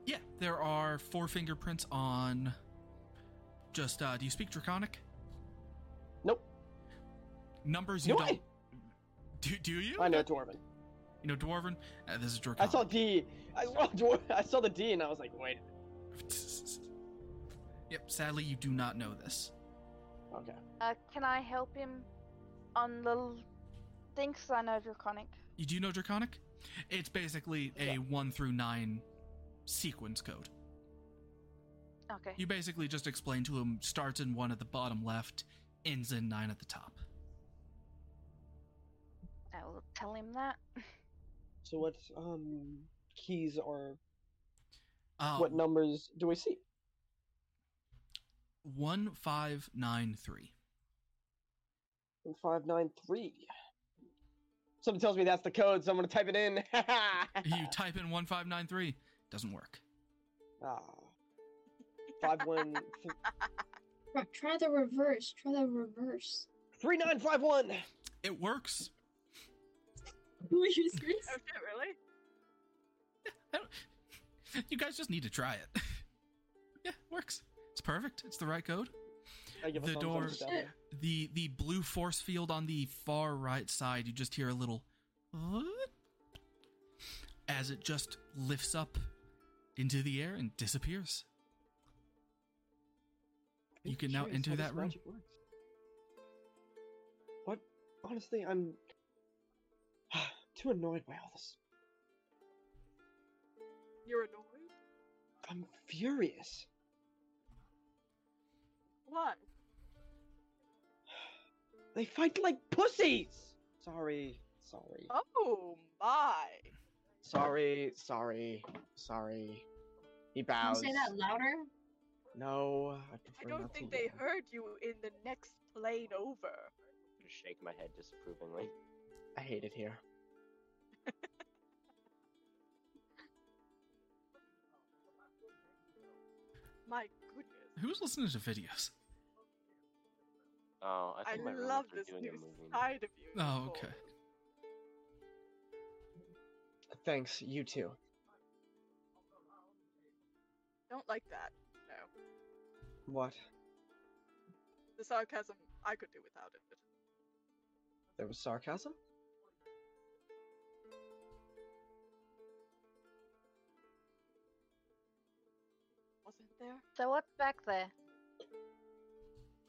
Speaker 1: Yeah, there are four fingerprints on. Just uh, do you speak Draconic?
Speaker 4: Nope.
Speaker 1: Numbers you
Speaker 4: No, I-
Speaker 1: don't. Do, do you?
Speaker 4: I know Dwarven.
Speaker 1: You know Dwarven. Uh, this is Draconic.
Speaker 4: I saw D. I saw Dwar- I saw the D, and I was like, wait.
Speaker 1: yep. Sadly, you do not know this.
Speaker 4: Okay.
Speaker 8: Uh, can I help him on the l- things I know draconic?
Speaker 1: You do know Draconic? It's basically a
Speaker 4: Yeah.
Speaker 1: 1 through 9 sequence code.
Speaker 8: Okay.
Speaker 1: You basically just explain to him starts in 1 at the bottom left, ends in 9 at the top.
Speaker 8: I will tell him that.
Speaker 4: So what um keys are
Speaker 1: Um,
Speaker 4: What numbers do I see?
Speaker 1: One five nine three.
Speaker 4: One five nine three. Something tells me that's the code, so I'm gonna type it in.
Speaker 1: You type in one five nine three. Doesn't work.
Speaker 4: Ah. Five one th-
Speaker 6: Try- Try the reverse. Try the reverse.
Speaker 4: three nine five one.
Speaker 1: It works.
Speaker 6: Who are you serious?
Speaker 3: Oh shit, really?
Speaker 1: I don't- you guys just need to try it. yeah, it works. It's perfect. It's the right code.
Speaker 4: I give a
Speaker 1: The
Speaker 4: thumbs
Speaker 1: door-
Speaker 4: up to that.
Speaker 1: The the blue force field on the far right side, you just hear a little as it just lifts up into the air and disappears. You can now
Speaker 4: Curious
Speaker 1: enter
Speaker 4: how
Speaker 1: that
Speaker 4: this
Speaker 1: room.
Speaker 4: magic works. What? Honestly, I'm too annoyed by all this.
Speaker 3: You're annoyed?
Speaker 4: I'm furious.
Speaker 3: Why?
Speaker 4: They fight like pussies. Sorry, sorry,
Speaker 3: Oh my.
Speaker 4: sorry, sorry, sorry. He
Speaker 6: Can you
Speaker 4: bows.
Speaker 6: say that louder?
Speaker 4: No, I
Speaker 3: I
Speaker 4: prefer
Speaker 3: don't
Speaker 4: not
Speaker 3: think
Speaker 4: to.
Speaker 3: they heard you in the next plane over.
Speaker 5: Just shake my head disapprovingly.
Speaker 4: I hate it here.
Speaker 3: My goodness.
Speaker 1: Who's listening to videos?
Speaker 5: Oh, I
Speaker 3: I
Speaker 5: think my roommates
Speaker 3: love
Speaker 5: were
Speaker 3: this
Speaker 5: doing
Speaker 3: new
Speaker 5: a movie. night.
Speaker 3: side of
Speaker 1: Oh,
Speaker 3: you. Nicole.
Speaker 1: okay.
Speaker 4: Thanks, you too.
Speaker 3: Don't like that. No.
Speaker 4: What?
Speaker 3: The sarcasm, I could do without it.
Speaker 4: There was sarcasm?
Speaker 3: Wasn't there?
Speaker 8: So what's back there?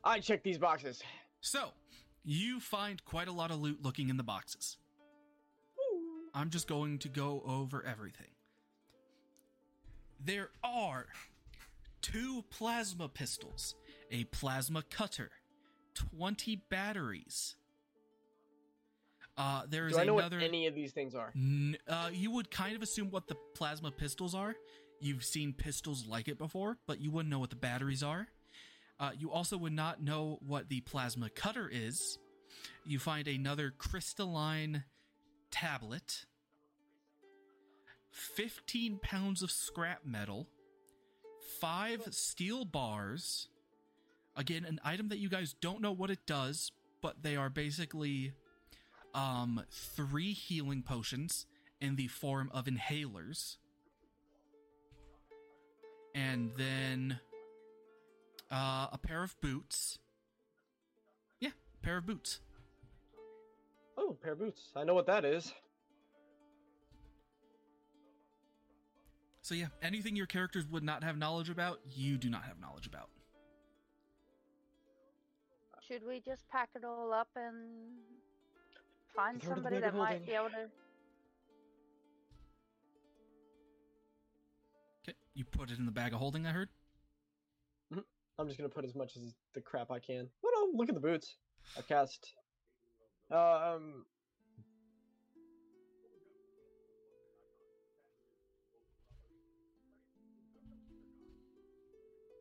Speaker 4: I checked these boxes.
Speaker 1: So, you find quite a lot of loot looking in the boxes. I'm just going to go over everything. There are two plasma pistols, a plasma cutter, 20 batteries. Uh, there is
Speaker 4: Do I know
Speaker 1: another.
Speaker 4: what any of these things are?
Speaker 1: N- uh, you would kind of assume what the plasma pistols are. You've seen pistols like it before, but you wouldn't know what the batteries are. Uh, you also would not know what the plasma cutter is. You find another crystalline tablet, 15 pounds of scrap metal, five steel bars. Again, an item that you guys don't know what it does, but they are basically um three healing potions in the form of inhalers and then uh a pair of boots yeah pair of boots
Speaker 4: Oh, pair of boots. I know what that is.
Speaker 1: so yeah anything your characters would not have knowledge about you do not have knowledge about
Speaker 8: Should we just pack it all up and find
Speaker 4: Throw it away
Speaker 8: somebody
Speaker 4: the
Speaker 8: that might
Speaker 4: building.
Speaker 8: be able to?
Speaker 1: okay you put it in the bag of holding i heard
Speaker 4: I'm just gonna put as much as the crap I can. But oh, look at the boots. I cast. Um.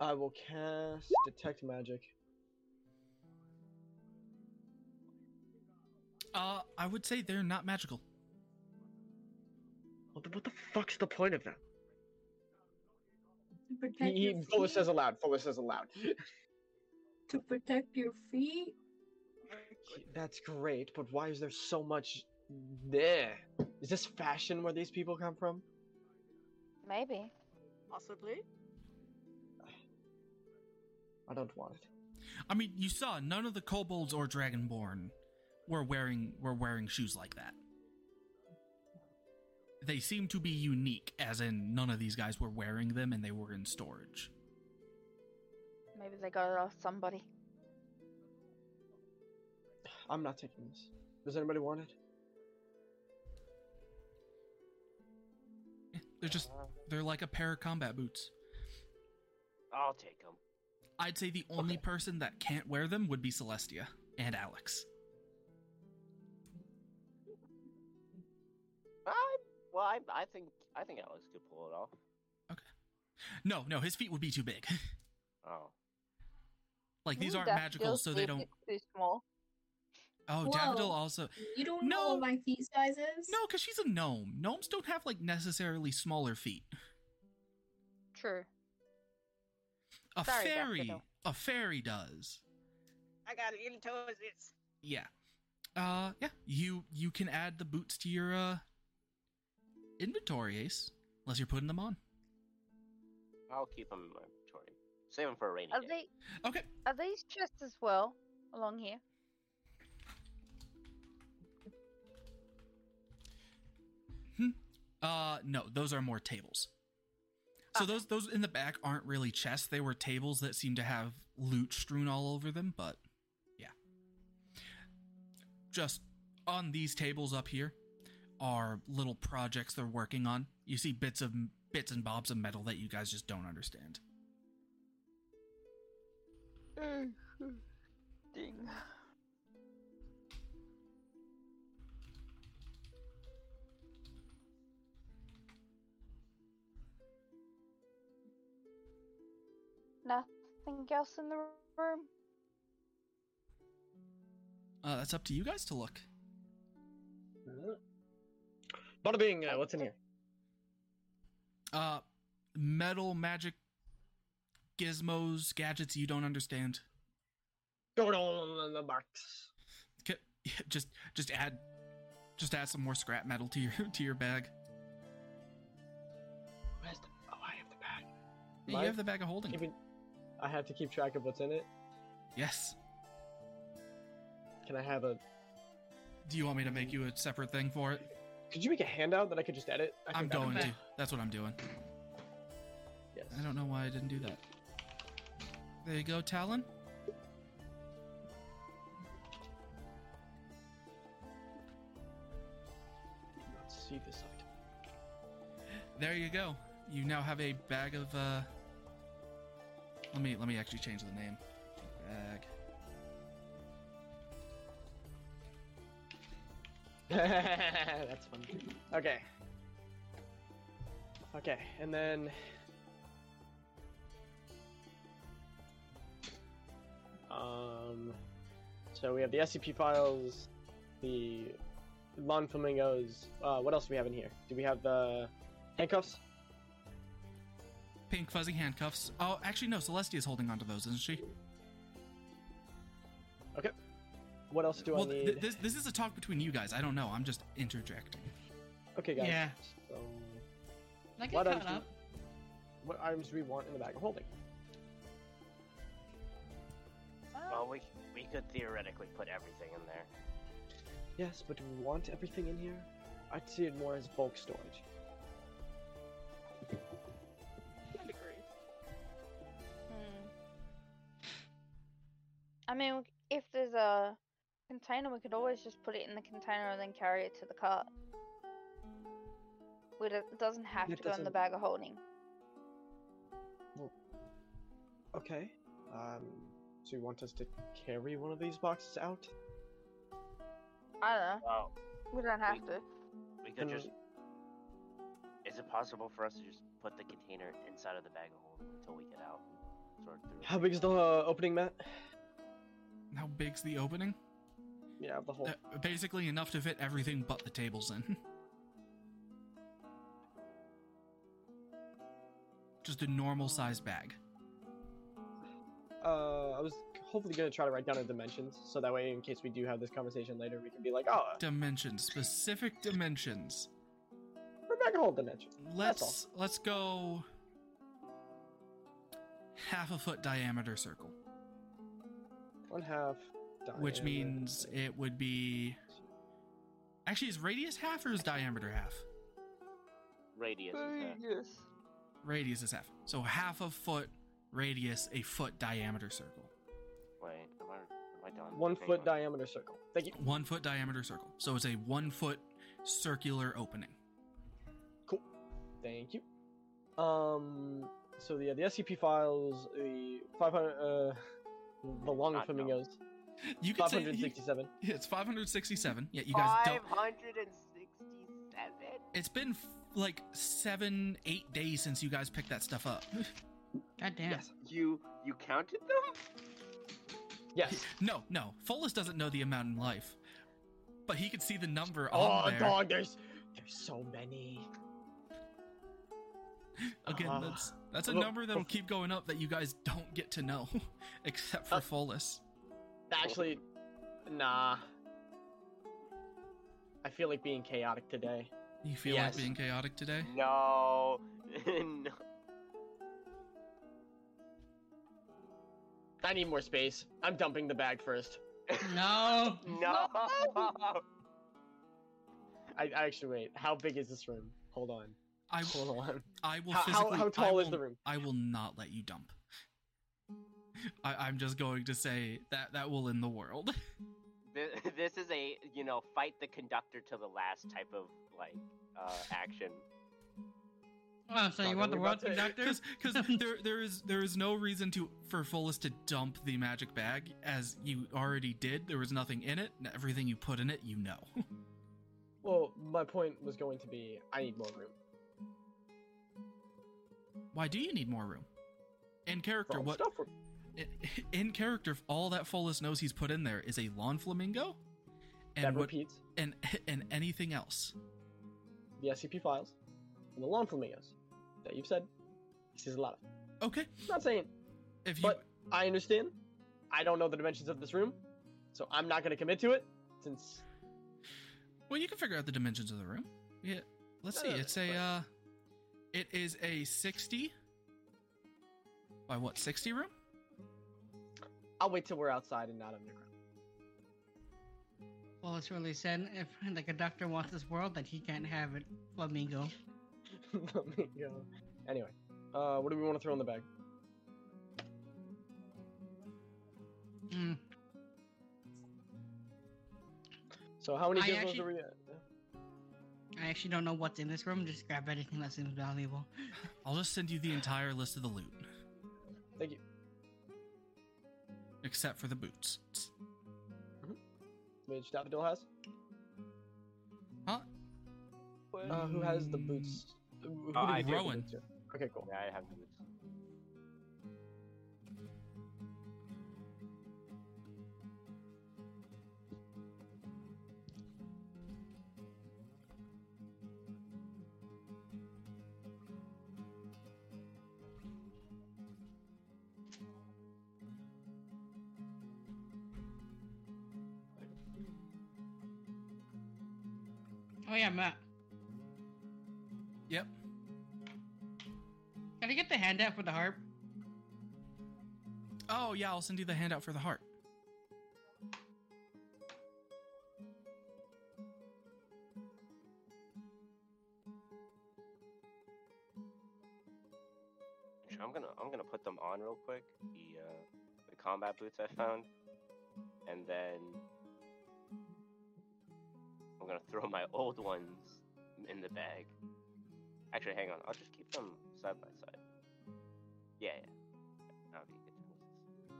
Speaker 4: I will cast detect magic.
Speaker 1: uh i would say they're not magical
Speaker 9: What the, what the fuck's the point of that?
Speaker 6: To
Speaker 4: He,
Speaker 6: protect
Speaker 4: he,
Speaker 6: your
Speaker 4: Fuller
Speaker 6: feet.
Speaker 4: says aloud. Fuller says aloud.
Speaker 6: To protect your feet.
Speaker 4: That's great, but why is there so much there? Is this fashion where these people come from?
Speaker 8: Maybe.
Speaker 3: Possibly.
Speaker 4: I don't want it.
Speaker 1: i mean you saw none of the kobolds or dragonborn were wearing were wearing shoes like that they seem to be unique as in none of these guys were wearing them and they were in storage
Speaker 8: Maybe they got it off somebody.
Speaker 4: I'm not taking this. Does anybody want it?
Speaker 1: they're just
Speaker 5: Uh,
Speaker 1: they're like a pair of combat boots
Speaker 5: I'll take them.
Speaker 1: i'd say the only
Speaker 4: Okay.
Speaker 1: person that can't wear them would be celestia and alex
Speaker 5: I, well, I, I think I think Alex could pull it off.
Speaker 1: No, no, his feet would be too big.
Speaker 5: Oh.
Speaker 1: like these
Speaker 8: Ooh,
Speaker 1: aren't magical,
Speaker 8: daffodils
Speaker 1: so they
Speaker 8: leaf
Speaker 1: don't.
Speaker 8: is Too small.
Speaker 1: Oh,
Speaker 6: Whoa.
Speaker 1: Daffodil also.
Speaker 6: You don't know
Speaker 1: No.
Speaker 6: what my feet size is?
Speaker 1: No, because she's a gnome. Gnomes don't have like necessarily smaller feet.
Speaker 8: True.
Speaker 1: A
Speaker 8: Sorry,
Speaker 1: fairy,
Speaker 8: Daffodil.
Speaker 1: a fairy does.
Speaker 10: I got it in toes.
Speaker 1: Yeah. Uh, yeah. You you can add the boots to your uh inventory, Ace, unless you're putting them on.
Speaker 5: I'll keep them in my inventory. Save them for a rainy
Speaker 8: Are
Speaker 5: day.
Speaker 8: they
Speaker 1: Okay.
Speaker 8: are these chests as well along here?
Speaker 1: Uh, no, those are more tables. So
Speaker 8: Okay.
Speaker 1: those those in the back aren't really chests. They were tables that seem to have loot strewn all over them, but yeah. Just on these tables up here are little projects they're working on. You see bits of bits and bobs of metal that you guys just don't understand.
Speaker 8: Ding. Nothing else in the room?
Speaker 1: Uh, that's up to you guys to look.
Speaker 9: Bada bing, uh, what's in here?
Speaker 1: Uh, metal magic gizmos, gadgets you don't understand.
Speaker 4: Going on in the box.
Speaker 1: K- Just just add just add some more scrap metal to your to your bag.
Speaker 4: Where's the? Oh, I have the bag.
Speaker 1: Yeah,
Speaker 4: Mike?
Speaker 1: you have the bag of holding.
Speaker 4: Keeping, I have to keep track of what's in it.
Speaker 1: Yes.
Speaker 4: Can I have a?
Speaker 1: Do you want me to make you a separate thing for it?
Speaker 4: Could you make a handout that I could just edit? I
Speaker 1: I'm
Speaker 4: think that'd
Speaker 1: going
Speaker 4: be-
Speaker 1: to. That's what I'm doing.
Speaker 4: Yes.
Speaker 1: I don't know why I didn't do that. There you go, Talon.
Speaker 4: Let's see this item.
Speaker 1: There you go. You now have a bag of uh Let me let me actually change the name. Bag.
Speaker 4: That's funny. Okay. Okay, and then. Um. So we have the SCP files, the Lon Flamingos. Uh, what else do we have in here? Do we have the handcuffs?
Speaker 1: Pink fuzzy handcuffs. Oh, actually no, Celestia's holding onto those, isn't she?
Speaker 4: What else do
Speaker 1: well,
Speaker 4: I need?
Speaker 1: th- this this is a talk between you guys. I don't know. I'm just interjecting.
Speaker 4: okay, guys.
Speaker 2: Yeah.
Speaker 4: So,
Speaker 2: I get
Speaker 4: Why don't
Speaker 2: caught
Speaker 4: you-
Speaker 2: up.
Speaker 4: what items do we want in the bag of holding?
Speaker 5: Well, we, we could theoretically put everything in there.
Speaker 4: Yes, but do we want everything in here? I'd see it more as bulk storage.
Speaker 3: I'd agree.
Speaker 8: Hmm. I mean, if there's a container, we could always just put it in the container and then carry it to the cart. We don't- It doesn't have
Speaker 4: That
Speaker 8: to go in the
Speaker 4: doesn't-
Speaker 8: bag of holding.
Speaker 4: Okay. Um, so you want us to carry one of these boxes out?
Speaker 8: I don't know.
Speaker 5: Well,
Speaker 8: We don't have to.
Speaker 5: we could
Speaker 4: Mm.
Speaker 5: just. Is it possible for us to just put the container inside of the bag of holding until we get out? and Sort through. it?
Speaker 4: How big is the uh, opening, Matt?
Speaker 1: How big's the opening?
Speaker 4: Yeah, the whole.
Speaker 1: Uh, basically enough to fit everything but the tables in. Just a normal size bag.
Speaker 4: Uh, I was hopefully gonna try to write down the dimensions, so that way, in case we do have this conversation later, we can be like, oh,
Speaker 1: Dimensions, specific dimensions.
Speaker 4: we're back hole dimension. That's all.
Speaker 1: Let's let's go half a foot diameter circle,
Speaker 4: One half.
Speaker 1: which
Speaker 4: diameter.
Speaker 1: means it would be actually is radius half or is diameter half?
Speaker 5: Radius is there.
Speaker 8: Yes.
Speaker 1: Radius is half. So half a foot radius, a foot diameter circle.
Speaker 5: Wait, am I, am I done?
Speaker 4: one
Speaker 5: Hang
Speaker 4: foot
Speaker 5: on.
Speaker 4: diameter circle. Thank you.
Speaker 1: One foot diameter circle. So it's a one foot circular opening.
Speaker 4: Thank you. Um. So yeah, the SCP files, the 500, uh, the long
Speaker 5: Not
Speaker 4: flamingos,
Speaker 1: You could say you-
Speaker 4: 567.
Speaker 1: it's 567. Yeah, you
Speaker 10: Five
Speaker 1: guys don't.
Speaker 10: hundred and sixty-seven.
Speaker 1: It's been like seven, eight days since you guys picked that stuff up.
Speaker 2: God damn.
Speaker 5: Yes. You you counted them?
Speaker 4: Yes.
Speaker 1: No, no. Follis doesn't know the amount in life, but he could see the number
Speaker 4: Oh,
Speaker 1: on there.
Speaker 4: dog, there's there's so many.
Speaker 1: Again,
Speaker 4: Ah.
Speaker 1: that's that's a
Speaker 4: Look,
Speaker 1: number that'll keep going up that you guys don't get to know, except for
Speaker 4: Uh,
Speaker 1: Follis.
Speaker 4: Actually, nah. I feel like being chaotic today.
Speaker 1: You feel
Speaker 4: yes.
Speaker 1: like being chaotic today?
Speaker 5: No. no.
Speaker 4: I need more space. I'm dumping the bag first.
Speaker 2: No. Oh,
Speaker 5: No.
Speaker 4: I, I actually wait. How big is this room? Hold on.
Speaker 1: I
Speaker 4: Hold on.
Speaker 1: I will
Speaker 4: How- how-
Speaker 1: physically.
Speaker 4: how
Speaker 1: I
Speaker 4: tall is
Speaker 1: will-
Speaker 4: the room?
Speaker 1: I will not let you dump. I, I'm just going to say that that will end the world.
Speaker 5: Th- This is a you know fight the conductor to the last type of like uh, action.
Speaker 2: Oh, so
Speaker 4: Dog,
Speaker 2: you
Speaker 4: are
Speaker 2: want the
Speaker 4: we
Speaker 2: world
Speaker 4: about to-
Speaker 2: conductor?
Speaker 1: Because there there is there is no reason to for Follis to dump the magic bag as you already did. There was nothing in it. and Everything you put in it, you know.
Speaker 4: Well, my point was going to be I need more room.
Speaker 1: Why do you need more room? In
Speaker 4: for
Speaker 1: character,
Speaker 4: all the
Speaker 1: what
Speaker 4: Stuff for-
Speaker 1: in- in character all that Follis knows he's put in there is a lawn flamingo,
Speaker 4: that
Speaker 1: and what
Speaker 4: repeats
Speaker 1: and and anything else.
Speaker 4: the SCP files and the lawn flamingos that you've said. This is a lot of.
Speaker 1: Okay,
Speaker 4: I'm not saying
Speaker 1: if you
Speaker 4: But I understand. I don't know the dimensions of this room, so I'm not going to commit to it since
Speaker 1: Well, you can figure out the dimensions of the room. Yeah, let's see.
Speaker 4: Uh,
Speaker 1: It's a
Speaker 4: but-
Speaker 1: uh, it is a sixty by what sixty room?
Speaker 4: I'll wait till we're outside and not underground.
Speaker 2: Well, it's really said if the conductor wants this world, then he can't have it. Flamingo.
Speaker 4: Let me go. Anyway, uh, what do we want to throw in the bag?
Speaker 2: Mm.
Speaker 4: So how many
Speaker 2: I
Speaker 4: gizmos
Speaker 2: actually-
Speaker 4: are we at?
Speaker 2: I actually don't know what's in this room. Just grab anything that seems valuable.
Speaker 1: I'll just send you the entire list of the loot,
Speaker 4: Thank you.
Speaker 1: except for the boots.
Speaker 4: Which Daffodil has?
Speaker 1: Huh?
Speaker 4: Uh, who has the boots? Who who
Speaker 5: Uh,
Speaker 4: did we
Speaker 5: I
Speaker 4: give the
Speaker 1: Rowan.
Speaker 4: boots to? Okay, cool.
Speaker 5: Yeah, I have boots.
Speaker 2: Oh yeah, Matt.
Speaker 1: Yep.
Speaker 2: Can I get the handout for the harp?
Speaker 1: Oh yeah, I'll send you the handout for the heart.
Speaker 5: Actually, I'm gonna I'm gonna put them on real quick. The uh, the combat boots I found, and then I'm gonna throw my old ones in the bag. Actually, hang on. I'll just keep them side by side. Yeah, yeah. That'll be good choices.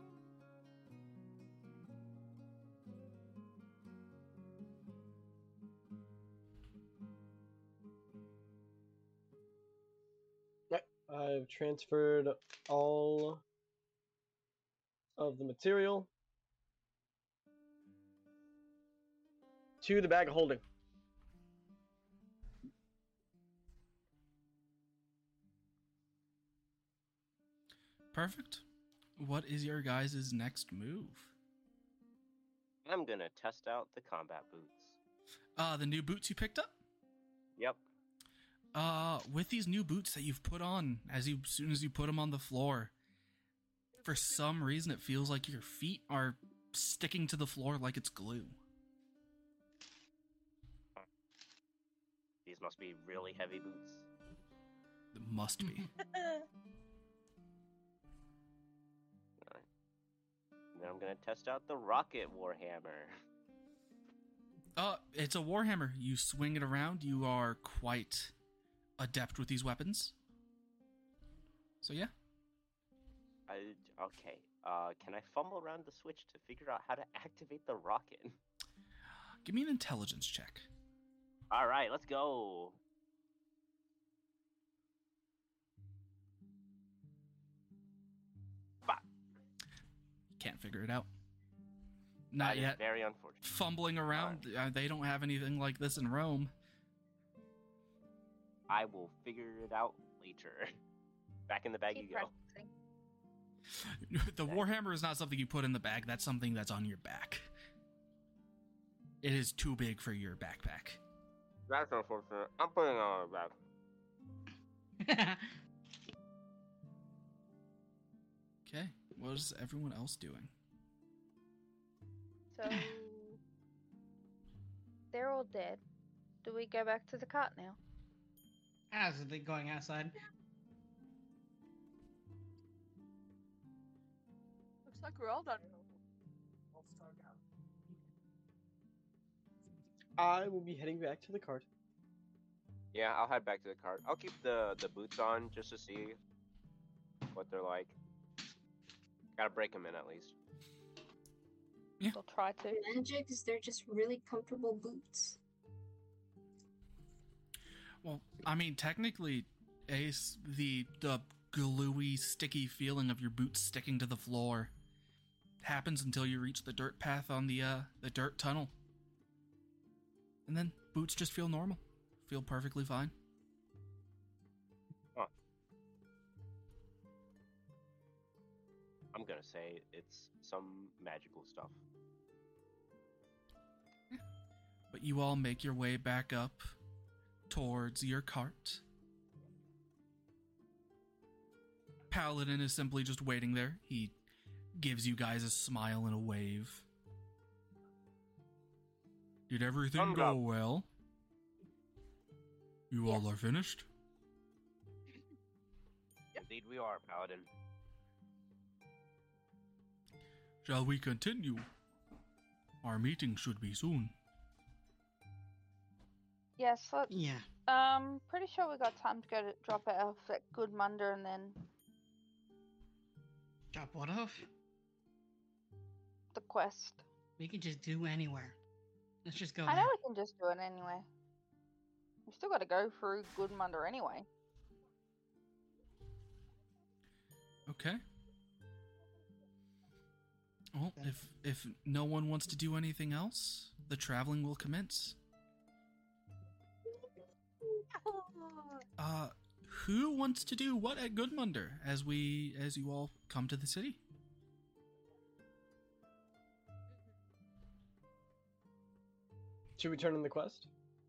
Speaker 4: I've transferred all of the material to the bag of holding.
Speaker 1: Perfect. What is your guys' next move?
Speaker 5: I'm gonna test out the combat boots.
Speaker 1: Uh, the new boots you picked up.
Speaker 5: Yep.
Speaker 1: Uh, with these new boots that you've put on, as you as soon as you put them on the floor, for some reason it feels like your feet are sticking to the floor like it's glue.
Speaker 5: These must be really heavy boots.
Speaker 1: It must be.
Speaker 5: And then I'm gonna test out the rocket warhammer.
Speaker 1: Uh, it's a warhammer. You swing it around. You are quite adept with these weapons. So yeah,
Speaker 5: I, okay. Uh, can I fumble around the switch to figure out how to activate the rocket?
Speaker 1: give me an intelligence check.
Speaker 5: All right, let's go.
Speaker 1: Can't figure it out. Not
Speaker 5: That is
Speaker 1: yet.
Speaker 5: Very unfortunate.
Speaker 1: Fumbling around. Uh, they don't have anything like this in Rome.
Speaker 5: I will figure it out later. Back in the bag
Speaker 8: Keep
Speaker 5: you go.
Speaker 8: practicing.
Speaker 1: the Warhammer is not something you put in the bag, that's something that's on your back. It is too big for your backpack.
Speaker 11: That's unfortunate. I'm putting it on my back.
Speaker 1: Okay. What is everyone else doing?
Speaker 8: So they're all dead. Do we go back to the cart now?
Speaker 2: As they're going outside.
Speaker 3: Looks like we're all done.
Speaker 4: I will be heading back to the cart.
Speaker 11: Yeah, I'll head back to the cart. I'll keep the the boots on just to see what they're like.
Speaker 5: Gotta break them in at least.
Speaker 8: They'll try to.
Speaker 6: Magic is they're just really comfortable boots.
Speaker 1: Well, I mean, technically, Ace, the the gluey, sticky feeling of your boots sticking to the floor happens until you reach the dirt path on the uh the dirt tunnel, and then boots just feel normal, feel perfectly fine.
Speaker 5: I'm gonna say it's some magical stuff.
Speaker 1: But you all make your way back up towards your cart. Paladin is simply just waiting there. He gives you guys a smile and a wave. Did everything
Speaker 11: Thumbs
Speaker 1: go
Speaker 11: up.
Speaker 1: well? You all are finished?
Speaker 5: Indeed, we are, Paladin.
Speaker 1: Shall we continue? Our meeting should be soon.
Speaker 8: Yes. Let's,
Speaker 2: Yeah.
Speaker 8: Um. Pretty sure we got time to go to drop it off at Goodmunder and then
Speaker 2: Drop what off?
Speaker 8: the quest.
Speaker 2: We can just do anywhere. Let's just go.
Speaker 8: I know
Speaker 2: there.
Speaker 8: we can just do it anyway. We still got to go through Goodmunder anyway.
Speaker 1: Okay. Well, if if no one wants to do anything else, the traveling will commence. Uh, who wants to do what at Goodmunder as we as you all come to the city?
Speaker 4: Should we turn in the quest?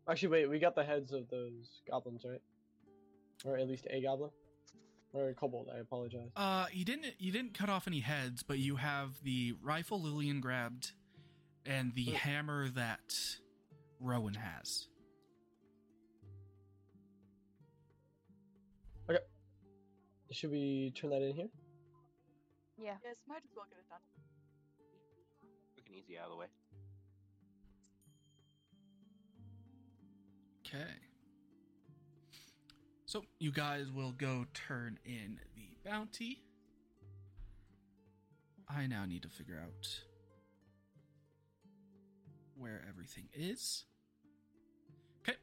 Speaker 4: Actually, wait. We got the heads of those goblins, right? Or at least a goblin, or a kobold. I apologize.
Speaker 1: Uh, you didn't you didn't cut off any heads, but you have the rifle Lillian grabbed, and the hammer that Rowan has.
Speaker 4: Should we turn that in here?
Speaker 8: Yeah.
Speaker 3: Yes, might as well get it done.
Speaker 5: We can easy out of the way.
Speaker 1: Okay. So you guys will go turn in the bounty. I now need to figure out where everything is. Okay.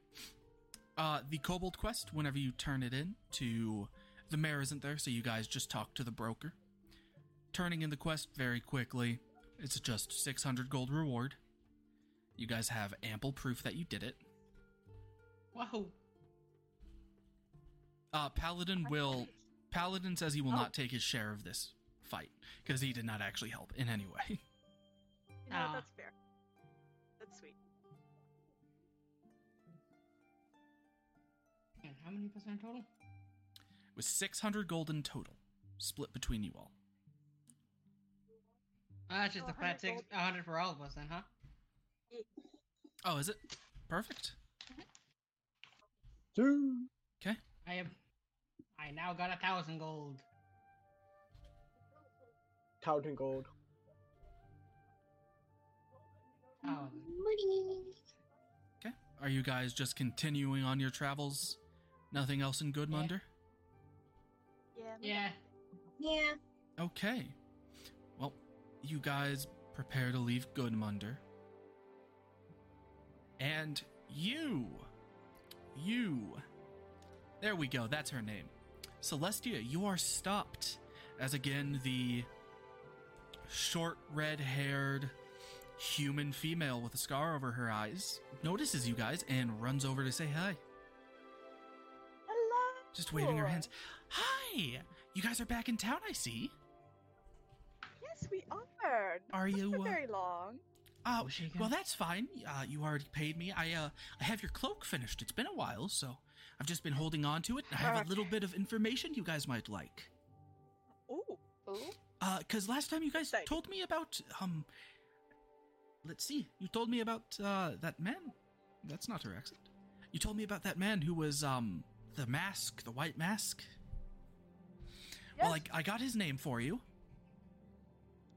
Speaker 1: Uh, the Kobold quest, whenever you turn it in to the mayor isn't there, so you guys just talk to the broker. Turning in the quest very quickly. It's just 600 gold reward. You guys have ample proof that you did it.
Speaker 2: Whoa.
Speaker 1: Uh, Paladin will. Paladin says he will not take his share of this fight because he did not actually help in any way.
Speaker 3: You know,
Speaker 2: Ah.
Speaker 3: that's fair. That's sweet.
Speaker 2: And how many was there in total?
Speaker 1: It was 600 gold in total, split between you all.
Speaker 2: Oh, that's just
Speaker 3: Oh,
Speaker 2: a fat
Speaker 3: 100
Speaker 2: six,
Speaker 3: gold.
Speaker 2: 100 for all of us then, huh?
Speaker 1: Oh, is it? Perfect. Okay.
Speaker 2: I am. I now got a thousand gold.
Speaker 4: Counting gold.
Speaker 2: Oh,
Speaker 1: Okay. Are you guys just continuing on your travels? Nothing else in Goodmunder?
Speaker 3: Yeah.
Speaker 2: yeah.
Speaker 6: Yeah.
Speaker 1: Okay. Well, you guys prepare to leave Goodmunder. And you. You. There we go. That's her name. Celestia, you are stopped. As again, the short red haired human female with a scar over her eyes notices you guys and runs over to say hi.
Speaker 3: Hello.
Speaker 1: Just waving her hands. Hi! You guys are back in town, I see.
Speaker 3: Yes, we are.
Speaker 1: Are
Speaker 3: Not
Speaker 1: you,
Speaker 3: for
Speaker 1: uh,
Speaker 3: very long?
Speaker 1: Uh,
Speaker 2: Was she again?
Speaker 1: well, that's fine. Uh, you already paid me. I uh, I have your cloak finished. It's been a while, so I've just been holding on to it. I have a little bit of information you guys might like.
Speaker 3: Ooh.
Speaker 8: Ooh.
Speaker 1: Uh, cause last time you guys told me about um, let's see, you told me about uh that man. That's not her accent. You told me about that man who was um the mask, the white mask. Well, I, I got his name for you.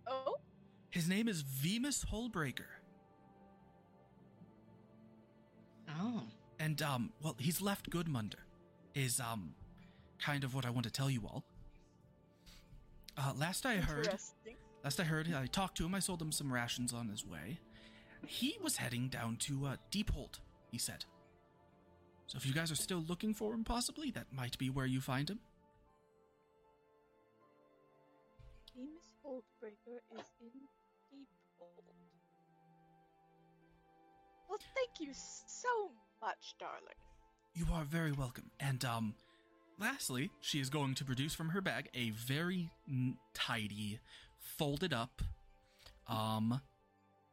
Speaker 3: Oh.
Speaker 1: His name is Vemus Holbreaker.
Speaker 2: Oh.
Speaker 1: And um, well, he's left Goodmunder. Is um, kind of what I want to tell you all. Uh, last I heard,
Speaker 3: Interesting.
Speaker 1: last I heard, I talked to him. I sold him some rations on his way. He was heading down to uh, Deephold. He said. So if you guys are still looking for him, possibly that might be where you find him.
Speaker 3: Seamus Holdbreaker is in Deephold. Well, thank you so much, darling.
Speaker 1: You are very welcome. And um, lastly, she is going to produce from her bag a very n- tidy, folded up, um,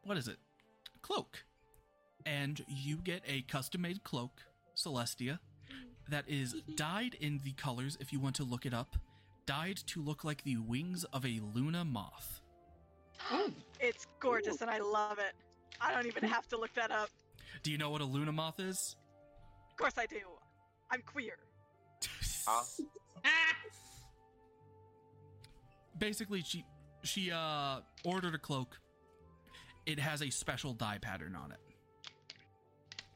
Speaker 1: what is it? Cloak. And you get a custom made cloak, Celestia, that is dyed in the colors, if you want to look it up, dyed to look like the wings of a Luna moth.
Speaker 3: It's gorgeous and I love it. I don't even have to look that up.
Speaker 1: Do you know what a Luna moth is?
Speaker 3: Of course I do. I'm queer.
Speaker 11: Huh?
Speaker 2: Ah!
Speaker 1: basically she she uh ordered a cloak it has a special dye pattern on it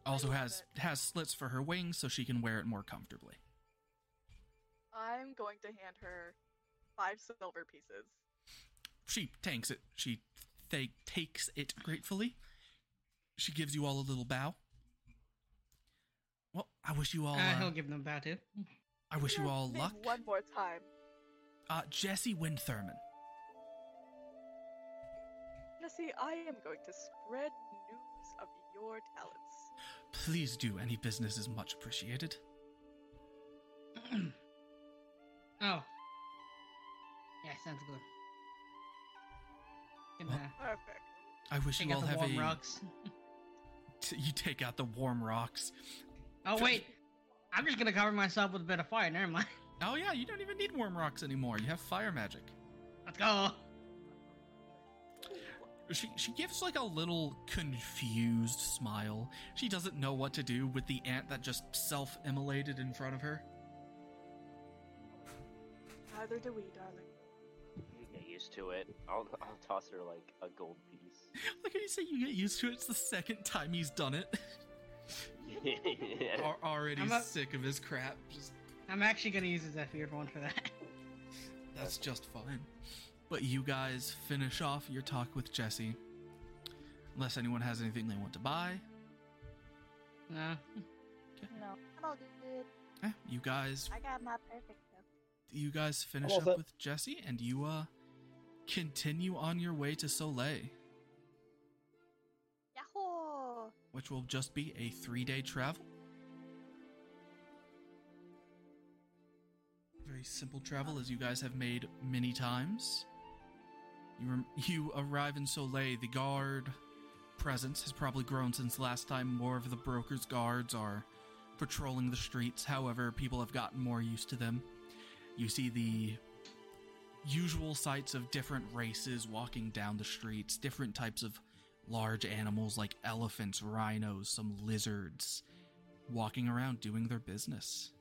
Speaker 1: also has has slits for her wings so she can wear it more comfortably
Speaker 3: I'm going to hand her five silver pieces.
Speaker 1: she tanks it she th- takes it gratefully she gives you all a little bow well i wish you all
Speaker 2: Uh,
Speaker 1: uh,
Speaker 2: he'll give them back too.
Speaker 1: i wish you
Speaker 3: Your
Speaker 1: all
Speaker 3: name
Speaker 1: luck
Speaker 3: One more time.
Speaker 1: uh jesse windthurman
Speaker 3: Nessie, I am going to spread news of your talents.
Speaker 1: please do any business is much appreciated
Speaker 2: Oh. Yeah, sounds good. Good
Speaker 1: Well,
Speaker 2: man.
Speaker 3: Perfect.
Speaker 1: i wish
Speaker 2: Take
Speaker 1: you all
Speaker 2: out the
Speaker 1: have
Speaker 2: warm
Speaker 1: a
Speaker 2: rocks.
Speaker 1: T- you take out the warm rocks
Speaker 2: Oh wait, I'm just gonna cover myself with a bit of fire. Never mind.
Speaker 1: Oh yeah, you don't even need warm rocks anymore. You have fire magic.
Speaker 2: Let's go.
Speaker 1: She she gives like a little confused smile. She doesn't know what to do with the ant that just self-immolated in front of her.
Speaker 3: Neither do we, darling.
Speaker 5: You get used to it. I'll, I'll toss her like a gold piece.
Speaker 1: Look how you say you get used to it. It's the second time he's done it.
Speaker 5: Eh.
Speaker 1: Are already
Speaker 2: I'm a-
Speaker 1: sick of his crap. Just
Speaker 2: I'm actually gonna use a Zephyr one for that.
Speaker 1: that's just fine. But you guys finish off your talk with Jesse. Unless anyone has anything they want to buy.
Speaker 2: No.
Speaker 8: No.
Speaker 7: I'm all good.
Speaker 1: Eh, you guys
Speaker 7: I got my perfect though.
Speaker 1: you guys finish
Speaker 4: Well,
Speaker 1: up
Speaker 4: but-
Speaker 1: with Jesse and you uh continue on your way to Soleil,
Speaker 7: Yahoo!
Speaker 1: which will just be a three day travel. Very simple travel, as you guys have made many times. You rem- you arrive in Soleil. The guard presence has probably grown since last time. More of the broker's guards are patrolling the streets. However, people have gotten more used to them. You see the usual sights of different races walking down the streets, different types of large animals like elephants, rhinos, some lizards walking around doing their business.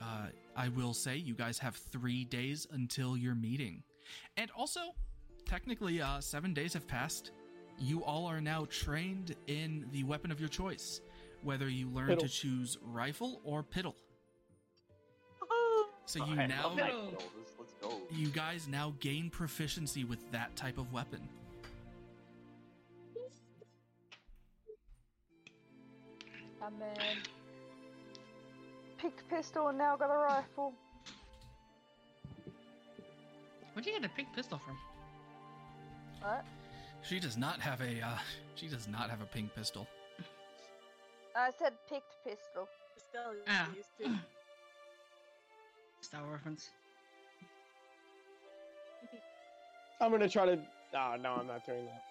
Speaker 1: Uh, I will say you guys have three days until your meeting. And also, technically, uh, seven days have passed. You all are now trained in the weapon of your choice, whether you learn to
Speaker 4: Piddle.
Speaker 1: choose rifle or piddle. So you
Speaker 5: I love
Speaker 1: now
Speaker 5: my goals. Let's go.
Speaker 1: you guys now gain proficiency with that type of weapon.
Speaker 8: I'm in. Picked a pistol and now got a rifle.
Speaker 2: Where'd you get a big pistol from?
Speaker 7: What?
Speaker 1: She does not have a. Uh, she does not have a pink pistol.
Speaker 8: I said picked pistol.
Speaker 3: Pistol is
Speaker 2: Ah.
Speaker 3: used to.
Speaker 2: Star Wars reference.
Speaker 4: I'm gonna try to. Ah, no, I'm not doing that.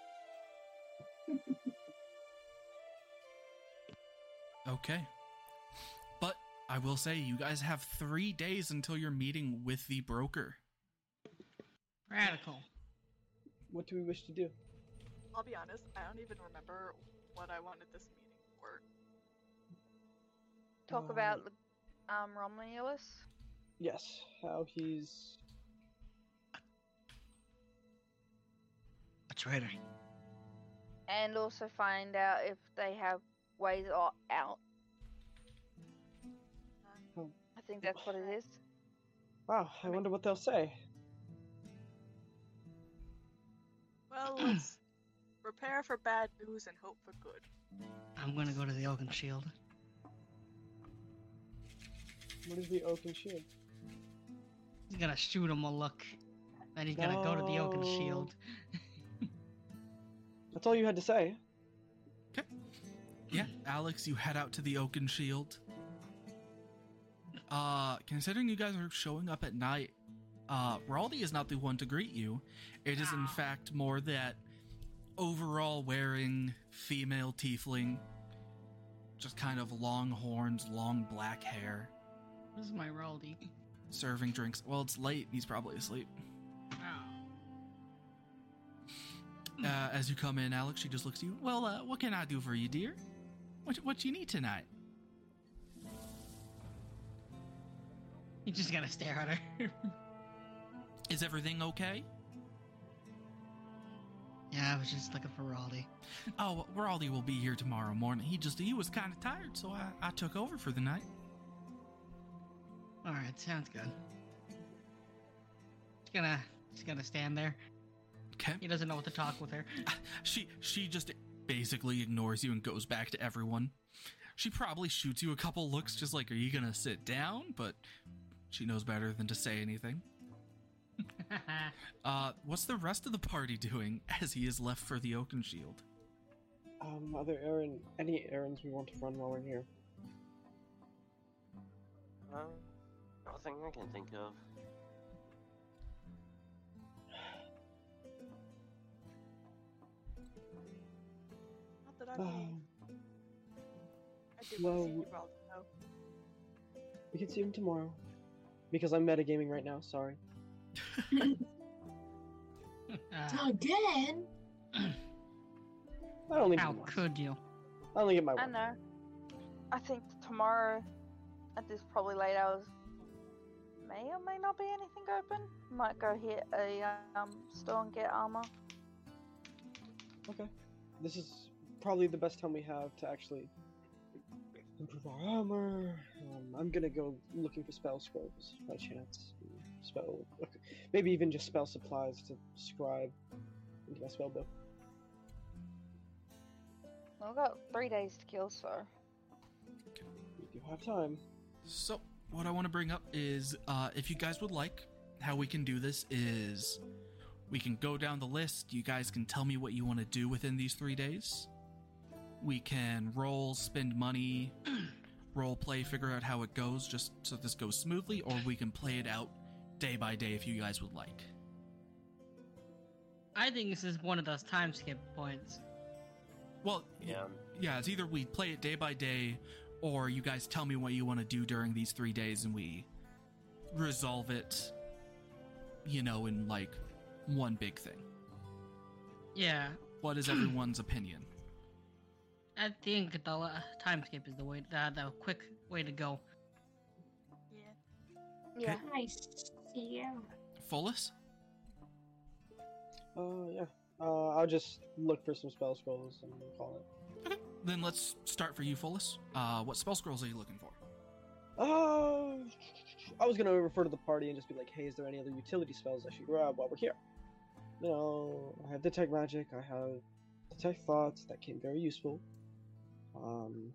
Speaker 1: Okay. But I will say, you guys have three days until your meeting with the broker.
Speaker 2: Radical.
Speaker 4: What do we wish to do?
Speaker 3: I'll be honest, I don't even remember what I wanted this meeting for.
Speaker 8: Talk about um Romulus.
Speaker 4: Yes, how he's
Speaker 2: A traitor.
Speaker 8: and also find out if they have ways o- out.
Speaker 4: Oh.
Speaker 8: I think that's what it is.
Speaker 4: Wow, I wonder what they'll say.
Speaker 3: Well, let's prepare for bad news and hope for good.
Speaker 2: I'm gonna go to the Elgin Shield.
Speaker 4: What is the oaken shield?
Speaker 2: He's gonna shoot him a look. Then he's gonna go to the Elgin Shield.
Speaker 4: That's all you had to say.
Speaker 1: Yeah, Alex, you head out to the Oaken Shield. Uh, considering you guys are showing up at night, uh, Raldi is not the one to greet you. It is, in fact, more that overall wearing female tiefling, just kind of long horns, long black hair,
Speaker 2: This is my Raldi.
Speaker 1: serving drinks. Well, it's late, and he's probably asleep. Uh, as you come in, Alex, she just looks at you. Well, uh, what can I do for you, dear? What, what you need tonight?
Speaker 2: You just gotta stare at her.
Speaker 1: Is everything okay?
Speaker 2: yeah, I was just looking for Raldi.
Speaker 1: Oh, well, Raleigh will be here tomorrow morning. He just he was kind of tired, so I, I took over for the night.
Speaker 2: Alright, sounds good. He's gonna he's gonna stand there.
Speaker 1: Okay.
Speaker 2: He doesn't know what to talk with her.
Speaker 1: She she just basically ignores you and goes back to everyone. She probably shoots you a couple looks, just like, "Are you gonna sit down?" But she knows better than to say anything. Uh, what's the rest of the party doing as he is left for the Oaken Shield?
Speaker 4: Um, are there errand, any errands we want to run while we're here?
Speaker 5: Uh, nothing I can think of.
Speaker 3: Not that I
Speaker 4: Um,
Speaker 3: mean. I do want to
Speaker 4: well,
Speaker 3: see
Speaker 4: w-
Speaker 3: you, Ralph, though.
Speaker 4: we can see him tomorrow. Because I'm metagaming right now, sorry.
Speaker 2: Uh,
Speaker 6: Again?
Speaker 4: I only
Speaker 2: how
Speaker 4: get one.
Speaker 2: could you?
Speaker 4: I only get my
Speaker 8: I
Speaker 4: one.
Speaker 8: know. I think tomorrow at this probably late hours may or may not be anything open. Might go hit a um store and get armor.
Speaker 4: Okay. This is probably the best time we have to actually improve our armor. Um, I'm gonna go looking for spell scrolls by chance. Spell, maybe even just spell supplies to scribe into my spell book.
Speaker 8: I've got three days to kill, so
Speaker 4: If you have time.
Speaker 1: So, what I want to bring up is uh, if you guys would like, how we can do this is we can go down the list. You guys can tell me what you want to do within these three days. We can roll, spend money, role play, figure out how it goes just so this goes smoothly, or we can play it out day by day if you guys would like.
Speaker 2: I think this is one of those time skip points.
Speaker 1: Well,
Speaker 5: Yeah.
Speaker 1: yeah, it's either we play it day by day, or you guys tell me what you want to do during these three days and we resolve it, you know, in like one big thing.
Speaker 2: Yeah,
Speaker 1: What is everyone's opinion?
Speaker 2: I think the la- time skip is the way the, the quick way to go.
Speaker 3: Yeah.
Speaker 8: yeah.
Speaker 6: Nice. Yeah.
Speaker 1: Fullis?
Speaker 4: Uh, yeah. Uh, I'll just look for some spell scrolls and call it.
Speaker 1: Then let's start for you, Fullis. Uh, what spell scrolls are you looking for?
Speaker 4: Uh, I was gonna refer to the party and just be like, "Hey, is there any other utility spells I should grab while we're here?" You know, I have detect magic. I have detect thoughts that came very useful. Um,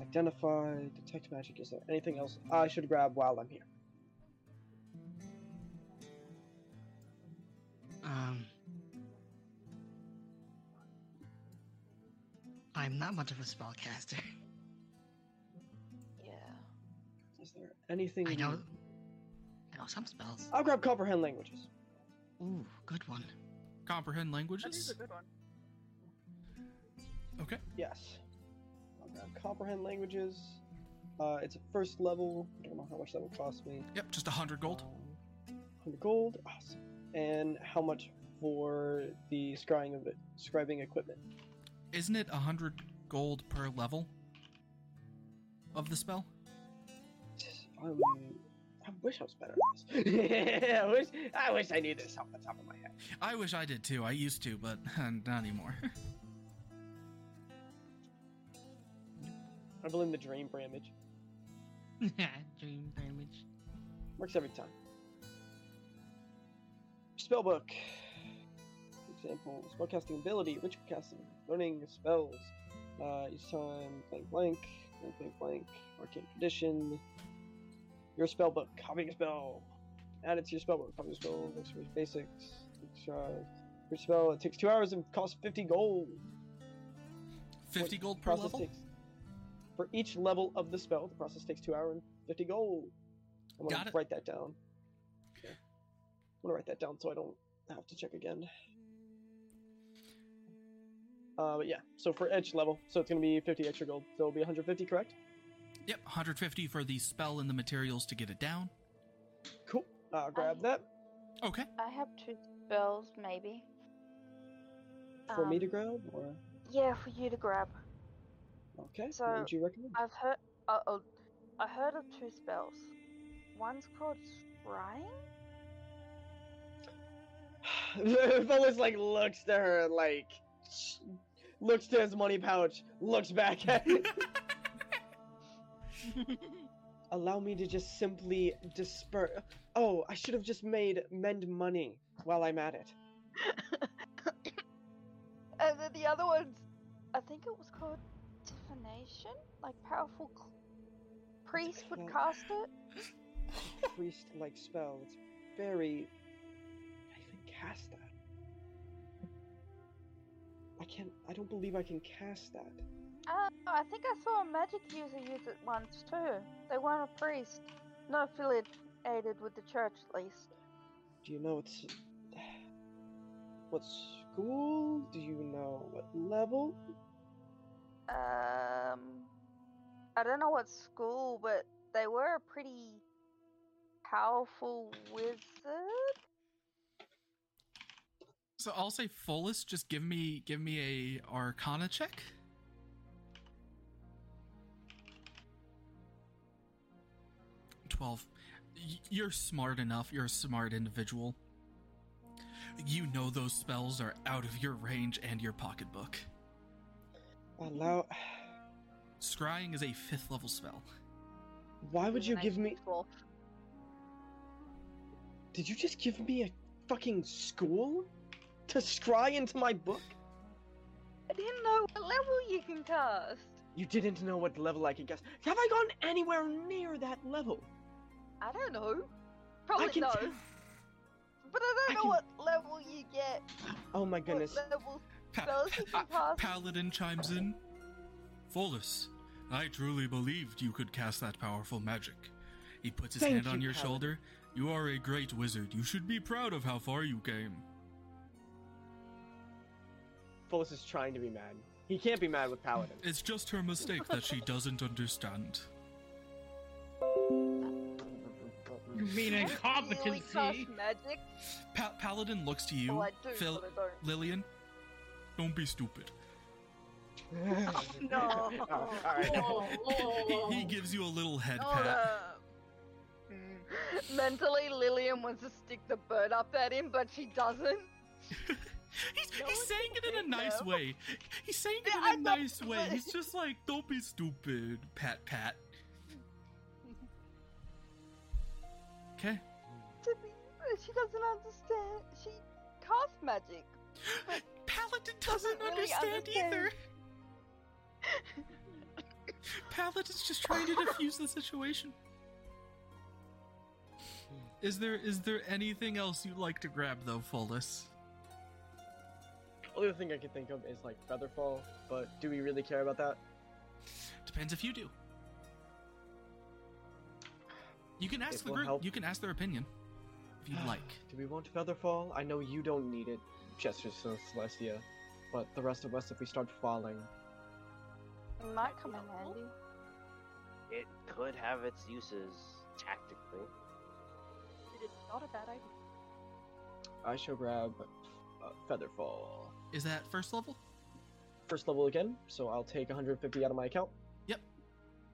Speaker 4: identify, detect magic. Is there anything else I should grab while I'm here?
Speaker 2: Um, I'm not much of a spellcaster.
Speaker 8: Yeah.
Speaker 4: Is there anything?
Speaker 2: I know. I know some spells.
Speaker 4: I'll grab comprehend languages.
Speaker 2: Ooh, good one.
Speaker 1: Comprehend
Speaker 3: That is
Speaker 1: languages?
Speaker 3: a good one.
Speaker 1: Okay.
Speaker 4: Yes. I'll grab comprehend languages. Uh, it's at first level. I don't know how much that will cost me.
Speaker 1: Yep, just 100 gold.
Speaker 4: 100 gold. Awesome. And how much for the scrying of it, scribing equipment?
Speaker 1: Isn't it 100 gold per level of the spell?
Speaker 4: Um, I wish I was better at this. I wish I wish I knew this off the top of my head.
Speaker 1: I wish I did too. I used to, but not anymore.
Speaker 4: I blame the drain bramage.
Speaker 2: Dream damage.
Speaker 4: Works every time. Spellbook. Example, spellcasting ability, ritual casting, learning spells. Uh, each time, blank, blank, blank, blank, blank, arcane tradition. Your spellbook, copying spell. Add it to your spellbook, copying spell, looks for basics. Looks, uh, your spell, it takes two hours and costs 50 gold.
Speaker 1: 50
Speaker 4: What
Speaker 1: gold per
Speaker 4: process
Speaker 1: level?
Speaker 4: takes- for each level of the spell, the process takes two hours and 50 gold. I'm gonna
Speaker 1: Got it.
Speaker 4: write that down. Yeah. I'm gonna write that down so I don't have to check again. Uh, but yeah, so for each level, so it's gonna be 50 extra gold. So it'll be 150, correct?
Speaker 1: Yep, 150 for the spell and the materials to get it down.
Speaker 4: Cool. Uh, grab that
Speaker 1: Okay.
Speaker 8: I have two spells, maybe.
Speaker 4: for me
Speaker 8: Um,
Speaker 4: to grab, or
Speaker 8: Yeah, for you to grab.
Speaker 4: okay.
Speaker 8: so-
Speaker 4: what would you recommend?
Speaker 8: I've heard. Uh, uh, I heard of two spells. One's called scrying.
Speaker 4: Fellas like looks to her like looks to his money pouch, looks back at it. Allow me to just simply disperse. Oh, I should have just made mend money while I'm at it.
Speaker 8: And then the other one's, I think it was called divination. Like powerful cl- priest would
Speaker 4: Divination.
Speaker 8: cast it.
Speaker 4: Priest like spell. It's very. I even cast that. I can't. I don't believe I can cast that.
Speaker 8: Uh, I think I saw a magic user use it once too. They weren't a priest, not affiliated with the church at least.
Speaker 4: Do you know it's what school? Do you know what level?
Speaker 8: Um, I don't know what school, but they were a pretty powerful wizard.
Speaker 1: So I'll say fullest, just give me give me a arcana check. Twelve. Y- You're smart enough, you're a smart individual. You know those spells are out of your range and your pocketbook.
Speaker 4: Allow.
Speaker 1: Scrying is a fifth level spell.
Speaker 4: Why would you give me?
Speaker 8: School.
Speaker 4: Did you just give me a fucking school to scry into my book?
Speaker 8: I didn't know what level you can cast.
Speaker 4: You didn't know what level I could guess. Have I gone anywhere near that level?
Speaker 8: I don't know. Probably
Speaker 4: I can.
Speaker 8: no.
Speaker 4: tell-
Speaker 8: But I
Speaker 4: I
Speaker 8: don't know
Speaker 4: can-
Speaker 8: what level you get.
Speaker 4: Oh my goodness.
Speaker 8: What level
Speaker 1: Pa-
Speaker 8: spells you
Speaker 1: pa-
Speaker 8: can cast.
Speaker 1: Paladin chimes in. Folus, I truly believed you could cast that powerful magic. He puts his
Speaker 4: Thank
Speaker 1: hand on
Speaker 4: you,
Speaker 1: your
Speaker 4: Paladin.
Speaker 1: shoulder. You are a great wizard. You should be proud of how far you came.
Speaker 4: Fullis is trying to be mad. He can't be mad with Paladin.
Speaker 1: It's just her mistake that she doesn't understand.
Speaker 2: You mean
Speaker 8: really cast
Speaker 2: incompetency?
Speaker 8: magic?
Speaker 1: Pa- Paladin looks to you,
Speaker 8: Oh, I do,
Speaker 1: Phil-
Speaker 8: but I don't.
Speaker 1: Lillian. Don't be stupid.
Speaker 3: No.
Speaker 4: Oh, all right.
Speaker 6: Oh, oh,
Speaker 1: he gives you a little head
Speaker 8: Oh,
Speaker 3: Hold
Speaker 1: pat.
Speaker 3: up. Hmm.
Speaker 8: Mentally, Lillian wants to stick the bird up at him, but she doesn't.
Speaker 1: He's,
Speaker 8: No
Speaker 1: he's
Speaker 8: one
Speaker 1: saying it in a
Speaker 8: thinks
Speaker 1: nice
Speaker 8: so.
Speaker 1: way. He's saying it
Speaker 8: Yeah,
Speaker 1: in
Speaker 8: I
Speaker 1: a
Speaker 8: know,
Speaker 1: nice way.
Speaker 8: but-
Speaker 1: He's just like, don't be stupid, pat pat. Okay.
Speaker 8: To be, she doesn't understand. She casts magic.
Speaker 1: Paladin
Speaker 8: Doesn't
Speaker 1: doesn't
Speaker 8: really
Speaker 1: understand either.
Speaker 8: understand.
Speaker 1: Paladin's just trying to diffuse the situation. Is there is there anything else you'd like to grab though, Folus?
Speaker 4: Only thing I could think of is like Featherfall, but do we really care about that?
Speaker 1: Depends if you do. You can ask
Speaker 4: It
Speaker 1: the
Speaker 4: will
Speaker 1: group.
Speaker 4: help.
Speaker 1: You can ask their opinion if you'd like.
Speaker 4: Do we want Featherfall? I know you don't need it, gestures to Celestia, but the rest of us, if we start falling,
Speaker 8: It might come in handy.
Speaker 5: It could have its uses tactically.
Speaker 3: It is not a bad idea.
Speaker 4: I shall grab uh, Featherfall.
Speaker 1: Is that first level?
Speaker 4: First level again, so I'll take 150 out of my account.
Speaker 1: Yep.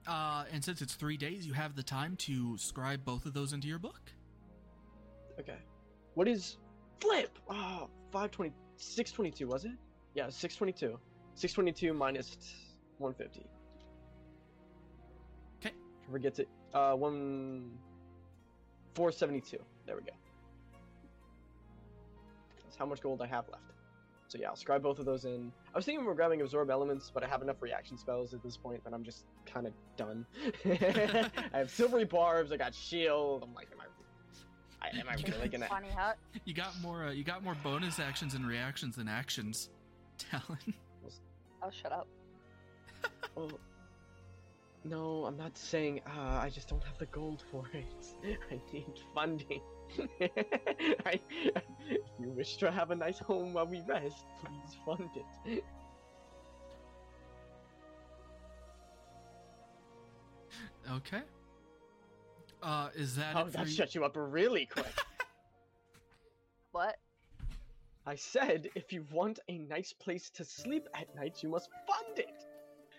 Speaker 1: Uh, and since it's three days, you have the time to scribe both of those into your book.
Speaker 4: Okay. What is flip? Oh, 520, 622 was it? Yeah, 622. 622 minus 150.
Speaker 1: Okay.
Speaker 4: Whoever gets it, uh, one 472. There we go. That's how much gold I have left. So yeah, I'll scribe both of those in. I was thinking we're grabbing absorb elements, but I have enough reaction spells at this point that I'm just kind of done. I have silvery barbs. I got shield. I'm like, am I? I am I really gonna?
Speaker 8: Funny how
Speaker 1: You got more. Uh, you got more bonus actions and reactions than actions, Talon.
Speaker 8: Oh, shut up.
Speaker 4: Well, Oh, no, I'm not saying. Uh, I just don't have the gold for it. I need funding. I, if you wish to have a nice home while we rest, please fund it.
Speaker 1: Okay. Uh, is that
Speaker 4: Oh,
Speaker 1: it
Speaker 4: that
Speaker 1: for
Speaker 4: shut you up really quick.
Speaker 8: What?
Speaker 4: I said, if you want a nice place to sleep at night, you must fund it.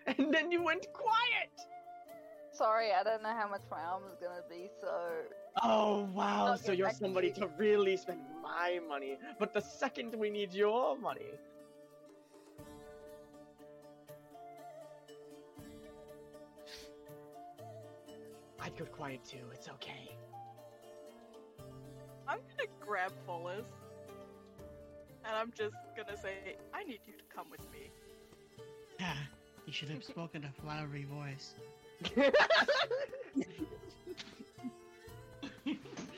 Speaker 4: And then you went quiet.
Speaker 8: Sorry, I don't know how much my arm is gonna be, so.
Speaker 4: Oh wow!
Speaker 8: I'll
Speaker 4: so
Speaker 8: get
Speaker 4: you're
Speaker 8: back to
Speaker 4: somebody
Speaker 8: you.
Speaker 4: to really spend my money, but the second we need your money. I'd go quiet too. It's okay.
Speaker 3: I'm gonna grab Volus, and I'm just gonna say, I need you to come with me.
Speaker 2: Yeah, you should have spoken a flowery voice.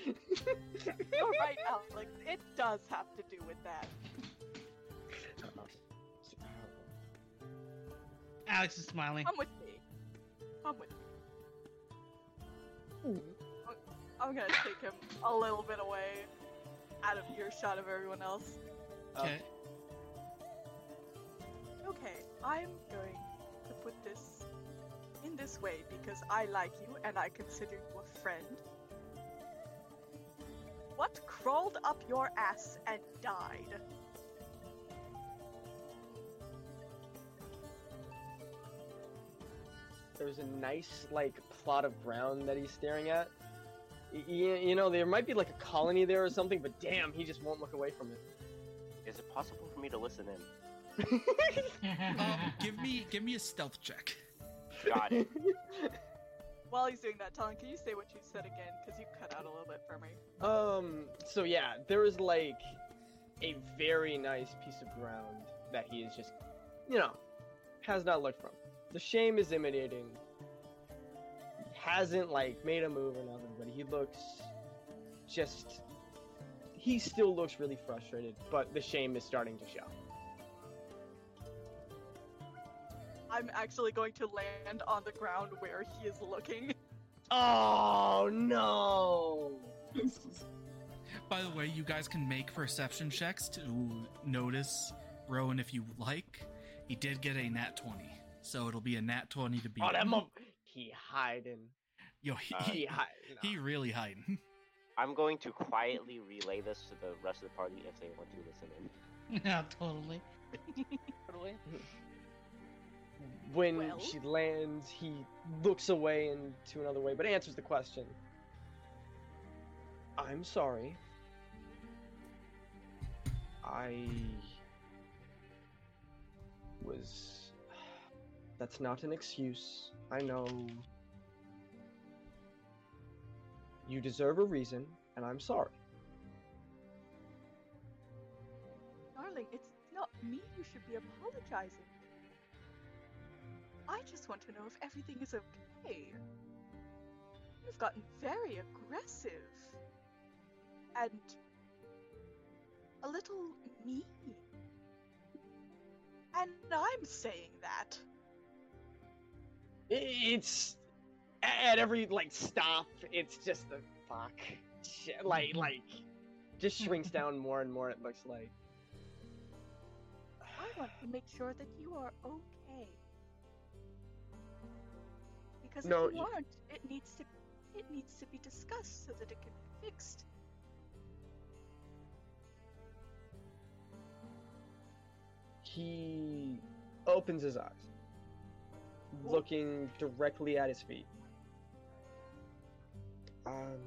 Speaker 3: You're right, Alex. It does have to do with that.
Speaker 2: Alex is smiling.
Speaker 3: Come with me. Come with me. I'm gonna take him a little bit away, out of earshot of everyone else.
Speaker 1: Okay.
Speaker 3: Okay, I'm going to put this in this way because I like you and I consider you a friend. What crawled up your ass and died?
Speaker 4: There's a nice like plot of ground that he's staring at. Y- y- you know, there might be like a colony there or something, but damn, he just won't look away from it.
Speaker 5: Is it possible for me to listen in?
Speaker 1: Um, give me give me a stealth check.
Speaker 5: Got it.
Speaker 3: While he's doing that, Talon, can you say what you said again? Because you cut out a little bit for me.
Speaker 4: Um. So yeah, there is like a very nice piece of ground that he is just, you know, has not looked from. The shame is intimidating. Hasn't like made a move or nothing, but he looks just. He still looks really frustrated, but the shame is starting to show.
Speaker 3: I'm actually going to land on the ground where he is looking.
Speaker 4: Oh no!
Speaker 1: By the way, you guys can make perception checks to notice Rowan if you like. He did get a nat twenty, so it'll be a nat twenty to beat.
Speaker 4: Oh, that
Speaker 1: him.
Speaker 4: mom- He hiding.
Speaker 1: Yo, he,
Speaker 5: Uh,
Speaker 4: He
Speaker 1: he,
Speaker 4: hiding.
Speaker 1: he really hiding.
Speaker 5: I'm going to quietly relay this to the rest of the party if they want to listen in.
Speaker 2: yeah, totally.
Speaker 8: Totally.
Speaker 4: when
Speaker 3: Well?
Speaker 4: she lands, he looks away into another way, but answers the question. I'm sorry. I was. That's not an excuse. I know. You deserve a reason, and I'm sorry.
Speaker 3: Darling, it's not me you should be apologizing. I just want to know if everything is okay. You've gotten very aggressive. And a little mean. And I'm saying that.
Speaker 4: It's at every like stop. It's just the fuck. Shit, Like like, just shrinks down more and more. It looks like.
Speaker 3: I want to make sure that you are okay. Because
Speaker 4: No,
Speaker 3: if you
Speaker 4: you-
Speaker 3: aren't, it needs to it needs to be discussed so that it can be fixed.
Speaker 4: He opens his eyes, looking directly at his feet. Um,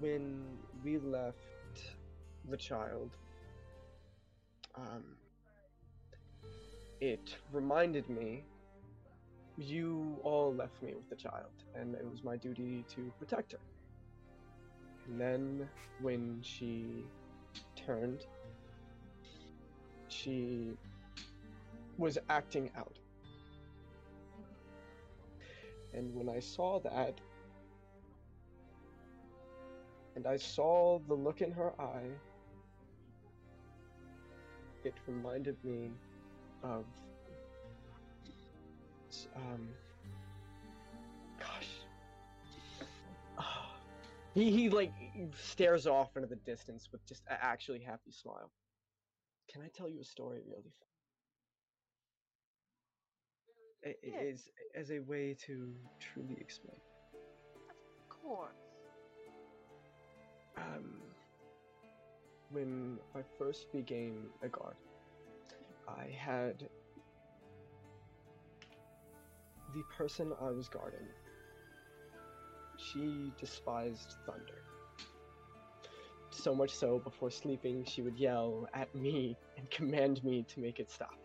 Speaker 4: when we left the child, um, it reminded me you all left me with the child, and it was my duty to protect her. And then when she turned, she was acting out. And when I saw that, and I saw the look in her eye, it reminded me of. s- Um, gosh. He, he like stares off into the distance with just a actually happy smile. Can I tell you a story really fast?
Speaker 3: Yeah.
Speaker 4: Is as a way to truly explain.
Speaker 3: Of course.
Speaker 4: Um, when I first became a guard, I had the person I was guarding. She despised thunder. So much so, before sleeping, she would yell at me and command me to make it stop.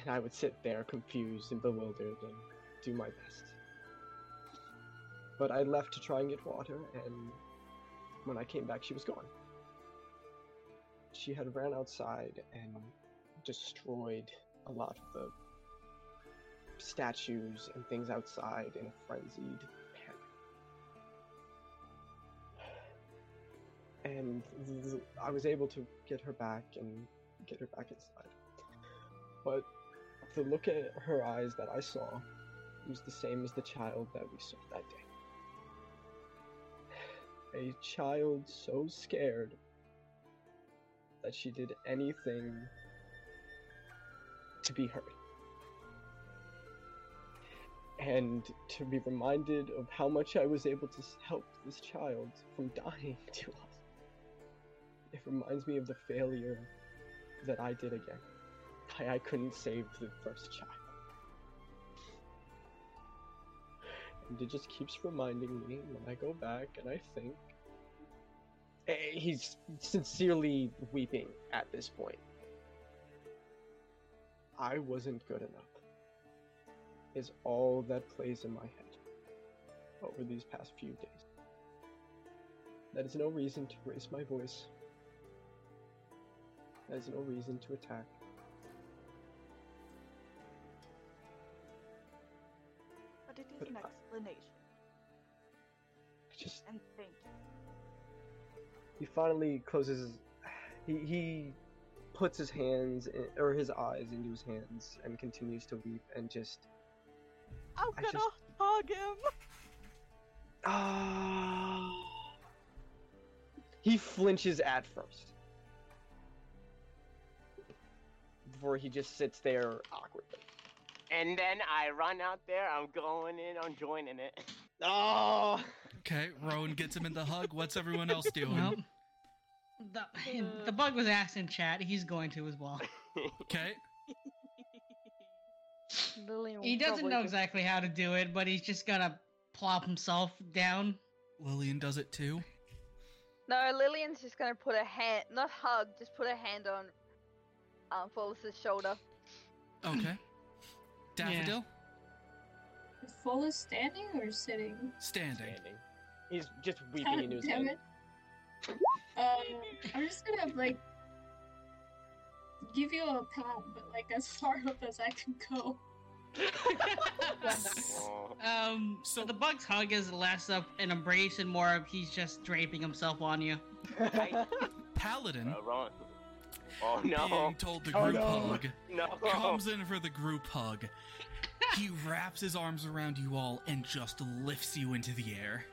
Speaker 4: And I would sit there confused and bewildered and do my best. But I left to try and get water, and when I came back, she was gone. She had ran outside and destroyed a lot of the statues and things outside in a frenzied panic. And th- th- I was able to get her back and get her back inside. But the look at her eyes that I saw was the same as the child that we saw that day a child so scared that she did anything to be heard. And to be reminded of how much I was able to s- help this child from dying to us. It reminds me of the failure that I did again. I, I couldn't save the first child. And it just keeps reminding me when I go back and I think. Eh, He's sincerely weeping at this point. I wasn't good enough, is all that plays in my head over these past few days. That is no reason to raise my voice. That is no reason to attack.
Speaker 3: But it is
Speaker 4: But
Speaker 3: an
Speaker 4: I-
Speaker 3: explanation.
Speaker 4: I just
Speaker 3: And thank you.
Speaker 4: he finally closes his he, he puts his hands in, or his eyes into his hands and continues to weep and just
Speaker 3: I'm
Speaker 4: I
Speaker 3: gonna
Speaker 4: just-
Speaker 3: hug him.
Speaker 4: ah he flinches at first before he just sits there awkwardly
Speaker 5: And then I run out there. I'm going in. I'm joining it.
Speaker 4: oh
Speaker 1: Okay, Rowan gets him in the hug. What's everyone else doing?
Speaker 2: Well, the, the bug was asked in chat. He's going to as well.
Speaker 1: Okay.
Speaker 8: Lillian
Speaker 2: He
Speaker 8: will
Speaker 2: doesn't
Speaker 8: probably
Speaker 2: know
Speaker 8: just-
Speaker 2: exactly how to do it, but he's just gonna plop himself down.
Speaker 1: Lillian does it too.
Speaker 8: No, Lillian's just gonna put a hand, not hug, just put a hand on um, Phyllis's shoulder.
Speaker 1: Okay. Daffodil,
Speaker 6: Is Fola standing or sitting?
Speaker 1: standing.
Speaker 4: standing he's just weeping into his
Speaker 6: Damn
Speaker 4: hand
Speaker 6: it. Um, I'm just gonna like give you a pat, but like as far up as I can go.
Speaker 11: Oh,
Speaker 2: Um, so the bug's hug is less of an embrace and more of he's just draping himself on you.
Speaker 5: I,
Speaker 1: Paladin,
Speaker 5: Uh, wrong. Oh no!
Speaker 1: Hmm? being told the
Speaker 5: Oh,
Speaker 1: group
Speaker 5: no. Oh.
Speaker 1: hug,
Speaker 5: No.
Speaker 1: comes in for the group hug. he wraps his arms around you all and just lifts you into the air.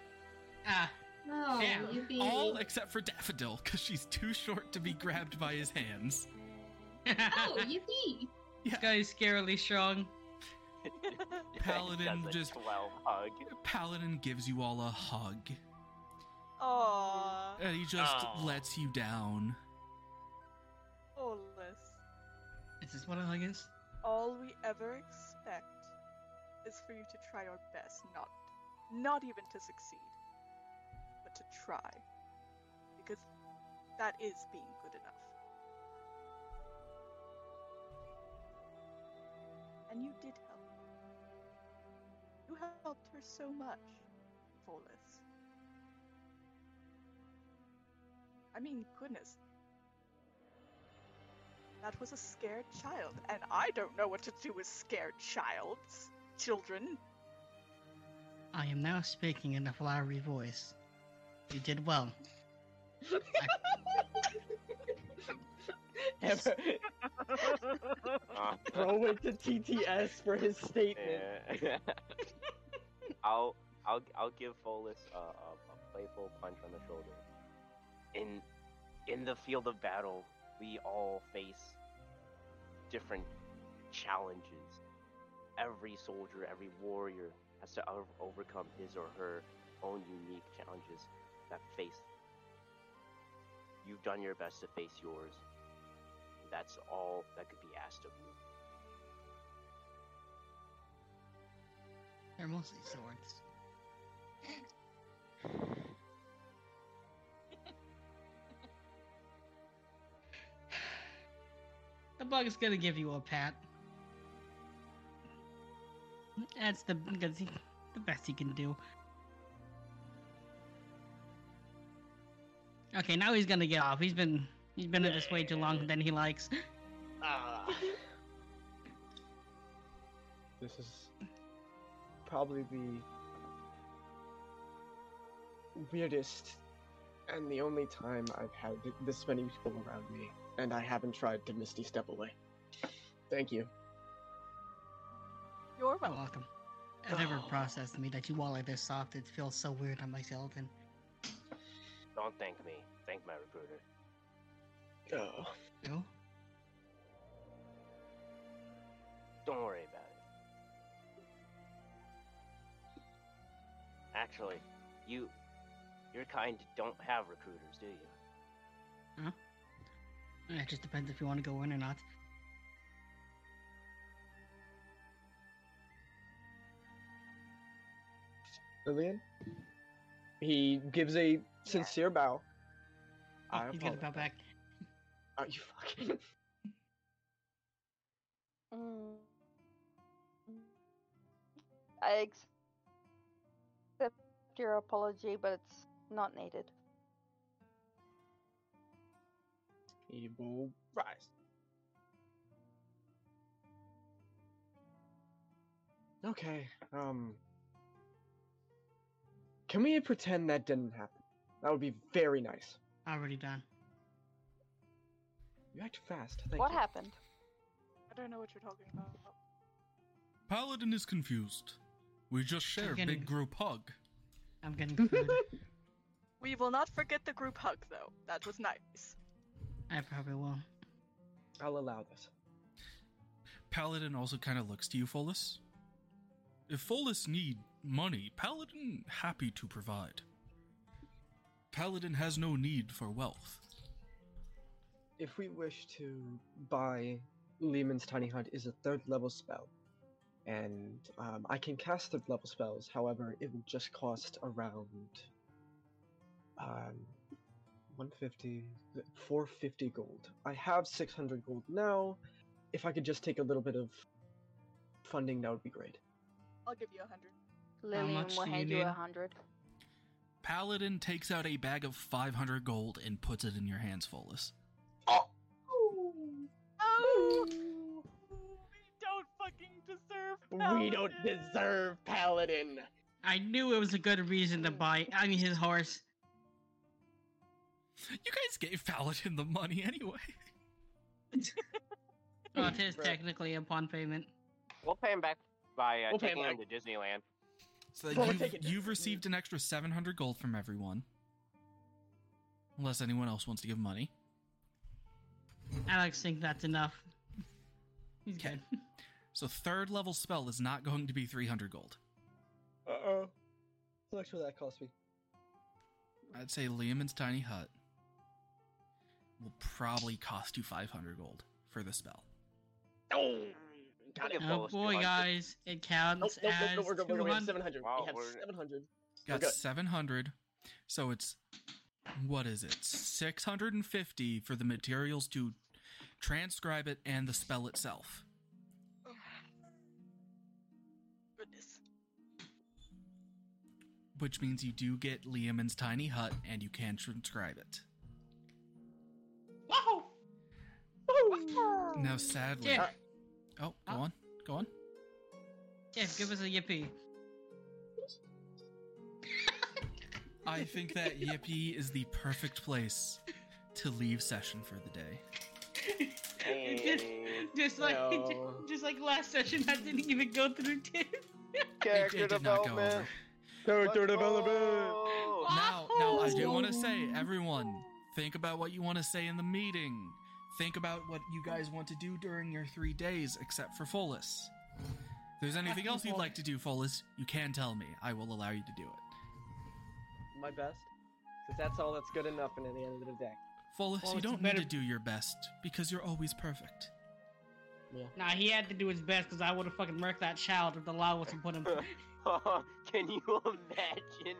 Speaker 2: Ah.
Speaker 6: Oh,
Speaker 2: Damn.
Speaker 6: yippee.
Speaker 1: All except for Daffodil, because she's too short to be grabbed by his hands.
Speaker 6: oh, yippee!
Speaker 2: This guy is scarily strong.
Speaker 1: Paladin
Speaker 5: Does a
Speaker 1: just-
Speaker 5: 12 hug.
Speaker 1: Paladin gives you all a hug,
Speaker 3: Aww.
Speaker 1: and he just
Speaker 5: Aw.
Speaker 1: lets you down.
Speaker 3: Oh, Liz.
Speaker 2: Is this what a hug is?
Speaker 3: All we ever expect is for you to try your best, not not even to succeed, but to try. Because that is being good enough. And you did help. You helped her so much, Folis. I mean, goodness. That was a scared child, and I don't know what to do with scared childs. Children.
Speaker 2: I am now speaking in a flowery voice. You did well.
Speaker 4: Ever.
Speaker 5: Uh,
Speaker 4: Throw it to TTS for his statement.
Speaker 5: yeah. I'll I'll I'll give Folus a, a, a playful punch on the shoulder. In in the field of battle, we all face different challenges. Every soldier, every warrior has to o- overcome his or her own unique challenges that face. You've done your best to face yours. That's all that could be asked of you.
Speaker 2: They're mostly swords. the bug is gonna give you a pat. That's the that's the best he can do. Okay, now he's gonna get off. He's been he's been in this way too long than he likes.
Speaker 9: Ah.
Speaker 4: This is probably the weirdest and the only time I've had th- this many people around me, and I haven't tried to Misty Step away. Thank you.
Speaker 3: You're
Speaker 2: You're
Speaker 3: welcome.
Speaker 2: welcome. It never
Speaker 4: Oh.
Speaker 2: processed to me that you all are this soft. It feels so weird on my skeleton.
Speaker 5: Don't thank me. Thank my recruiter.
Speaker 4: Oh.
Speaker 2: No?
Speaker 5: Don't worry about it. Actually, you your kind don't have recruiters, do you?
Speaker 2: Eh, It just depends if you want to go in or not.
Speaker 4: Lillian? He gives a sincere bow.
Speaker 2: Oh,
Speaker 4: I
Speaker 2: he's gonna bow
Speaker 4: apologize.
Speaker 2: back.
Speaker 4: Oh, you fucking.
Speaker 8: Mm. I accept your apology, but it's not needed.
Speaker 4: He will rise. Okay, um. Can we pretend that didn't happen? That would be very nice.
Speaker 2: Already done.
Speaker 4: You act fast. Thank
Speaker 8: what
Speaker 4: you.
Speaker 8: happened?
Speaker 3: I don't know what you're talking about.
Speaker 1: Paladin is confused. We just share a
Speaker 2: Again.
Speaker 1: big group hug.
Speaker 2: I'm getting food.
Speaker 3: We will not forget the group hug, though. That was nice.
Speaker 2: I probably will.
Speaker 4: I'll allow this.
Speaker 1: Paladin also kind of looks to you, Folus. If Folus need money, Paladin happy to provide. Paladin has no need for wealth.
Speaker 4: If we wish to buy Lehman's Tiny Hunt is a third level spell, and um, I can cast third level spells. However, it will just cost around um, 150, 450 gold. I have 600 gold now. If I could just take a little bit of funding, that would be great.
Speaker 3: I'll give you a hundred.
Speaker 8: Lillian
Speaker 2: much
Speaker 8: will
Speaker 2: do you
Speaker 8: hand you
Speaker 2: need?
Speaker 8: a hundred.
Speaker 1: Paladin takes out a bag of 500 gold and puts it in your hands, Folus.
Speaker 3: Oh! We don't fucking deserve
Speaker 9: We don't
Speaker 3: Paladin.
Speaker 9: deserve Paladin.
Speaker 2: I knew it was a good reason to buy. I mean, his horse.
Speaker 1: You guys gave Paladin the money anyway.
Speaker 2: Oh, it is
Speaker 11: Right.
Speaker 2: technically upon payment.
Speaker 11: We'll pay him back by uh,
Speaker 2: We'll pay
Speaker 11: taking
Speaker 2: him
Speaker 11: him to Disneyland.
Speaker 1: So that
Speaker 11: Well,
Speaker 1: you've,
Speaker 11: take it.
Speaker 1: you've received an extra 700 gold from everyone. Unless anyone else wants to give money.
Speaker 2: Alex think that's enough. He's
Speaker 1: Okay. So third level spell is not going to be 300 gold.
Speaker 4: Uh oh. How much will that cost me?
Speaker 1: I'd say Liamon's tiny hut will probably cost you 500 gold for the spell.
Speaker 11: Oh, got
Speaker 2: good. Oh boy, guys, it counts
Speaker 4: Nope,
Speaker 2: as
Speaker 4: nope, nope, we're good, we're good. We have
Speaker 2: 200.
Speaker 4: 700.
Speaker 11: Wow,
Speaker 4: we have
Speaker 11: we're-
Speaker 4: 700.
Speaker 1: Got
Speaker 4: good.
Speaker 1: 700. So it's what is it? 650 for the materials to transcribe it and the spell itself.
Speaker 3: Goodness.
Speaker 1: Which means you do get Liamon's tiny hut and you can transcribe it.
Speaker 2: Wow!
Speaker 1: Now, sadly.
Speaker 2: Yeah.
Speaker 1: Oh, go on. Go on.
Speaker 2: Yeah, give us a yippee.
Speaker 1: I think that Yippee is the perfect place to leave session for the day.
Speaker 2: just, just like,
Speaker 1: no.
Speaker 2: just like last session, I didn't even go through tip.
Speaker 1: Character It did not go development. over.
Speaker 9: Character development.
Speaker 1: Now, now I do want to say, everyone, think about what you want to say in the meeting. Think about what you guys want to do during your three days, except for Folus. If there's anything else you'd like to do, Folus, you can tell me. I will allow you to do it.
Speaker 4: My best. Because that's all that's good enough and at the end of the day.
Speaker 1: Folus,
Speaker 4: Well,
Speaker 1: you
Speaker 4: it's
Speaker 1: don't
Speaker 4: better-
Speaker 1: need to do your best because you're always perfect.
Speaker 2: Nah, he had to do his best because I Oh. would have fucking murked that child if the law wasn't put him.
Speaker 11: Can you imagine